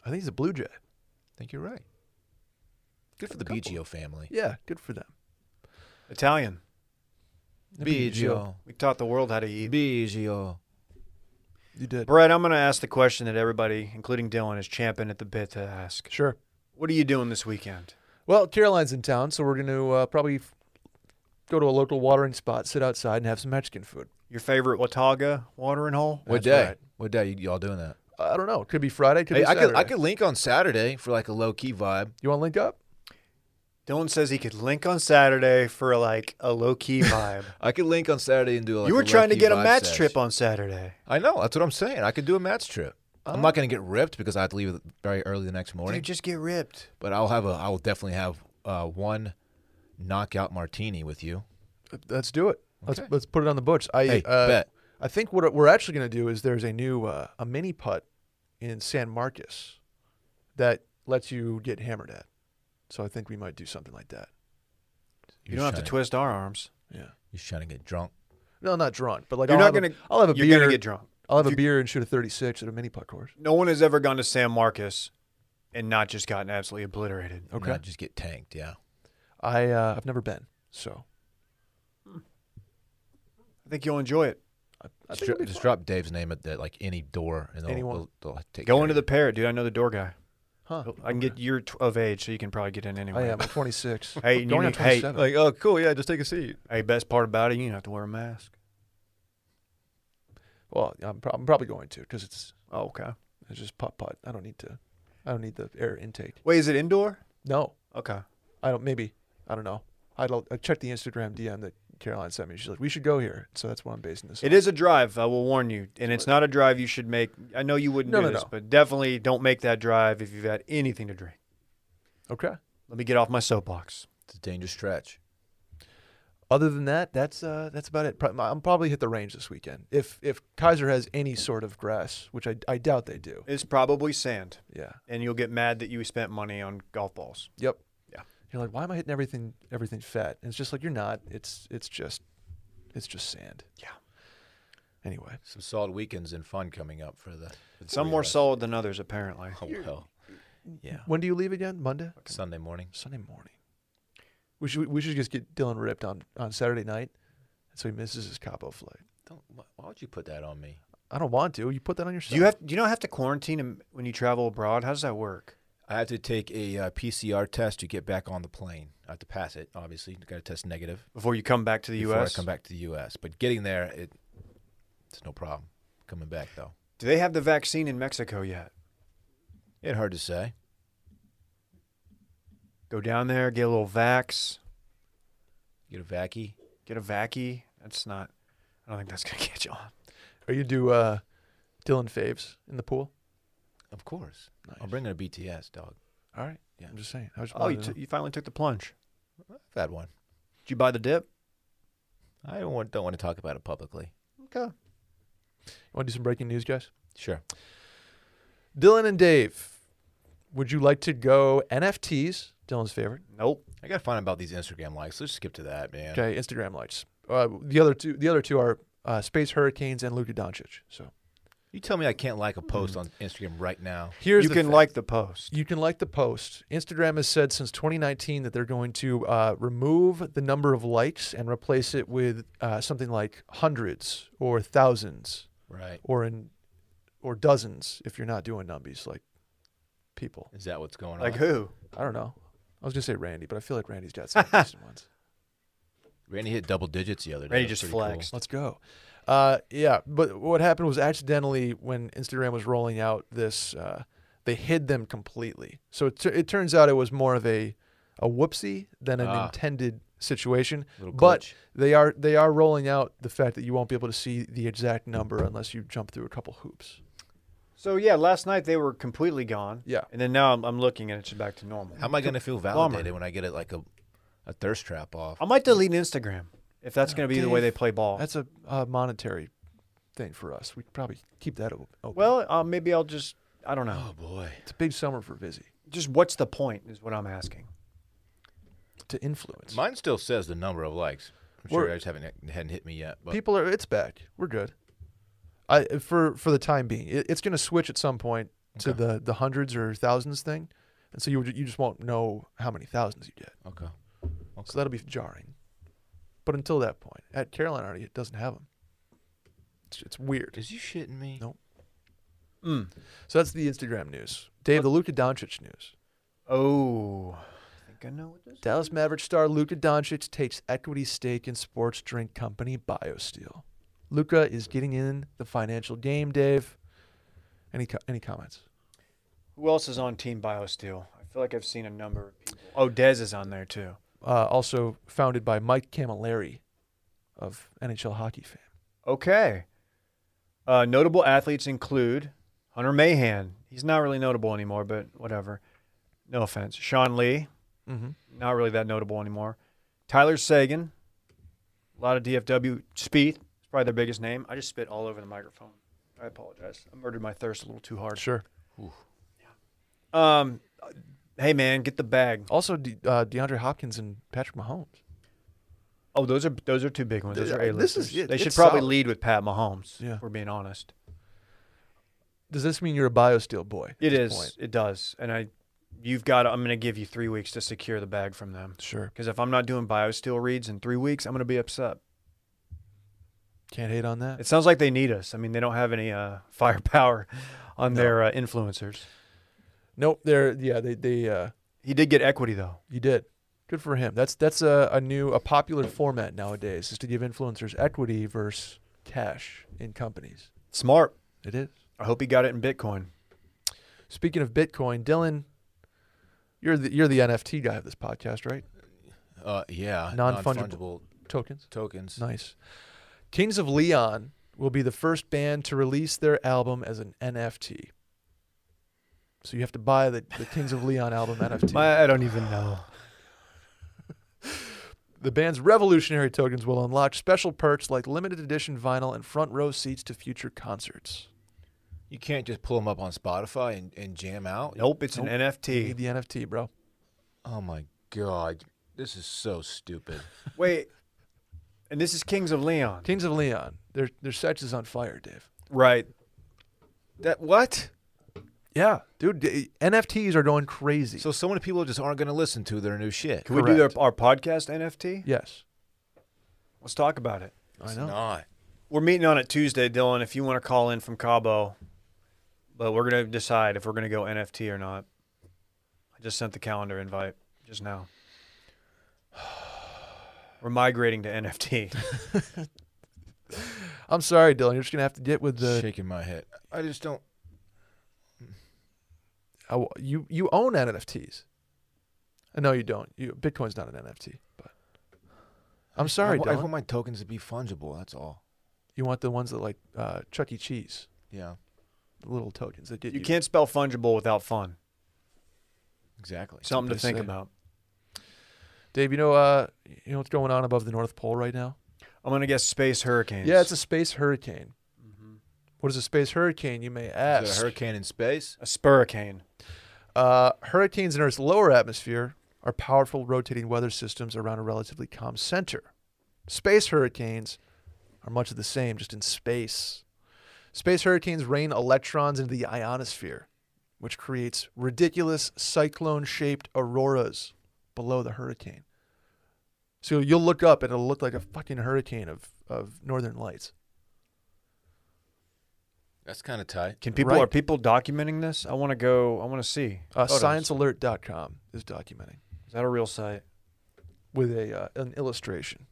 [SPEAKER 1] I think he's a Blue Jay.
[SPEAKER 2] I think you're right. Good for the
[SPEAKER 1] Couple.
[SPEAKER 2] Biggio family.
[SPEAKER 1] Yeah, good for them.
[SPEAKER 3] Italian.
[SPEAKER 2] Biggio.
[SPEAKER 3] We taught the world how to eat.
[SPEAKER 2] Biggio.
[SPEAKER 1] You did.
[SPEAKER 3] Brett, I'm going to ask the question that everybody, including Dylan, is champing at the bit to ask.
[SPEAKER 1] Sure.
[SPEAKER 3] What are you doing this weekend?
[SPEAKER 1] Well, Caroline's in town, so we're going to uh, probably f- go to a local watering spot, sit outside, and have some Mexican food.
[SPEAKER 3] Your favorite Watauga watering hole?
[SPEAKER 2] What
[SPEAKER 1] That's
[SPEAKER 2] day?
[SPEAKER 1] right.
[SPEAKER 2] What day you, y'all doing that?
[SPEAKER 1] I don't know. Could be Friday. Could
[SPEAKER 2] Hey,
[SPEAKER 1] be
[SPEAKER 2] I
[SPEAKER 1] Saturday.
[SPEAKER 2] could I could link on Saturday for like a low key vibe.
[SPEAKER 1] You want to link up?
[SPEAKER 3] Dylan says he could link on Saturday for like a
[SPEAKER 1] *laughs*
[SPEAKER 3] low key vibe.
[SPEAKER 2] I could link on Saturday and do like
[SPEAKER 3] you
[SPEAKER 2] a
[SPEAKER 3] were trying to
[SPEAKER 2] low-key
[SPEAKER 3] get a
[SPEAKER 2] vibe
[SPEAKER 3] match
[SPEAKER 2] sesh.
[SPEAKER 3] trip on Saturday.
[SPEAKER 2] I know. That's what I'm saying. I could do a match trip. I'm not going to get ripped because I have to leave very early the next morning.
[SPEAKER 3] Dude, just get ripped.
[SPEAKER 2] but I'll have a. I will definitely have uh, one knockout martini with you.
[SPEAKER 1] Let's do it. Let's
[SPEAKER 2] Okay.
[SPEAKER 1] let's put it on the books. I
[SPEAKER 2] Hey,
[SPEAKER 1] uh,
[SPEAKER 2] bet.
[SPEAKER 1] I think what we're actually going to do is there's a new uh, a mini putt in San Marcos that lets you get hammered at. So I think we might do something like that.
[SPEAKER 3] You don't have to twist our arms.
[SPEAKER 1] Yeah.
[SPEAKER 2] You're trying to get drunk.
[SPEAKER 1] No, not drunk, but like
[SPEAKER 3] You're
[SPEAKER 1] I'll
[SPEAKER 3] not
[SPEAKER 1] have a-
[SPEAKER 3] gonna-
[SPEAKER 1] I'll have a
[SPEAKER 3] You're
[SPEAKER 1] beer.
[SPEAKER 3] going to get drunk.
[SPEAKER 1] I'll have
[SPEAKER 3] you-
[SPEAKER 1] a beer and shoot a 36 at a mini putt course.
[SPEAKER 3] No one has ever gone to San Marcos and not just gotten absolutely obliterated.
[SPEAKER 1] Okay.
[SPEAKER 2] Not just get tanked. Yeah.
[SPEAKER 1] I uh, I've never been, so
[SPEAKER 3] I think you'll enjoy it.
[SPEAKER 1] I, I
[SPEAKER 2] Just,
[SPEAKER 1] think it'll
[SPEAKER 2] dro-
[SPEAKER 1] be
[SPEAKER 2] just
[SPEAKER 1] fun.
[SPEAKER 2] drop Dave's name at the, like any door, and they'll,
[SPEAKER 1] Anyone.
[SPEAKER 2] they'll, they'll take.
[SPEAKER 3] Go
[SPEAKER 2] care
[SPEAKER 3] into
[SPEAKER 2] of
[SPEAKER 3] the parrot, dude. I know the door guy.
[SPEAKER 1] Huh.
[SPEAKER 3] I can get you're tw- of age, so you can probably get in anyway.
[SPEAKER 1] I
[SPEAKER 3] *laughs*
[SPEAKER 1] am. I'm 26. *laughs*
[SPEAKER 3] Hey, you
[SPEAKER 1] Going on
[SPEAKER 3] need- hey,
[SPEAKER 1] 27.
[SPEAKER 2] you. Like, oh, cool. Yeah, just take a seat.
[SPEAKER 3] Hey, best part about it, you don't have to wear a mask.
[SPEAKER 1] Well, I'm, prob- I'm probably going to because it's oh, okay. It's just putt putt. I don't need to. I don't need the air intake.
[SPEAKER 3] Wait, is it indoor?
[SPEAKER 1] No,
[SPEAKER 3] Okay.
[SPEAKER 1] I don't. Maybe I don't know. I don't. I checked the Instagram DM that Caroline sent me. She's like, "We should go here." So that's what I'm basing this.
[SPEAKER 3] It is a drive. I will warn you, and it's not a drive you should make. I know you wouldn't
[SPEAKER 1] No,
[SPEAKER 3] do
[SPEAKER 1] no,
[SPEAKER 3] this,
[SPEAKER 1] no.
[SPEAKER 3] but definitely don't make that drive if you've had anything to drink.
[SPEAKER 1] on. okay.
[SPEAKER 3] Let me get off my soapbox.
[SPEAKER 2] It's a dangerous stretch.
[SPEAKER 1] Other than that, that's uh, that's about it. Pro- I'm probably hit the range this weekend if if Kaiser has any sort of grass, which I, I doubt they do.
[SPEAKER 3] It's probably sand,
[SPEAKER 1] Yeah.
[SPEAKER 3] and you'll get mad that you spent money on golf balls.
[SPEAKER 1] Yep.
[SPEAKER 3] Yeah.
[SPEAKER 1] You're like, why am I hitting everything everything fat? And it's just like you're not. It's it's just it's just sand.
[SPEAKER 3] Yeah.
[SPEAKER 1] Anyway.
[SPEAKER 2] Some solid weekends and fun coming up for the. for the
[SPEAKER 3] Some
[SPEAKER 2] three
[SPEAKER 3] more
[SPEAKER 2] of us.
[SPEAKER 3] solid than others, apparently.
[SPEAKER 2] Oh well, yeah.
[SPEAKER 1] When do you leave again? Monday?
[SPEAKER 2] Sunday morning.
[SPEAKER 1] Sunday morning. We should we should just get Dylan ripped on, on Saturday night so he misses his capo flight.
[SPEAKER 2] Don't. wh- Why would you put that on me?
[SPEAKER 1] I don't want to. You put that on yourself.
[SPEAKER 3] Do you have? Do you not have to quarantine em- when you travel abroad? How does that work?
[SPEAKER 2] I have to take a uh, PCR test to get back on the plane. I have to pass it, obviously. Got to test negative
[SPEAKER 3] Before you come back to the
[SPEAKER 2] before I
[SPEAKER 3] U.S.,
[SPEAKER 2] come back to the U.S. But getting there, it, it's no problem. Coming back though,
[SPEAKER 3] do they have the vaccine in Mexico yet?
[SPEAKER 2] it hard to say.
[SPEAKER 3] Go down there, get a little vax,
[SPEAKER 2] Get a vacky.
[SPEAKER 3] get a vacky. That's not. I don't think that's gonna *laughs* get you on.
[SPEAKER 1] Are you do uh, Dylan faves in the pool?
[SPEAKER 2] Of course.
[SPEAKER 1] Nice.
[SPEAKER 2] I'll bring in a BTS dog.
[SPEAKER 1] All right.
[SPEAKER 2] Yeah.
[SPEAKER 1] I'm just saying. I was
[SPEAKER 3] Oh, you, t- you finally took the plunge.
[SPEAKER 2] I've had one.
[SPEAKER 3] Did you buy the dip?
[SPEAKER 2] I don't want, don't want to talk about it publicly.
[SPEAKER 3] Okay.
[SPEAKER 1] want to do some breaking news, guys?
[SPEAKER 2] Sure.
[SPEAKER 1] Dylan and Dave, would you like to go NFTs? Dylan's favorite.
[SPEAKER 3] Nope.
[SPEAKER 2] I gotta find out about these Instagram likes. Let's skip to that, man.
[SPEAKER 1] Okay, Instagram likes. Uh, the other two, the other two are uh, Space Hurricanes and Luka Doncic. So
[SPEAKER 2] You tell me I can't like a
[SPEAKER 3] Mm-hmm.
[SPEAKER 2] post on Instagram right now.
[SPEAKER 1] here's
[SPEAKER 3] you
[SPEAKER 1] the
[SPEAKER 3] can
[SPEAKER 1] thing.
[SPEAKER 3] like the post.
[SPEAKER 1] you can like the post. Instagram has said since 2019 that they're going to uh, remove the number of likes and replace it with uh, something like hundreds or thousands
[SPEAKER 2] Right.
[SPEAKER 1] or in or dozens if you're not doing numbies like people.
[SPEAKER 2] Is that what's going
[SPEAKER 3] *laughs* Like
[SPEAKER 2] on?
[SPEAKER 3] who?
[SPEAKER 1] I don't know. I was gonna say Randy, but I feel like Randy's got some decent ones.
[SPEAKER 2] Randy hit double digits the other day.
[SPEAKER 3] Randy
[SPEAKER 2] That's
[SPEAKER 3] just
[SPEAKER 2] pretty cool.
[SPEAKER 3] flexed.
[SPEAKER 1] Let's go. Uh, yeah, but what happened was accidentally when Instagram was rolling out this, uh, they hid them completely. So it, tu- it turns out it was more of a a whoopsie than an
[SPEAKER 2] Ah.
[SPEAKER 1] intended situation.
[SPEAKER 2] Little
[SPEAKER 1] But
[SPEAKER 2] glitch.
[SPEAKER 1] they are they are rolling out the fact that you won't be able to see the exact number unless you jump through a couple hoops.
[SPEAKER 3] So yeah, last night they were completely gone.
[SPEAKER 1] Yeah.
[SPEAKER 3] And then now I'm, I'm looking and it's back to normal.
[SPEAKER 2] How am I going to feel validated when I get it like a, a thirst trap off?
[SPEAKER 3] I might delete Instagram if that's going to be the way they
[SPEAKER 1] Dave,
[SPEAKER 3] play ball.
[SPEAKER 1] That's a, uh monetary thing for us. We could probably keep that o- open.
[SPEAKER 3] well, uh, maybe I'll just I don't know.
[SPEAKER 2] Oh boy,
[SPEAKER 1] it's a big summer for Vizzy
[SPEAKER 3] Just what's the point is what I'm asking.
[SPEAKER 1] to influence.
[SPEAKER 2] mine still says the number of likes. I'm sure
[SPEAKER 1] We're-
[SPEAKER 2] I just haven't hadn't hit me yet. But
[SPEAKER 1] people are it's back we're good i for for the time being it, it's going to switch at some point to
[SPEAKER 2] Okay.
[SPEAKER 1] the the hundreds or thousands thing and so you would, you just won't know how many thousands you get
[SPEAKER 2] okay,
[SPEAKER 1] so that'll be jarring but until that point at caroline already it doesn't have them it's, it's weird
[SPEAKER 2] is you shitting me?
[SPEAKER 1] No.
[SPEAKER 2] No.
[SPEAKER 3] Mm.
[SPEAKER 1] so that's the instagram news dave the luka doncic news
[SPEAKER 3] Oh, I think I know what this.
[SPEAKER 1] dallas maverick star luka doncic takes equity stake in sports drink company biosteel luka is getting in the financial game dave any co- any comments
[SPEAKER 3] Who else is on Team BioSteel? I feel like I've seen a number of people. Oh, Dez is on there too.
[SPEAKER 1] uh, also founded by Mike Camilleri of NHL hockey fame.
[SPEAKER 3] Okay. Uh, notable athletes include Hunter Mahan. He's not really notable anymore, but whatever. No offense. Sean Lee,
[SPEAKER 1] Mm-hmm.
[SPEAKER 3] not really that notable anymore. Tyler Sagan, a lot of DFW. Speed, it's probably their biggest name. I just spit all over the microphone. I apologize. I murdered my thirst a little too hard.
[SPEAKER 1] Sure.
[SPEAKER 3] Um, hey man, get the bag.
[SPEAKER 1] Also, De- uh, DeAndre Hopkins and Patrick Mahomes.
[SPEAKER 3] Oh, those are those are two big ones. Those
[SPEAKER 1] Th-
[SPEAKER 3] are
[SPEAKER 1] I-
[SPEAKER 3] A
[SPEAKER 1] this is-
[SPEAKER 3] listers.
[SPEAKER 1] it-
[SPEAKER 3] They should
[SPEAKER 1] it's
[SPEAKER 3] probably
[SPEAKER 1] solid.
[SPEAKER 3] lead with Pat Mahomes.
[SPEAKER 1] Yeah.
[SPEAKER 3] If we're being honest.
[SPEAKER 1] Does this mean you're a BioSteel boy? at
[SPEAKER 3] It
[SPEAKER 1] this
[SPEAKER 3] is.
[SPEAKER 1] point?
[SPEAKER 3] It does. And I, you've got. I'm going to give you three weeks to secure the bag from them.
[SPEAKER 1] Sure.
[SPEAKER 3] Because if I'm not doing BioSteel reads in three weeks, I'm going to be upset.
[SPEAKER 1] Can't hate on that.
[SPEAKER 3] It sounds like they need us. I mean, they don't have any uh, *laughs* firepower on their uh, influencers.
[SPEAKER 1] nope. They're yeah. They they uh,
[SPEAKER 3] He did get equity though.
[SPEAKER 1] you did. Good for him. That's that's a, a new a popular format nowadays is to give influencers equity versus cash in companies.
[SPEAKER 3] Smart.
[SPEAKER 1] It is.
[SPEAKER 3] I hope he got it in Bitcoin.
[SPEAKER 1] Speaking of Bitcoin, Dylan, you're the you're the NFT guy of this podcast, right?
[SPEAKER 2] Uh, yeah,
[SPEAKER 1] Non-fungible. Tokens.
[SPEAKER 2] tokens.
[SPEAKER 1] Nice. Kings of Leon will be the first band to release their album as an NFT. So you have to buy the, the Kings of Leon album NFT.
[SPEAKER 3] I, I don't even know.
[SPEAKER 1] the band's revolutionary tokens will unlock special perks like limited edition vinyl and front row seats to future concerts.
[SPEAKER 2] You can't just pull them up on Spotify and, and jam out.
[SPEAKER 3] Nope, it's an
[SPEAKER 1] You need
[SPEAKER 3] NFT.
[SPEAKER 1] the NFT, bro.
[SPEAKER 2] Oh my god, this is so stupid.
[SPEAKER 3] Wait. And this is Kings of Leon.
[SPEAKER 1] Kings of Leon. Their their sex is on fire, Dave.
[SPEAKER 3] Right. That what?
[SPEAKER 1] Yeah, dude. d- NFTs are going crazy.
[SPEAKER 2] *laughs* so so many people just aren't going to listen to their new shit.
[SPEAKER 3] Can we do their,
[SPEAKER 1] Correct.
[SPEAKER 3] our podcast NFT?
[SPEAKER 1] yes,
[SPEAKER 3] Let's talk about it.
[SPEAKER 1] I know.
[SPEAKER 2] Not.
[SPEAKER 3] We're meeting on it Tuesday, Dylan. If you want to call in from Cabo, but we're gonna decide if we're gonna go NFT or not. I just sent the calendar invite just now. *sighs* We're migrating to NFT.
[SPEAKER 1] I'm sorry, Dylan. You're just gonna have to get with the
[SPEAKER 2] Shaking my head. I just don't.
[SPEAKER 1] I w Oh, you. You own NFTs. Uh, No, you don't. You Bitcoin's not an NFT. But I'm sorry,
[SPEAKER 2] I, wa- I
[SPEAKER 1] Dylan.
[SPEAKER 2] want my tokens to be fungible. That's all.
[SPEAKER 1] you want the ones that like uh, Chuck E. Cheese,
[SPEAKER 2] Yeah,
[SPEAKER 1] the little tokens that get you.
[SPEAKER 3] You can't spell fungible without fun.
[SPEAKER 2] exactly.
[SPEAKER 3] Something to
[SPEAKER 1] They
[SPEAKER 3] think
[SPEAKER 1] say.
[SPEAKER 3] about.
[SPEAKER 1] Dave, you know, uh, you know what's going on above the North Pole right now?
[SPEAKER 3] I'm gonna guess space hurricanes.
[SPEAKER 1] Yeah, it's a space hurricane. What is a space hurricane? You may ask.
[SPEAKER 2] Mm-hmm. Is it a hurricane in space?
[SPEAKER 3] a spurricane.
[SPEAKER 1] Uh, hurricanes in Earth's lower atmosphere are powerful rotating weather systems around a relatively calm center. Space hurricanes are much of the same, just in space. Space hurricanes rain electrons into the ionosphere, which creates ridiculous cyclone shaped auroras below the hurricane. So you'll look up and it'll look like a fucking hurricane of, of northern lights.
[SPEAKER 2] That's kind of tight.
[SPEAKER 3] Can people
[SPEAKER 1] Right.
[SPEAKER 3] are people documenting this? I want to go. I want to see.
[SPEAKER 1] Uh,
[SPEAKER 3] photos.
[SPEAKER 1] ScienceAlert.com is documenting
[SPEAKER 3] Is that a real site?
[SPEAKER 1] with a uh, an illustration.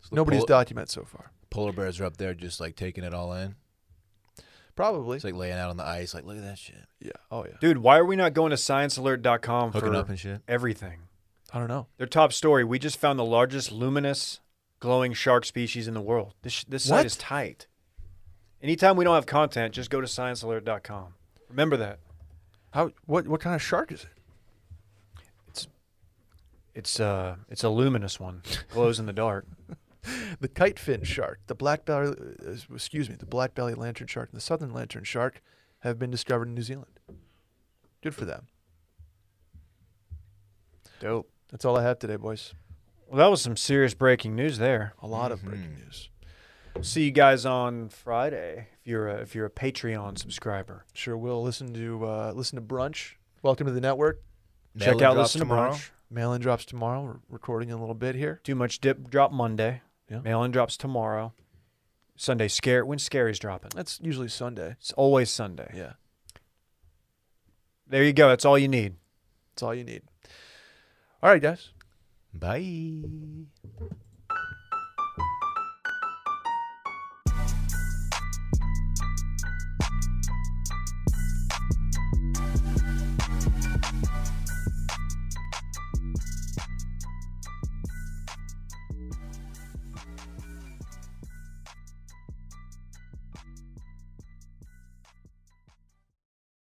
[SPEAKER 2] So the
[SPEAKER 1] Nobody's
[SPEAKER 2] pol-
[SPEAKER 1] documented so far.
[SPEAKER 2] polar bears are up there, just like taking it all in.
[SPEAKER 1] Probably.
[SPEAKER 2] It's like laying out on the ice. Like, look at that shit.
[SPEAKER 1] Yeah. Oh yeah.
[SPEAKER 3] Dude, why are we not going to sciencealert.com
[SPEAKER 2] Hooking
[SPEAKER 3] for
[SPEAKER 2] up and shit.
[SPEAKER 3] everything?
[SPEAKER 1] I don't know.
[SPEAKER 3] Their top story, we just found the largest luminous glowing shark species in the world. This sh- this
[SPEAKER 1] What?
[SPEAKER 3] site is tight. Anytime we don't have content, just go to sciencealert.com. Remember that.
[SPEAKER 1] How what what kind of shark is it?
[SPEAKER 3] It's uh it's a luminous
[SPEAKER 2] *laughs*
[SPEAKER 3] one. Glows in the dark.
[SPEAKER 1] The kite fin shark, the black belly uh, excuse me, the black belly lantern shark and the southern lantern shark have been discovered in New Zealand. Good for them.
[SPEAKER 3] Dope.
[SPEAKER 1] That's all I have today, boys.
[SPEAKER 3] Well, that was some serious breaking news there.
[SPEAKER 1] A lot of breaking news.
[SPEAKER 3] See you guys on Friday if you're a, if you're a Patreon subscriber.
[SPEAKER 1] Sure will listen to uh, listen to brunch. Welcome to the network.
[SPEAKER 2] Mail-in
[SPEAKER 3] Check out
[SPEAKER 2] drops
[SPEAKER 3] listen
[SPEAKER 2] tomorrow.
[SPEAKER 3] to brunch.
[SPEAKER 1] Mail in drops tomorrow. We're recording in a little bit here.
[SPEAKER 3] Too much dip drop Monday.
[SPEAKER 1] Yeah.
[SPEAKER 3] Mail in drops tomorrow. Sunday scare when scary's dropping.
[SPEAKER 1] That's usually Sunday.
[SPEAKER 3] It's always Sunday.
[SPEAKER 1] Yeah.
[SPEAKER 3] There you go. That's all you need.
[SPEAKER 1] That's all you need. All right, guys.
[SPEAKER 2] Bye.